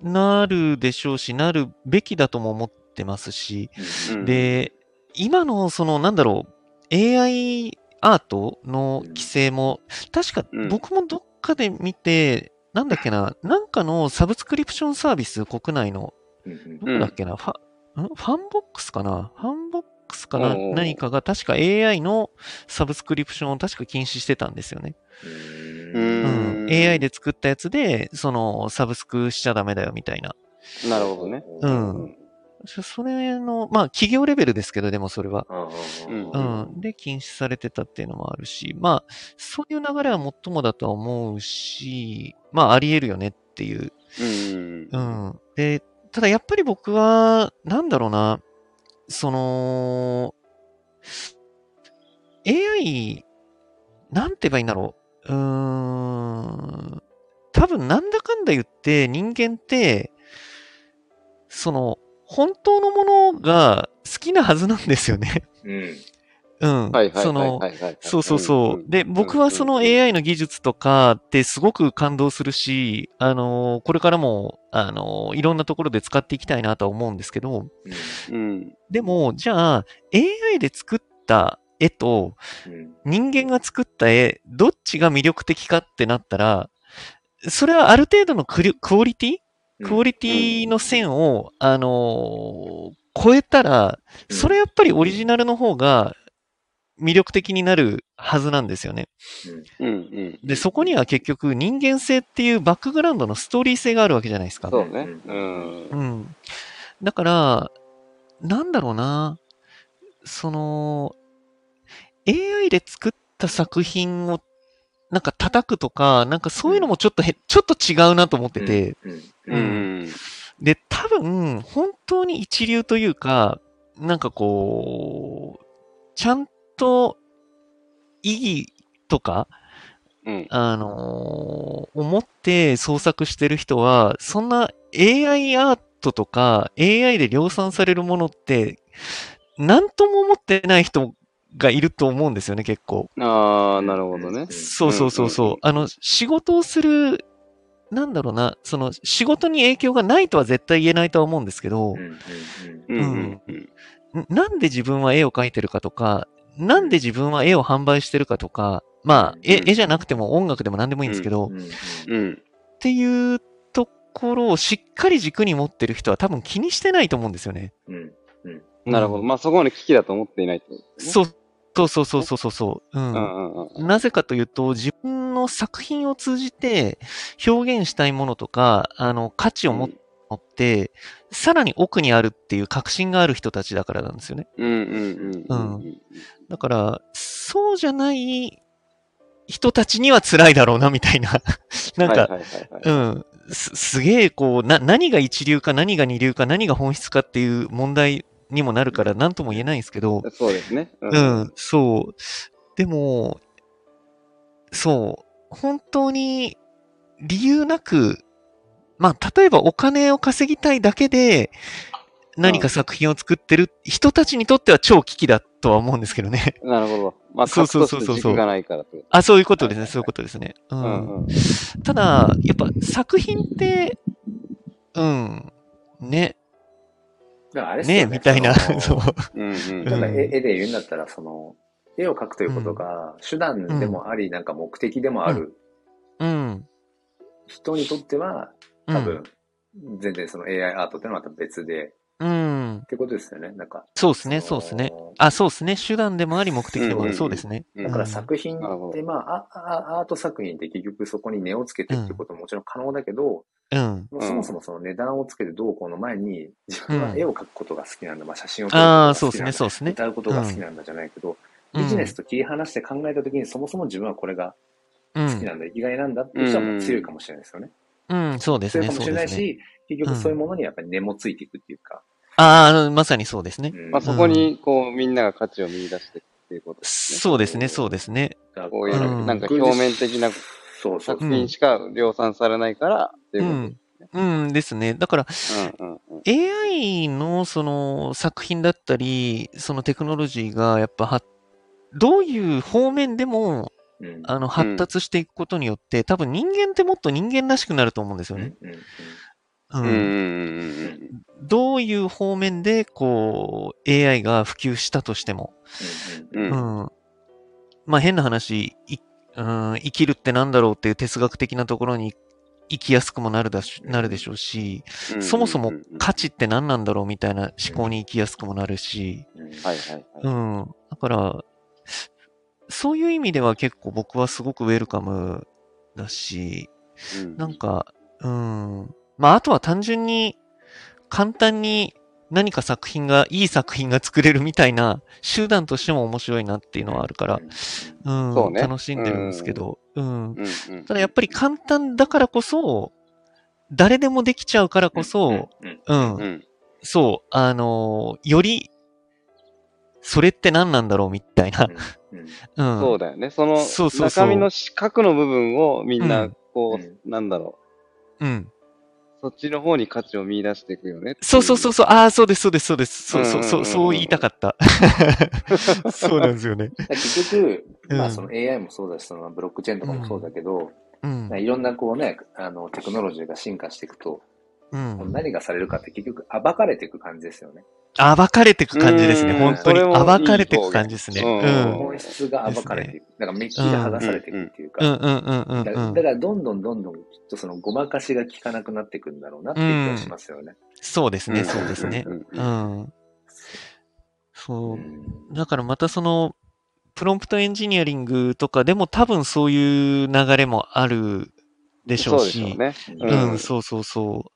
S2: なるでしょうし、なるべきだとも思ってますし、
S3: うん
S2: で、今のその、なんだろう、AI アートの規制も、確か
S3: うん
S2: 僕もどっかで見て、なんだっけな、なんかのサブスクリプションサービス、国内の、
S1: うんうん
S2: どこだっけな、ファんファンボックスかなファンボックスかな
S3: おうおう
S2: 何かが確か AI のサブスクリプションを確か禁止してたんですよね。
S1: う
S2: うん
S3: うん
S2: ん。AI で作ったやつで、その、サブスクしちゃダメだよみたいな。
S3: なるほどね。
S2: う
S3: うん
S2: そそれの、まあ、企業レベルですけど、でもそれは。
S1: ああ
S2: う
S1: ああ
S2: ん。で、禁止されてたっていうのもあるし、まあ、そういう流れは最もだとは思うし、まあ、あり得るよねっていう。う
S3: ん。うん。
S2: ん。で、ただやっぱり僕は、なんだろうな、その、AI、なんて言えばいいんだろう。うーん。多分なんだかんだ言って人間って、その、本当のものが好きなはずなんですよね。
S1: うん
S2: うん。
S3: はいはい
S2: そ
S3: はい
S2: の
S3: はい、はいはい。
S2: そうそうそう。
S3: ん
S2: で、僕はその。AI の技術とかってすごく感動するし、あのーこれからも、あのーいろんなところで使っていきたいなとは思うんですけど、
S1: う
S3: うん。
S2: でも、じゃあ、AI で作った絵と
S1: んうん
S2: 人間が作った絵、どっちが魅力的かってなったら、それはある程度のクリクオリティ
S1: うん
S2: クオリティの線を、あのー超えたら、それやっぱりオリジナルの方が魅力的になるはずなんですよね。
S3: うんうん。
S2: で、そこには結局人間性っていうバックグラウンドのストーリー性があるわけじゃないですか。
S3: そうね。うん
S2: う。ん。だから、なんだろうな、その、AI で作っった作品を、なんか叩くとか、なんかそういうのもちょっとへ、ちょっと違うなと思ってて、
S1: うん
S3: う
S1: うん
S3: ん。
S2: で、多分、本当に一流というか、なんかこう、ちゃんと意義とか、
S3: うん。
S2: あのー思って創作してる人は、そんな AI アートとか AI で量産されるものって、なんとも思ってない人がいると思うんですよね、結構。
S3: ああ、なるほどね。
S2: そうそうそうそう。
S3: うんうんうん
S2: あの、仕事をする、なんだろうな、その仕事に影響がないとは絶対言えないとは思うんですけど
S1: う、んうん
S3: うんうんうん。
S2: んなんで自分は絵を描いてるかとか、なんで自分は絵を販売してるかとか、まあ、絵
S3: うん
S2: 絵じゃなくても音楽でも何でもいいんですけど、
S1: うんうん
S3: うん。
S2: っていうところをしっかり軸に持ってる人は多分気にしてないと思うんですよね。
S1: うん
S3: なるほど。まあ、そこまで危機だと思っていないってことですね。
S2: そうそうそうそうそうそうそう。
S3: う
S2: うん
S3: んうんうん。
S2: なぜかというと、自分の作品を通じて表現したいものとか、あの、価値を持って、さらに奥にあるっていう確信がある人たちだからなんですよね。
S3: うんうんうんうんうん。
S2: だから、そうじゃない人たちには辛いだろうな、みたいな。 なんか、
S3: はいはいはいはい、
S2: うん、すすげえこうな何が一流か何が二流か何が本質かっていう問題にもなるから何とも言えないんですけど、
S3: そうですね。う
S2: う。ん、そう。でも、そう、本当に理由なく、まあ、例えばお金を稼ぎたいだけで何か作品を作ってる人たちにとっては超危機だとは思うんですけどね。
S3: なるほど。まあ、
S2: そう
S3: 格
S2: そう
S3: 闘
S2: そう
S3: す
S2: そう
S3: る軸がないからってこ
S2: あ、そういうことです
S3: は
S2: ね、
S3: い
S2: そういうことですね。う
S3: と。
S2: ん
S3: うんうん。
S2: ただ、やっぱ作品って、うん、ね、
S1: だからあれっすよ
S2: ね、みたいな、
S1: その
S2: そう。
S3: うんうん
S1: なんか絵
S2: うん
S1: 絵で言うんだったら、その、絵を描くということが、手段でもあり、なんか目的でもある
S2: うん。
S1: 人にとっては、
S2: うん
S1: 多分、全然その AI アートってのはまた別で、
S2: うん
S1: っ。てことですよね。なんか、
S2: そうですね、
S1: そ
S2: そう
S1: の
S2: ですね。あ、そうですね。手段でもあり、目的でもあ
S3: うんうんう
S2: る。
S3: ん
S2: そうですね。
S3: うん
S1: だから作品
S3: なる
S1: っ
S3: ほ
S1: て、
S3: ど
S1: まあああ、アート作品って結局そこに値をつけてっていうことももちろん可能だけど、
S2: うん。
S1: まあ
S3: うん
S1: そもそもその値段をつけてどうこうの前に、自分は絵を描くことが好きなんだ、まあ写真を撮ること
S2: ああ、
S1: が
S2: そ
S1: 好
S2: う
S1: き
S2: です
S1: なん
S2: ね、
S1: だ、
S2: そうですね。
S1: 歌うことが好きなんだじゃないけど、ビジネスと切り離して考えたときに、そもそも自分はこれが
S2: うん
S1: 好きなんだ、生きがいなんだっていう人はもう強いかもしれないですよね。
S2: うん、うんそうです
S1: 強いか
S2: ね、
S1: も
S2: そ
S1: し
S2: う
S1: れな
S2: で
S1: い
S2: すね。
S1: し、結局そういうものにやっぱり根もついていくっていうか。
S2: ああ、まさにそうですね。
S1: うん
S3: まあ、そこに、こう、みんなが価値を見出してっていうことですね。
S2: そうですね、そうですね。
S3: こういう
S2: なん
S3: か表面的な
S1: そうそう
S3: 作
S1: そう。
S3: 品しか量産されないから、っていううこ
S2: ん。うんですね。だから、
S3: と。うんうんうん。
S2: AI のその作品だったり、そのテクノロジーがやっぱは、どういう方面でも
S1: うん
S2: あの発達していくことによって、多分人間ってもっと人間らしくなると思うんですよね。
S1: うんうん
S2: う
S3: うんんうんうんうん
S2: どういう方面でこう AI が普及したとしても、
S1: うんうん
S3: うん
S2: う。んまあ変な話い、うん、生きるってなんだろうっていう哲学的なところに生きやすくもなるだしなるでしょうし、
S3: うん
S2: そもそも価値って何なんだろうみたいな思考に生きやすくもなるし、
S1: うんうん
S3: はいはいは
S2: う
S3: い。
S2: ん、だから、そういう意味では結構僕はすごくウェルカムだし、
S3: うん
S2: なんか、うん。まあ、あとは単純に、簡単に何か作品が、いい作品が作れるみたいな、集団としても面白いなっていうのはあるから、うん、
S3: そうね
S2: 楽しんでるんですけど、うん。
S3: うんうん
S2: ただやっぱり簡単だからこそ、誰でもできちゃうからこそ、
S1: うんうん
S2: うん、
S3: うん
S2: そう、あのーより、それって何なんだろうみたいな、
S1: うんうん
S2: うん。
S3: そうだよね。その
S2: そうそうそう
S3: 中身の四角の部分をみん
S2: う、
S3: なん
S1: う
S3: こ
S1: ん
S3: う、なんだろ
S2: うん。
S3: う、そっちの方に価値を見出していくよねってい。
S2: そうそうそうそう、ああ、そうです、そうです、そうです、そう、そう、そう、
S3: うんうんうん
S2: そう言いたかった。 そうなんですよね。
S1: だから結局、
S2: うん
S1: まあその AI もそうだし、そのブロックチェーンとかもそうだけど、
S2: うん
S1: まあ。いろんなこうね、あの、テクノロジーが進化していくと、
S2: うん。
S1: 何がされるかって結局暴かれていく感じですよね。
S2: 暴かれてく感じですね、
S3: うん
S2: 本当に。
S3: それもいい
S2: 暴かれてく感じですね。
S3: 表
S2: う
S3: 現
S2: ん。
S1: 本質が暴かれていく。なんかメッキが剥がされていくっていうか、
S2: うんうんうんうん
S1: だ
S2: うん
S1: だからどんどんどんどんきっとそのごまかしが効かなくなっていくんだろうなっていう気がしますよね。
S2: そうです
S3: う
S2: ね、
S3: ん
S2: そうですね
S3: う。ん
S2: う
S3: うん
S2: ん。そうう。
S1: ん
S2: だからまたその、プロンプトエンジニアリングとかでも多分そういう流れもあるでしょう
S3: そうで
S2: し。
S3: しょうね。
S1: う
S2: う
S1: ね
S2: ん、そうそうそう。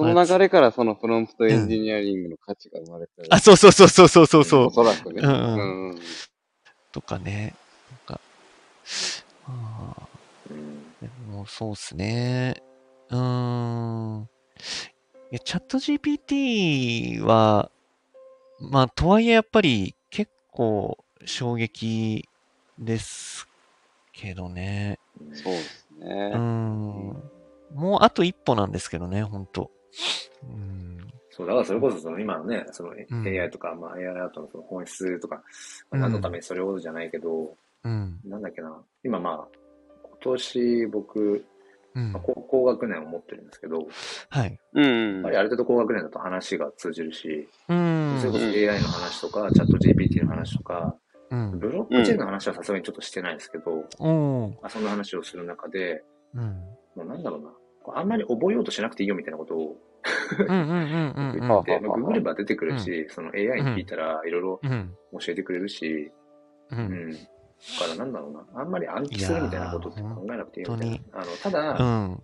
S3: その流れからそのプロンプトエンジニアリングの価値が生まれてる。
S2: あ、そうそうそうそうそうそうそう
S3: お。そらくね。
S2: うんうん
S3: ん。
S2: とかね。なんかああ
S1: うん
S2: でもそうっすね。うーん。いや、チャット GPT は、まあ、とはいえやっぱり結構衝撃ですけどね。
S3: そうです
S2: う
S3: ね。
S2: ーん。もうあと一歩なんですけどね、ほんと。うん。
S1: そう、だからそれこそその今のね、その
S2: うん
S1: AI とか、まあ AI アートのその本質とか、
S2: うん
S1: 何のためにそれほどじゃないけど、
S2: うん。
S1: なんだっけな、今まあ、今年僕、
S2: うん
S1: まあ。高高学年を持ってるんですけど、やっ
S2: はい。
S3: うん
S1: ぱ。りある程度高学年だと話が通じるし、
S2: う
S1: それこ
S2: ん。
S1: そ AI の話とか、チャット GPT の話とか、
S2: うん。
S1: ブロックチェーンの話はさすがにちょっとしてないですけど、
S2: おー
S1: まあ、そんな話をする中で、
S2: うん。
S1: もうなんだろうな、こうあんまり覚えようとしなくていいよみたいなことを
S2: うんうんうんうんうん。
S1: 言って、
S3: うん
S1: まあ、ググれば出てくるし、その AI に聞いたらいろいろ
S2: うん。
S1: 教えてくれるし、
S2: う。
S1: うんん。だからなんだろうな、あんまり暗記するみたいなことって考えなくていいみたい
S2: いやー
S1: な。あの、ただ、
S2: う
S1: なん
S2: ん。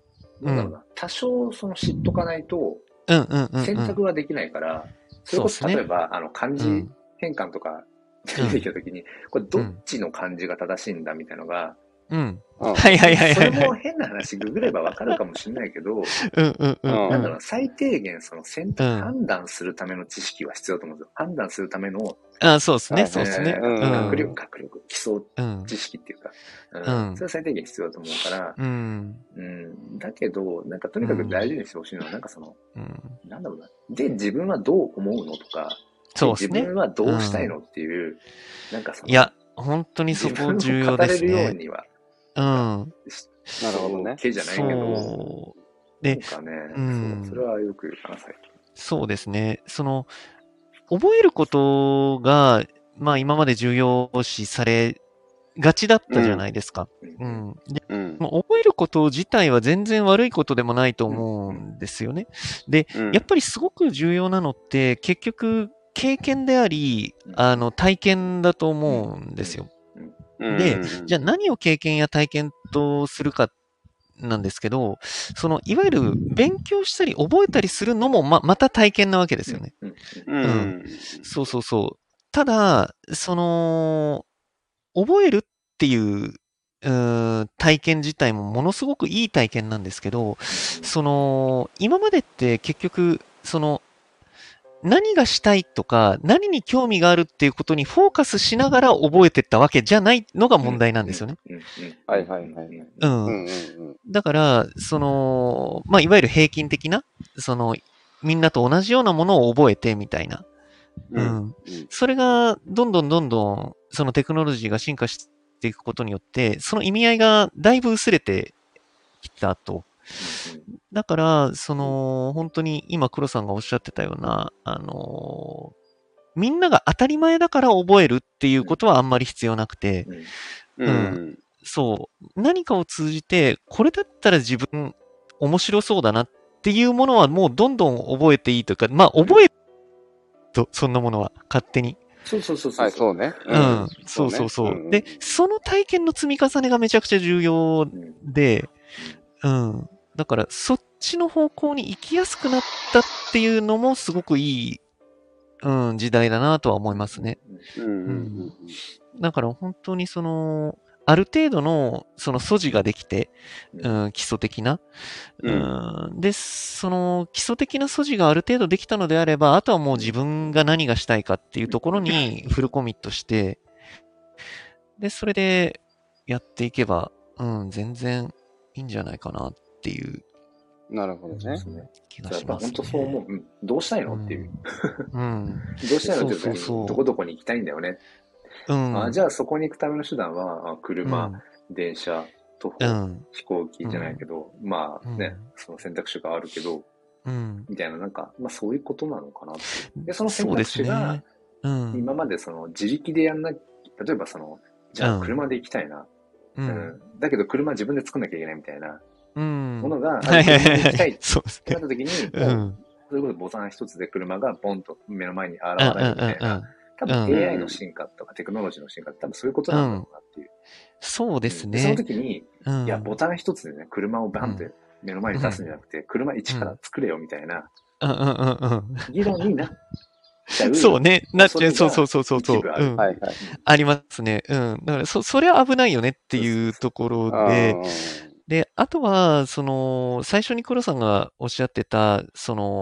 S1: だろうな、多少その知っとかないと
S2: うんうんうんうん。
S1: 選択はできないから、それこそ
S2: そうっすね
S1: 例えば、あの、漢
S2: う
S1: 字
S2: ん
S1: 変換とか出てきたときに、これどっちの漢字が正しいんだみたいなのが、
S2: うん。
S3: うん
S2: はいはいはい
S1: そ
S2: は
S1: れ
S2: いはい。
S1: も変な話、ググればわかるかもしれないけど、
S2: うんうんうん。
S1: なん
S2: う
S1: だ
S2: ん
S1: ろう、最低限その選択、
S2: うん
S1: 判断するための知識は必要だと思うんですよ。判断するための、
S2: あ、そうです
S3: は
S2: ね、
S3: い
S2: そうですね。
S1: えー
S2: うん
S1: 学力、学力、基礎
S2: うん。
S1: 知識っていうか、
S2: う
S1: うんん、それは最低限必要だと思うから、
S2: うん。
S1: うん、だけど、なんかとにかく大事にしてほしいのは、なんかその、
S2: うん。
S1: なんだろうな、で、自分はどう思うのとか、
S2: そう
S1: 自
S2: ですね
S1: 分。はどうしたいのっていう、なんかその、
S2: いや、本当にそ
S1: 自分
S2: こ
S1: を
S2: 重要
S1: 語
S2: で
S1: れ
S2: す
S1: るよう
S2: ね。
S1: には、
S2: うん。
S3: なるほどね
S1: 手じゃないけど、
S2: そう。
S1: なんかね、
S2: うん
S1: そうそれはよく言うかな、最近。
S2: そうですね。その、覚えることが、まあ今まで重要視されがちだったじゃないですか。う
S1: うん
S2: ん。で
S3: うん。
S2: もう覚えること自体は全然悪いことでもないと思うんですよね。
S3: うん
S2: やっぱりすごく重要なのって、結局、経験であり
S1: う、ん
S2: あの、体験だと思うんですよ。でじゃあ何を経験や体験とするかなんですけど、その、いわゆる勉強したり覚えたりするのもま、また体験なわけですよね。
S1: うんうん
S3: うん。うん。
S2: そうそうそう。ただ、その、覚えるっていう、うーん体験自体もものすごくいい体験なんですけど、その、今までって結局、その、何がしたいとか、何に興味があるっていうことにフォーカスしながら覚えてったわけじゃないのが問題なんですよね。
S1: うんうん
S3: はいはいはいはい
S2: うん。
S3: うんんうん
S2: だから、その、まあ、いわゆる平均的な、その、みんなと同じようなものを覚えてみたいな。
S3: う。
S2: うんん。それが、どんどんどんどん、そのテクノロジーが進化していくことによって、その意味合いがだいぶ薄れてきたと。だから、その、本当に今黒さんがおっしゃってたような、あのーみんなが当たり前だから覚えるっていうことはあんまり必要なくて、
S1: うんうん
S3: うん。
S2: そう、何かを通じて、これだったら自分面白そうだなっていうものはもうどんどん覚えていいというか、まあ覚えると、そんなものは勝手に。
S1: そうそうそうそう。
S3: はい、そうね。
S2: うん、そうそうそう。で、その体験の積み重ねがめちゃくちゃ重要
S1: うん
S2: で、うん。だから、そっちの方向に行きやすくなったっていうのも、すごくいい、うん、時代だなとは思いますね。。
S3: うんうん
S2: だから、本当にその、ある程度の、その素地ができて、うん、基礎的な、
S3: う
S2: うん。で、その、基礎的な素地がある程度できたのであれば、あとはもう自分が何がしたいかっていうところにフルコミットして、で、それでやっていけば、うん、全然いいんじゃないかなっていう
S3: うん。なるほどね。
S2: 気
S1: そ
S2: が
S1: うやっ
S2: し
S1: ぱ
S2: ます、
S1: 本
S2: ね。
S1: 当そう思う。うんどうしたいのっていう。
S2: うん。
S1: どうしたいのって
S2: そうそうそう
S1: どこどこに行きたいんだよね。
S2: うん。
S1: あじゃあそこに行くための手段は、あ
S2: うん、
S1: 車、電車、徒歩、
S2: うん。
S1: 飛行機じゃないけど、まあね、
S2: うん
S1: その選択肢があるけど、
S2: うん。
S1: みたいな、なんか、まあそういうことなのかなっていう。で、その選
S2: そうで
S1: 択
S2: す
S1: 肢
S2: ね
S1: が、
S2: うん。
S1: 今までその自力でやんな、例えばその、じゃあ車で行きたいな。う
S2: う。
S1: んん。だけど車自分で作んなきゃいけないみたいな
S2: うん。
S1: ものが、あ
S2: はいはい
S1: 車
S2: はい
S1: で行きた
S2: はい
S1: っ
S2: い。 そうです
S1: て
S2: ね
S1: なっ。た時に、
S2: う。
S1: もうんそれこそボタン一つで車がボンと目の前に現
S2: うんうん
S1: れるみ
S2: う
S1: たい
S2: んうん
S1: な、。多分
S2: うん
S1: AI の進化とかテクノロジーの進化って多分そういうことなんだろうなっていう。
S2: そうです
S1: その
S2: ね。
S1: 時に、
S2: うん。
S1: いや、ボタン一つでね、車をバンって目の前に出すんじゃなくて、車一から作れよみたいな
S2: うんうんうんうん。
S1: 議論になっちゃう。
S2: そうね、なっちゃう、
S1: そ
S2: そ
S1: れが
S2: うそうそうそうそう、
S1: 一部ある
S2: うん
S3: はいはい。
S2: ありますね。うん。だから、そ、それは危ないよねっていうところで、で、あとは、その、最初に黒さんがおっしゃってた、その、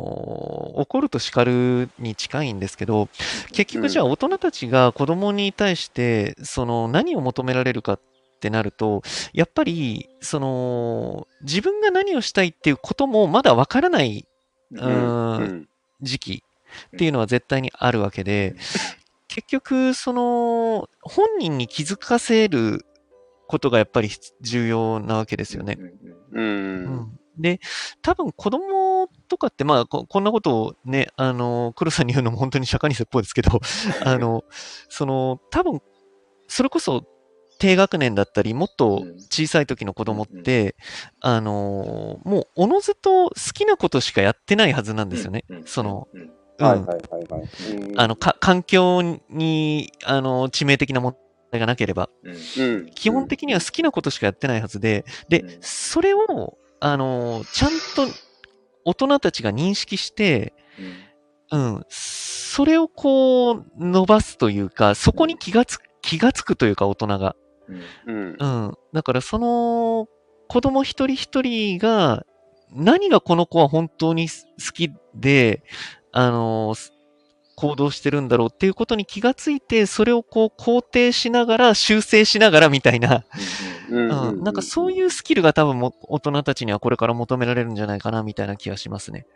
S2: 怒ると叱るに近いんですけど、結局じゃあ大人たちが子供に対して、その、何を求められるかってなると、やっぱり、その、自分が何をしたいっていうこともまだわからない、
S1: う
S2: う、
S3: うんん。うんん。
S2: 時期っていうのは絶対にあるわけで、結局、その、本人に気づかせることがやっぱり重要なわけですよね。
S1: うんうんうん
S3: うん。
S2: で、多分子供とかって、まあ、ここんなことをね、あの、黒さんに言うのも本当に釈迦に説法です けど、あの、その、多分、それこそ低学年だったり、もっと
S1: うん
S2: 小さい時の子供って、あの、もうおのずと好きなことしかやってないはずなんですよね。
S1: うん
S2: その、
S1: うん
S2: うん
S3: はいはいはいはい。うん
S2: あの、か環境に、あの、致命的な問題がなければ。
S1: うん
S3: うん。
S2: 基本的には好きなことしかやってないはずで、で
S1: うん、
S2: それを、あのー、ちゃんと大人たちが認識して、うん、それをこう、伸ばすというか、そこに気がつく、気がつくというか、大人が。
S1: うんうん
S3: うん。
S2: うん。だから、その、子供一人一人が、何がこの子は本当に好きで、あのー、す行動してるんだろうっていうことに気がついて、それをこう肯定しながら、修正しながらみたいな、
S1: うん
S3: うん
S2: う
S3: うんん
S2: なんかそういうスキルが多分も大人たちにはこれから求められるんじゃないかなみたいな気がしますね。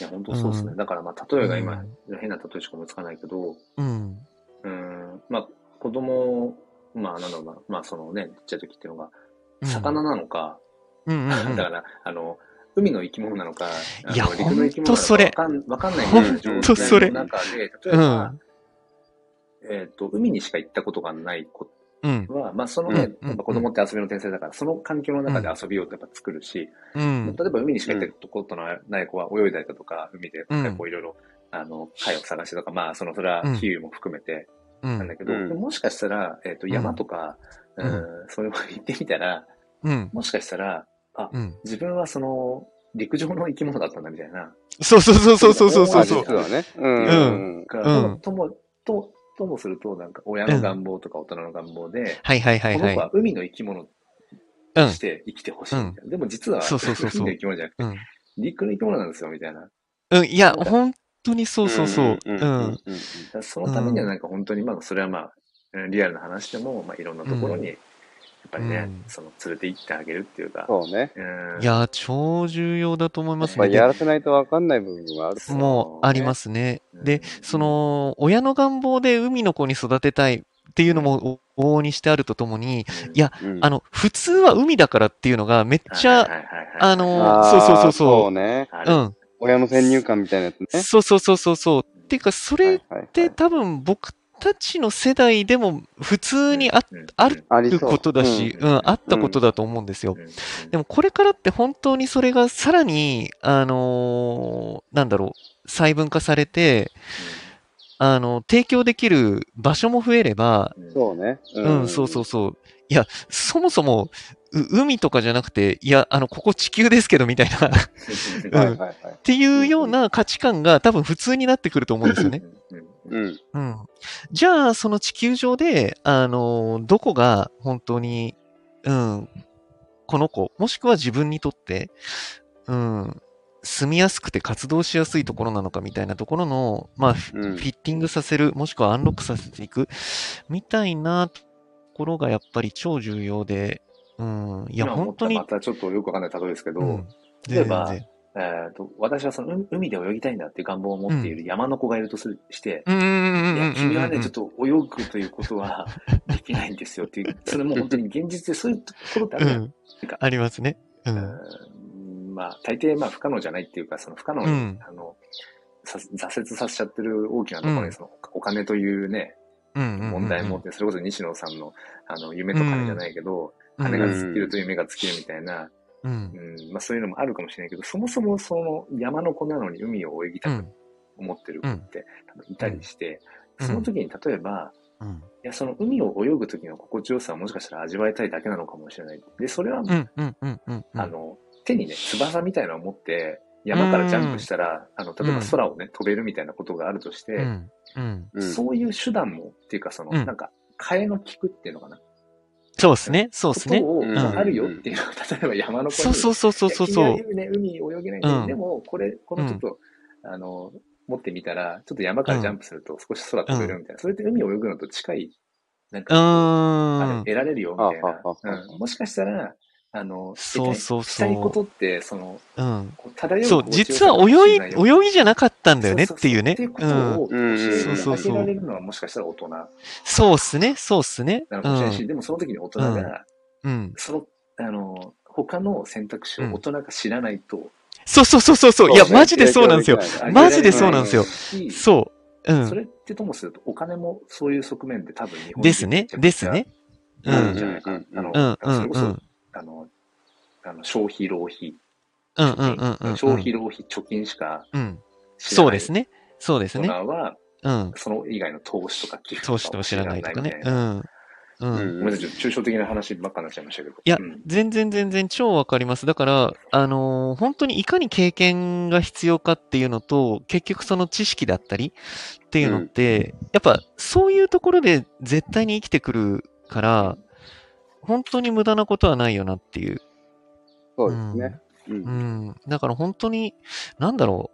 S1: いや、本当そうですね。だから、まあ、例えが今、変な例えしか思いつかないけど、
S2: うん。
S1: うん、まあ、子供、まあ、なんだろうな、まあ、そのね、ちっちゃい時っていうのが、
S2: うん
S1: 魚なのか、
S2: うんうんう ん
S1: だから、あの、海の生き物なのか、あ
S2: いや
S1: の陸の生き
S2: ほんと
S1: 物
S2: そ
S1: な
S2: れ
S1: のかわかん、わかんない
S3: ほん
S1: 状
S3: とそ
S1: 態
S2: れ
S1: の中で、例え
S2: う
S1: ば
S2: ん、。
S1: えっと、海にしか行ったことがない子
S2: うん。
S1: は、まあ、そのね、
S2: うん
S1: やっぱ子供って遊びの天才だから、その環境の中で遊びをやっぱ作るし、
S2: うん。
S1: 例えば海にしか行ったことのない子は泳いだりだとか、海で
S2: うん
S1: こういろいろ、あの、貝を探してとか、まあ、その、それは
S2: うん
S1: 比喩も含めて
S2: う
S1: なんだ
S2: ん。
S1: けど、
S3: うん
S1: でももしかしたら、えっ、と、
S2: ん
S1: 山とか、う、
S2: うんん
S1: そういうの行ってみたら、
S2: うん。
S1: もしかしたら、
S2: うん。
S1: 自分はその、陸上の生き物だったんだみたいな、
S2: そうそうそうそうそうそうそうそう
S3: あ実。はね。うん。うん
S1: か
S2: うん
S1: とも、と、ともすると、なんか、親の願望とか大人の願望で、
S2: はいはいは
S1: こ
S2: い
S1: の
S2: は。
S1: 子はい海の生き物
S2: う
S1: と
S2: ん
S1: し。て生きてほしいみたいな。でも実は、
S2: そうそうそうそう
S1: 海の生き物じゃなくて、
S2: うん。
S1: 陸の生き物なんですよ、みたいな。
S2: うん。いや、本当にそうそうそう。う。
S3: うんん。
S1: だからそのためにはなんか本当に、まあそれはまあ、うんリアルな話でも、まあいろんなところに、やっぱりね、
S2: うん
S1: その連れて行ってあげるっていうか、
S3: そうね。
S1: うん
S2: いや、超重要だと思いま
S3: や
S2: す
S3: っぱ
S2: ね。
S3: やらせないとわかんない部分がある。
S1: そう
S2: もうありますね。
S1: うん
S2: で、その、親の願望で海の子に育てたいっていうのも往々にしてあるとともに、いや
S3: うん
S2: あ、の、普通は海だからっていうのがめっち
S1: はい
S2: ゃ、
S1: はいはいはい
S2: あの
S3: あー
S2: そうそうそうそう
S3: そうね。
S1: あ
S2: う
S1: る
S2: ん、
S3: 親の先入観みたいなやつね。
S2: そうそうそうそうそう。っていうか、それっ
S3: はいはいは
S2: て
S3: い
S2: 多分僕たちの世代でも普通にあっ
S1: うん
S2: ある
S3: あり
S2: る
S3: そう
S2: ことだし、
S1: う
S2: うんん、あったことだと思うんですよ。でもこれからって本当にそれがさらに、あのーなんだろう、細分化されて、あの、提供できる場所も増えれば、
S1: うん
S3: そうね。
S2: うん、そうそうそう。いや、そもそも、う海とかじゃなくて、いや、あの、ここ地球ですけど、みたいな、っ
S1: うん
S3: はいはいはい。
S2: ていうような価値観が多分普通になってくると思うんですよね。
S1: うん
S3: うん。
S2: うん。じゃあ、その地球上で、あの、どこが本当に、うん、この子、もしくは自分にとって、うん、住みやすくて活動しやすいところなのかみたいなところの、まあ、フ
S3: うん
S2: ィッティングさせる、もしくはアンロックさせていく、みたいなところがやっぱり超重要で、うん、いや、
S1: 今思
S2: 本
S1: った
S2: 当に
S1: ま、たちょっとよくわかんない例えですけど、
S2: うん、
S1: 例えば
S2: 全然
S1: えーと私はその海海で泳ぎたいんだっていう願望を持っている山の子がいるとするして、
S2: うんうん
S1: い
S2: うんうんうんうん
S1: や、君はね、ちょっと泳ぐということはできないんですよっていう、それもう本当に現実でそういうところってある
S2: う
S1: じゃん
S2: ん、ありますね。うん、
S1: うんまあ、大抵、まあ、不可能じゃないっていうか、その不可能に、
S2: うん
S1: あの、さ挫折させちゃってる大きなところに、
S2: うん
S1: その、お金というね、
S2: うんうん。
S1: 問題もって、それこそ西野さんの、あの、夢と金じゃないけど、
S2: うん、
S1: 金が尽きると夢が尽きるみたいな、
S2: うん
S1: う、ん、まあ、そういうのもあるかもしれないけど、そもそもその山の子なのに海を泳ぎ
S2: う
S1: たく
S2: ん、
S1: 思ってる子って、多分いたりして、
S2: うん
S1: その時に例えば、
S2: うん。
S1: いや、その海を泳ぐ時の心地よさはもしかしたら味わいたいだけなのかもしれない。で、それは、
S2: うんうんうんうんうん。
S1: あの、手にね、翼みたいなのを持って、山からジャンプしたら、あの、例えば
S2: うん
S1: 空をね、飛べるみたいなことがあるとして、
S2: うん。うん。
S3: うん。
S1: そういう手段も、っていうかその、
S2: うん
S1: なんか、替えの効くっていうのかな。
S2: そうですね。そうですね。
S1: ことを、
S3: うん
S1: あるよっていうのは、 例えば山の子に
S2: そうそうそうそうそう
S1: いや君は
S2: そ
S1: 海ね、海泳げないけど、
S2: うん
S1: でも、これ、このちょっと、あの、持ってみたら、ちょっと山からジャンプすると少し空飛べるみたいな、それって海泳ぐのと近い、なん
S2: う。う
S1: か、あれ
S2: ーん。
S1: 得られるよみたい
S3: あああ
S1: な。うんもしかしたら、あの、
S2: そうそうそう
S1: したいことって、その、
S2: うん。
S1: こう漂う
S2: そう、
S1: 心地よ
S2: 実
S1: さ
S2: は
S1: かもし
S2: 泳
S1: れ
S2: い、
S1: ないよ
S2: 泳ぎじゃなかったんだよねっていうね
S1: そ。そそって
S2: うんん。
S1: いうこと
S3: うん
S1: を教えてあげられるのは、もしかしたら大人な
S2: そうっすね。そうっすね。
S1: の
S2: う
S1: かもしれないし、
S2: ん。
S1: でもその時に大人が、
S2: うん。
S1: その、あの、他の選択肢を大人が知らないと、
S2: そうそうそうそうそう。いや、マジでそうなんですよ。
S1: あげられい
S2: マジでそうなんですよ
S1: し
S2: そう。う
S1: そ
S2: ん。
S1: れってともすると、お金もそういう側面で多分日本人
S2: ですね
S1: めち。ゃくちゃ
S2: ですね。う
S1: あるん
S2: ん。
S1: じゃないかな。あの、
S2: うん。う
S1: そ
S2: ん。
S1: れこ
S2: う
S1: そ、
S2: ん。
S1: あの、あの消費、浪費、
S2: うん。うん。うん。うん。
S1: 消費、浪費、貯金しか
S2: うん。
S1: 知ら
S2: そう
S1: ない
S2: ですね。そうです
S1: 大
S2: ね
S1: 人。は、
S2: うん。
S1: その以外の投資とか寄付
S2: 投資とも知らないとかね。う。
S1: みたいなん
S2: うん。
S1: ごめんなさい、ちょっと抽象的な話ばっかになっちゃいましたけど。
S2: いや
S1: うん
S2: 全然全然超わかります。だから、あのー本当にいかに経験が必要かっていうのと、結局その知識だったりっていうのって、やっぱそういうところで絶対に生きてくるから、本当に無駄なことはないよなっていう。
S3: そうですね。う。
S2: うんん。だから本当に、なんだろ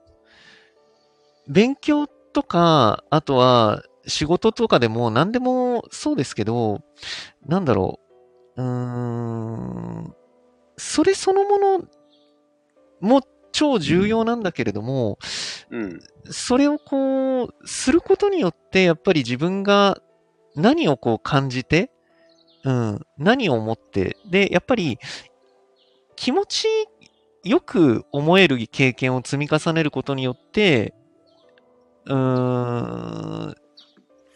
S2: う。勉強とか、あとは仕事とかでも何でもそうですけど、なんだろう。うーん。それそのものも超重要なんだけれども、
S3: うん。
S2: それをこう、することによって、やっぱり自分が何をこう感じて、うん、何を思って、で、やっぱり気持ちよく思える経験を積み重ねることによって、うーん、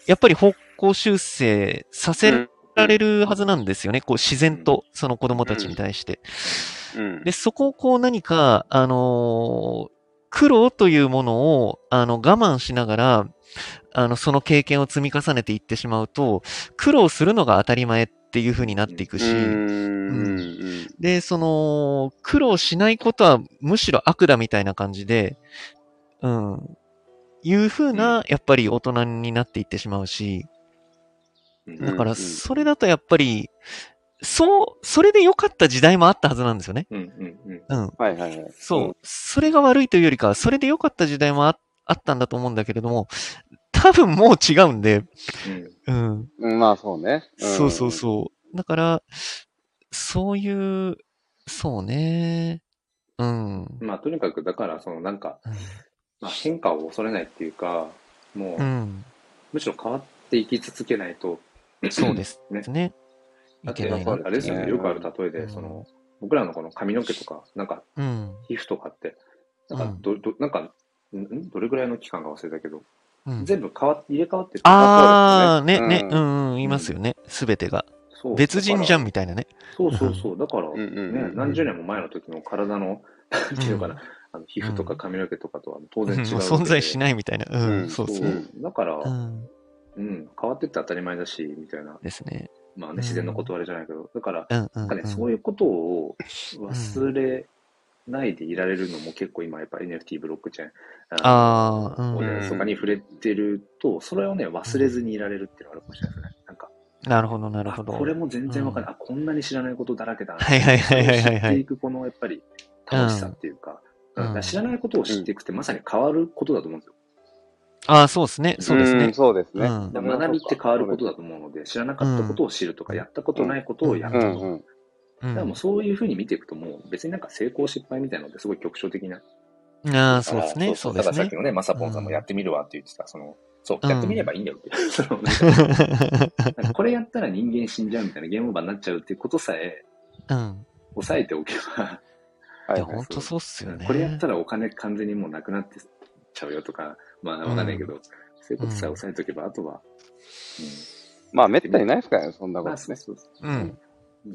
S2: やっぱり方向修正させられるはずなんですよね。こう自然と、その子供たちに対して。
S3: うん。
S2: で、そこをこう何か、あのー苦労というものを、あの、我慢しながら、あの、その経験を積み重ねていってしまうと、苦労するのが当たり前っていう風になっていくし、
S3: うん。
S2: で、その、苦労しないことはむしろ悪だみたいな感じで、うん、いう風
S1: う
S2: な、やっぱり大人になっていってしまうし、
S1: うん
S2: だか
S3: う
S2: ら、
S3: んうん
S2: それだとやっぱり、そう、それで良かった時代もあったはずなんですよね。
S1: うんうんうん
S2: うん。
S3: はいはいはい。
S2: そう、それが悪いというよりかは、それで良かった時代もああったんだと思うんだけれども、多分もう違うんで、
S1: うん。
S2: うん、
S3: うん。まあそうね。
S2: そうそうそう。だから、そういう、そうね、うん、
S1: まあ、とにかく、だから、そのなんか
S2: うん、
S1: まあ、変化を恐れないっていうか、も
S2: う
S1: う、
S2: ん、
S1: むしろ変わっていき続けないと、
S2: そうです
S1: ね
S2: ね。
S1: だ
S2: い
S1: っ
S2: け
S1: て、
S2: な
S1: ないん
S2: な
S1: か
S2: っ
S1: あれですよ
S3: う
S1: ね、
S3: ん
S1: よくある例え
S2: て
S1: で、その、僕らのこの髪の毛とか、なんか、
S2: うん、
S1: 皮膚とかって、なん
S2: う
S1: か
S2: ん
S1: ど、ど、なんか、んんどれぐらいの期間か忘れたけど、
S2: うん。
S1: 全部変わっ入れ替わってる
S2: ああ、
S1: あ
S2: ね、ね、
S3: う
S2: うん、うん、いますよね。すべてが。
S1: そう
S2: 別人じゃん
S1: だ
S2: みたいなね。
S1: からそうそうそう。だから、
S3: うんうん
S1: ね、何十年も前の時の体の、なんていうのかな、あの皮膚とか髪の毛とかとは当然違う、
S2: うんもう存在し
S1: い。
S2: ないみたいな。うん、
S3: うん
S2: そうです
S1: そ
S2: ね。
S1: う。だから、
S2: う
S1: うん、
S2: ん、
S1: 変わってって当たり前だし、みたいな。
S2: ですね。
S1: まあ
S2: ん
S1: ね、自然の断りじゃないけど、だから、
S2: うん、うん。
S1: なんかね、そう
S2: い
S1: いうことを忘れないでいられるのも結構今やっぱ NFT ブロックチェーン、
S2: ああ、う
S1: の
S2: ん。
S1: ねそこに触れてると、それをね、忘れずにいられるっていうのがあるかもしれないですね。なんか、
S2: なるほど、なる
S1: あ
S2: ほど。
S1: これも全然わかんない、あこんなに知らないことだらけだな
S2: はいはいはいはい
S1: 知っ
S2: はい
S1: ていくこのやっぱり楽しさっていうか、
S2: うん
S1: だから知らないことを知っていくってまさに変わることだと思うんですよ。
S2: ああ、そうですね。そうですね。
S3: そうです
S2: う
S3: ね。
S2: ん。
S3: うん
S1: 学びって変わることだと思うので、知らなかったことを知るとか、
S2: うん
S1: やったことないことをや
S3: う
S1: るとか、だ
S3: ん
S2: う
S1: からも
S2: ん
S1: うそういうふうに見ていくと、もう別になんか成功失敗みたいなのってすごい局所的な。
S2: ああ、そうで
S1: だ
S2: す
S1: か
S2: ね。
S1: ら
S2: そうで
S1: だ
S2: す
S1: からさっ
S2: ね
S1: き。のね、まさぽんさんもやってみるわって言ってた、その、そうう、
S2: ん
S1: やってみればいいんだよっ ていう。そのなんかなんかこれやったら人間死んじゃうみたいなゲームオーバーになっちゃうっていうことさえ
S2: うん。
S1: 抑えておけば、
S3: はいい
S2: や、本当そうっすよね。
S1: これやったらお金完全にもうなくなってちゃうよとか、まあわかんないけど、そういうことさえ抑えておけば、あとは、
S3: まあめったにないですからね、そんな
S1: うん、
S3: こ
S1: まあ
S3: と
S1: そう
S3: ね。
S1: そうそう。
S2: うん。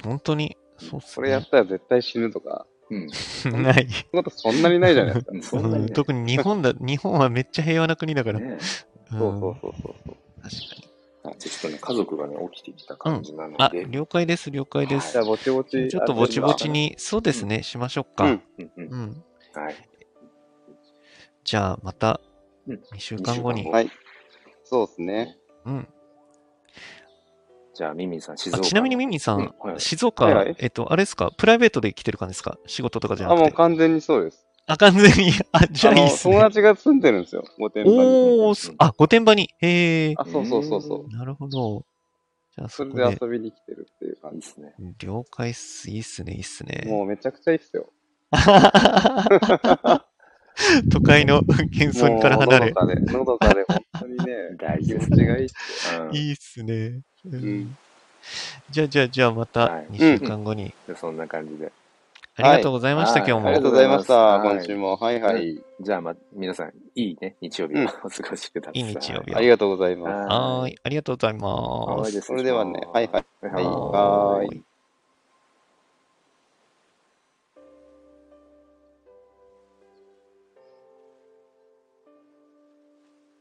S2: 本当に、そうっす
S3: これや
S2: ね
S3: っ。たら絶対死ぬとか、
S1: うん。
S2: ない。
S3: そういうことそんなにないじゃないですか。
S1: うん、そんな
S2: う
S1: に
S2: ん
S1: ね。
S2: 特に日本だ、日本はめっちゃ平和な国だから。
S1: ね
S2: うん
S3: そうそうそうそうそう。
S2: 確かに。
S1: あちょっとね、家族がね、起きてきた感じなの
S2: あ
S1: で、、
S2: 了解です、了解で
S3: じ
S2: す
S3: ゃあ。ぼちぼち。
S2: ちょっとぼちぼちに、そうですね、しましょう
S3: う
S2: か
S3: ん。。
S1: うんう
S2: うん。
S1: んはい。
S2: じゃあまた
S1: うん
S2: 2週間後
S1: 二週間後。
S2: に
S3: はい。そうですね。
S2: うん、
S1: じゃあ、ミミンさん、静
S2: あ
S1: 岡。
S2: ちなみにミミさ
S1: うんん、はい
S2: 静岡、
S3: はいはい
S2: えっと、あれですか、プライベートで来てる感じですか仕事とかじゃ
S3: あ、
S2: なく
S3: もう
S2: て。
S3: 完全にそうです。
S2: あ、完全 に。あ、じゃあ
S3: あ
S2: いいっ
S3: の、
S2: す
S3: 友
S2: ね。
S3: 達が住んでるんですよ、御殿場に。
S2: おー、すあ、御殿場に。へえ。
S3: あ、そうそうそうそう。
S2: なるほど。じゃあ
S3: そ
S2: そ
S3: れ
S2: こ
S3: で
S2: で。
S3: 遊びに来てるっていう
S1: いい
S3: 感
S1: っすね。、
S2: 了解っす。いいっすね、いいっす
S3: じ。
S2: ね。
S3: もうめちゃくちゃいいっすよ。
S2: 都会の 喧騒
S3: もう
S2: にから離れ。
S3: のどかで、のどかで、本当にね
S1: 大事
S3: 気
S1: で
S3: 持
S1: す
S3: ち
S1: ね。
S3: がいいっす
S1: うん
S2: いいっすね。うん
S3: ん
S2: じゃあ、じゃあ、じゃあ、また
S1: はい
S2: 2週間後に。
S1: じゃあそんな感じで。
S2: ありがとうございました、
S1: はい
S2: 今日
S3: よ。
S2: も。
S3: ありがとうございました。
S1: はい
S3: 今週も。はいはい。
S1: じゃあ、ま、皆さん、いいね、日曜日を
S3: うん
S1: お過ごしください。
S2: いい日曜日
S3: ありがとうございます。
S1: は
S2: はーい、ありがとうございます。
S1: はい
S3: それではねはいはい
S1: はい
S3: はい
S2: はーい
S3: はーい